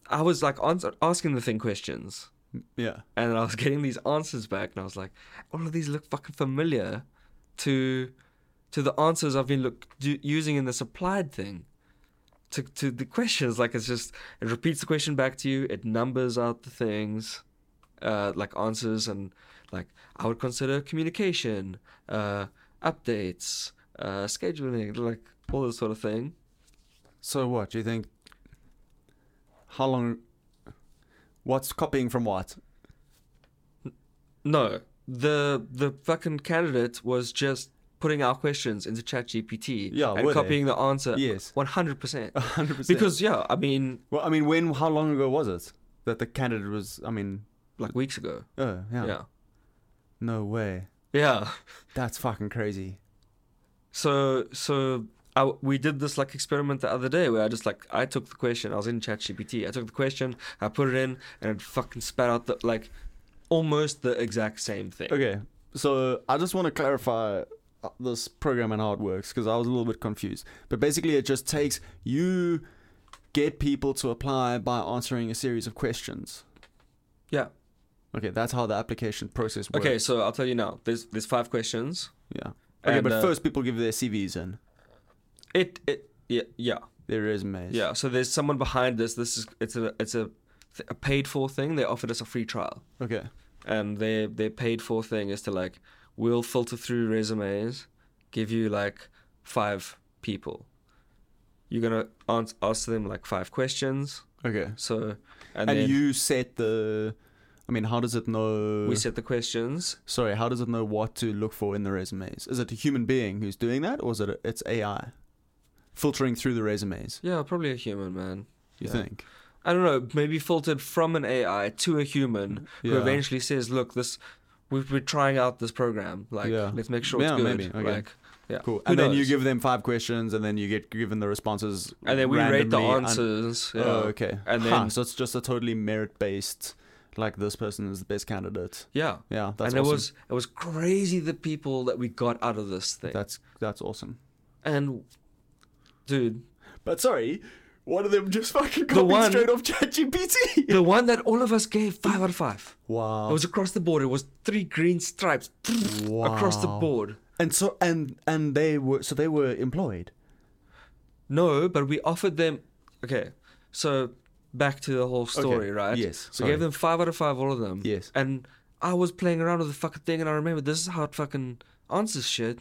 Speaker 3: I was like answer, asking the thing questions.
Speaker 4: Yeah.
Speaker 3: and I was getting these answers back, and I was like, all of these look fucking familiar to to the answers I've been look do, using in the supplied thing. To to the questions, like it's just it repeats the question back to you. It numbers out the things, uh, like answers and like I would consider communication, uh, updates, uh, scheduling, like all this sort of thing.
Speaker 4: So what do you think? How long? What's copying from what?
Speaker 3: No, the the fucking candidate was just putting our questions into ChatGPT
Speaker 4: Yeah,
Speaker 3: and
Speaker 4: were they?
Speaker 3: copying the answer.
Speaker 4: Yes.
Speaker 3: one hundred percent.
Speaker 4: hundred percent.
Speaker 3: Because yeah, I mean,
Speaker 4: well, I mean, when? How long ago was it that the candidate was? I mean,
Speaker 3: like weeks ago.
Speaker 4: oh yeah.
Speaker 3: Yeah,
Speaker 4: No way.
Speaker 3: yeah.
Speaker 4: That's fucking crazy.
Speaker 3: So so I, we did this like experiment the other day where I just like I took the question. I was in ChatGPT. I took the question. I put it in, and it fucking spat out the like almost the exact same thing.
Speaker 4: Okay, so I just want to clarify uh, this program and how it works because I was a little bit confused. But basically, it just takes you get people to apply by answering a series of questions.
Speaker 3: Yeah.
Speaker 4: Okay, that's how the application process works.
Speaker 3: Okay, so I'll tell you now. There's there's five questions.
Speaker 4: Yeah. Okay,
Speaker 3: And,
Speaker 4: but
Speaker 3: uh,
Speaker 4: first people give their CVs in.
Speaker 3: It it yeah yeah.
Speaker 4: Their resumes.
Speaker 3: Yeah, so there's someone behind this. This is it's a it's a, a paid for thing. They offered us a free trial,
Speaker 4: Okay.
Speaker 3: and their their paid for thing is to like we'll filter through resumes, give you like five people. You're gonna ans- ask them like five questions.
Speaker 4: Okay.
Speaker 3: So and,
Speaker 4: And,
Speaker 3: then
Speaker 4: you set the. I mean, how does it know?
Speaker 3: we set the questions.
Speaker 4: sorry, how does it know what to look for in the resumes? Is it a human being who's doing that, or is it a, it's AI filtering through the resumes?
Speaker 3: Yeah, probably a human man.
Speaker 4: You
Speaker 3: Yeah.
Speaker 4: think?
Speaker 3: I don't know, maybe filtered from an AI to a human who
Speaker 4: Yeah.
Speaker 3: eventually says, "Look, this we've been trying out this program. Like,
Speaker 4: Yeah.
Speaker 3: let's make sure it's
Speaker 4: Yeah,
Speaker 3: good."
Speaker 4: maybe, okay.
Speaker 3: Like, yeah,
Speaker 4: Cool.
Speaker 3: Who
Speaker 4: And then you
Speaker 3: knows?
Speaker 4: give them five questions, and then you get given the responses.
Speaker 3: and then we rate the
Speaker 4: randomly un-
Speaker 3: answers. yeah.
Speaker 4: Oh, okay.
Speaker 3: And
Speaker 4: Huh,
Speaker 3: then-
Speaker 4: so it's just a totally merit based. Like this person is the best candidate.
Speaker 3: yeah.
Speaker 4: Yeah,
Speaker 3: and
Speaker 4: that's awesome.
Speaker 3: it was it was crazy the people that we got out of this thing.
Speaker 4: that's that's awesome.
Speaker 3: and dude,
Speaker 4: But sorry, one of them just fucking
Speaker 3: The copied one- straight
Speaker 4: off ChatGPT.
Speaker 3: the one that all of us gave five out of five.
Speaker 4: Wow.
Speaker 3: It was across the board. It was three green stripes across the
Speaker 4: Wow.
Speaker 3: board.
Speaker 4: And so and and they were so they were employed.
Speaker 3: No, but we offered them. Okay, so back to the whole story, right?
Speaker 4: yes,
Speaker 3: So we gave
Speaker 4: sorry.
Speaker 3: them five out of five, all of them.
Speaker 4: Yes.
Speaker 3: And I was playing around with the fucking thing, and I remember this is how it fucking answers shit.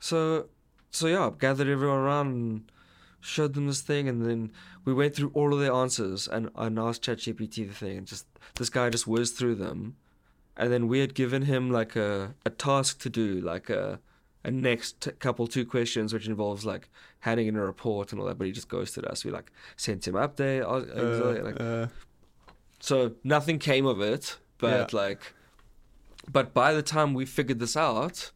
Speaker 3: So, so yeah, I gathered everyone around and showed them this thing, and then we went through all of their answers and and asked ChatGPT the thing, and just this guy just whizzed through them, and then we had given him like a a task to do, like a a next t- couple two questions, which involves like handing in a report and all that, but he just ghosted us. We like sent him update, uh, like so nothing came of it, but like, but by the time we figured this out,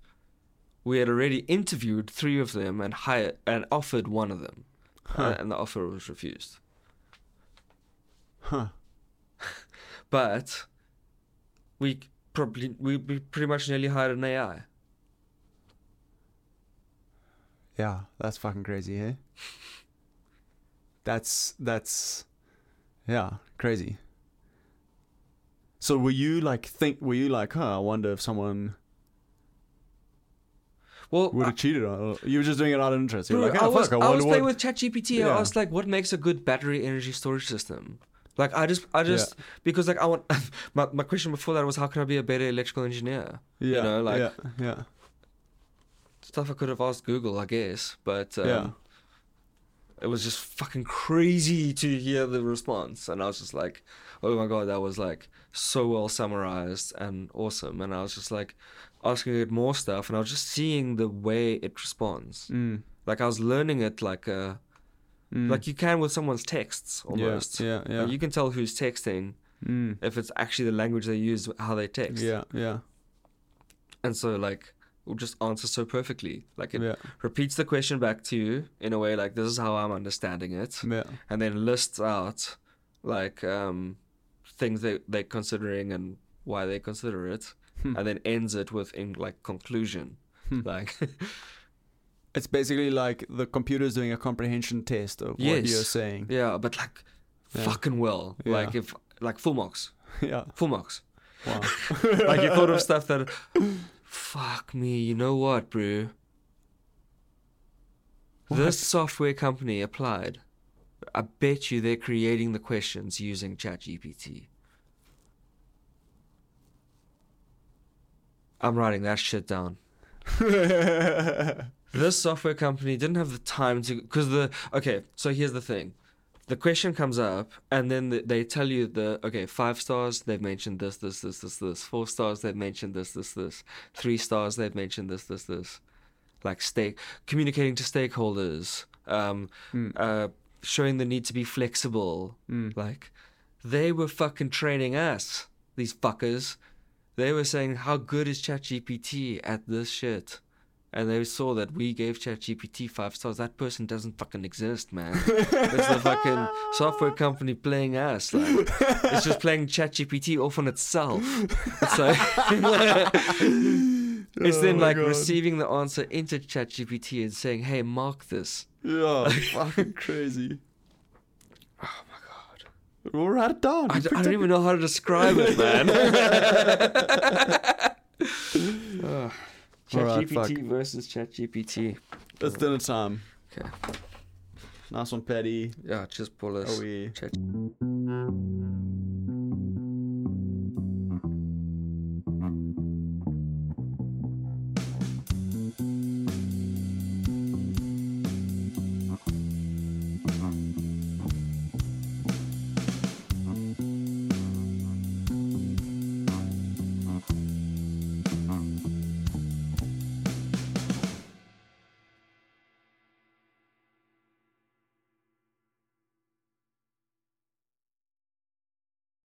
Speaker 3: we had already interviewed three of them and hired and offered one of them,
Speaker 4: Huh.
Speaker 3: and, and the offer was refused.
Speaker 4: huh.
Speaker 3: But we probably we, we pretty much nearly hired an AI.
Speaker 4: Yeah, that's fucking crazy, eh? That's that's yeah, crazy. So were you like think were you like, huh, I wonder if someone
Speaker 3: Well,
Speaker 4: would have cheated on or- you were just doing it out of interest. You were
Speaker 3: Bro,
Speaker 4: like,
Speaker 3: I
Speaker 4: oh,
Speaker 3: was,
Speaker 4: fuck, I
Speaker 3: I was
Speaker 4: wonder
Speaker 3: playing
Speaker 4: what
Speaker 3: with ChatGPT.
Speaker 4: Yeah.
Speaker 3: I asked like, what makes a good battery energy storage system? Like, I just, I just, because like I want. My, my question before that was, how can I be a better electrical engineer?
Speaker 4: yeah,
Speaker 3: you know, like-
Speaker 4: yeah, yeah.
Speaker 3: Stuff I could have asked Google, I guess, but um,
Speaker 4: Yeah.
Speaker 3: it was just fucking crazy to hear the response, and I was just like, oh my god, that was like so well summarized and awesome, and I was just like asking it more stuff, and I was just seeing the way it responds.
Speaker 4: Mm,
Speaker 3: Like I was learning it like a.
Speaker 4: mm,
Speaker 3: like you can with someone's texts
Speaker 4: yeah,
Speaker 3: almost.
Speaker 4: Yeah, yeah.
Speaker 3: Like, You can tell who's texting
Speaker 4: mm,
Speaker 3: if it's actually the language they use, how they text.
Speaker 4: yeah, yeah,
Speaker 3: And so like it will just answer so perfectly. Like it
Speaker 4: yeah,
Speaker 3: repeats the question back to you in a way like this is how I'm understanding it,
Speaker 4: yeah.
Speaker 3: and then lists out like um, things they they're considering and why they consider it,
Speaker 4: Hmm.
Speaker 3: and then ends it with in like conclusion.
Speaker 4: Hmm.
Speaker 3: Like
Speaker 4: It's basically like the computer's doing a comprehension test of what
Speaker 3: Yes.
Speaker 4: you're saying.
Speaker 3: yeah, but like
Speaker 4: Yeah.
Speaker 3: fucking well.
Speaker 4: Yeah.
Speaker 3: Like if like full marks,
Speaker 4: yeah.
Speaker 3: full marks.
Speaker 4: Wow.
Speaker 3: like you thought of stuff that fuck me you know what bro this software company applied i bet you they're creating the questions using chatgpt i'm writing that shit down this software company didn't have the time to because the okay so here's the thing the question comes up and then th they tell you the okay five stars they've mentioned this this this this this four stars they've mentioned this this this three stars they've mentioned this this this like stake communicating to stakeholders um
Speaker 4: Mm.
Speaker 3: uh showing the need to be flexible
Speaker 4: Mm.
Speaker 3: like they were fucking training us these fuckers they were saying how good is ChatGPT at this shit and they saw that we gave ChatGPT five stars. That person doesn't fucking exist, man. it's the fucking software company playing us. Like, it's just playing ChatGPT off on itself. So it's
Speaker 4: Oh
Speaker 3: then like receiving the answer into ChatGPT and saying, "Hey, mark this."
Speaker 4: Yeah, fucking crazy. Oh my god. We'll write it down.
Speaker 3: I,
Speaker 4: You
Speaker 3: d-
Speaker 4: picked
Speaker 3: I don't
Speaker 4: up-
Speaker 3: even know how to describe it, man.
Speaker 4: Alright,
Speaker 3: ChatGPT versus ChatGPT.
Speaker 4: It's dinner time.
Speaker 3: Okay.
Speaker 4: Nice one, Patty.
Speaker 3: Yeah, just pull us.
Speaker 4: Are we?
Speaker 3: Chat-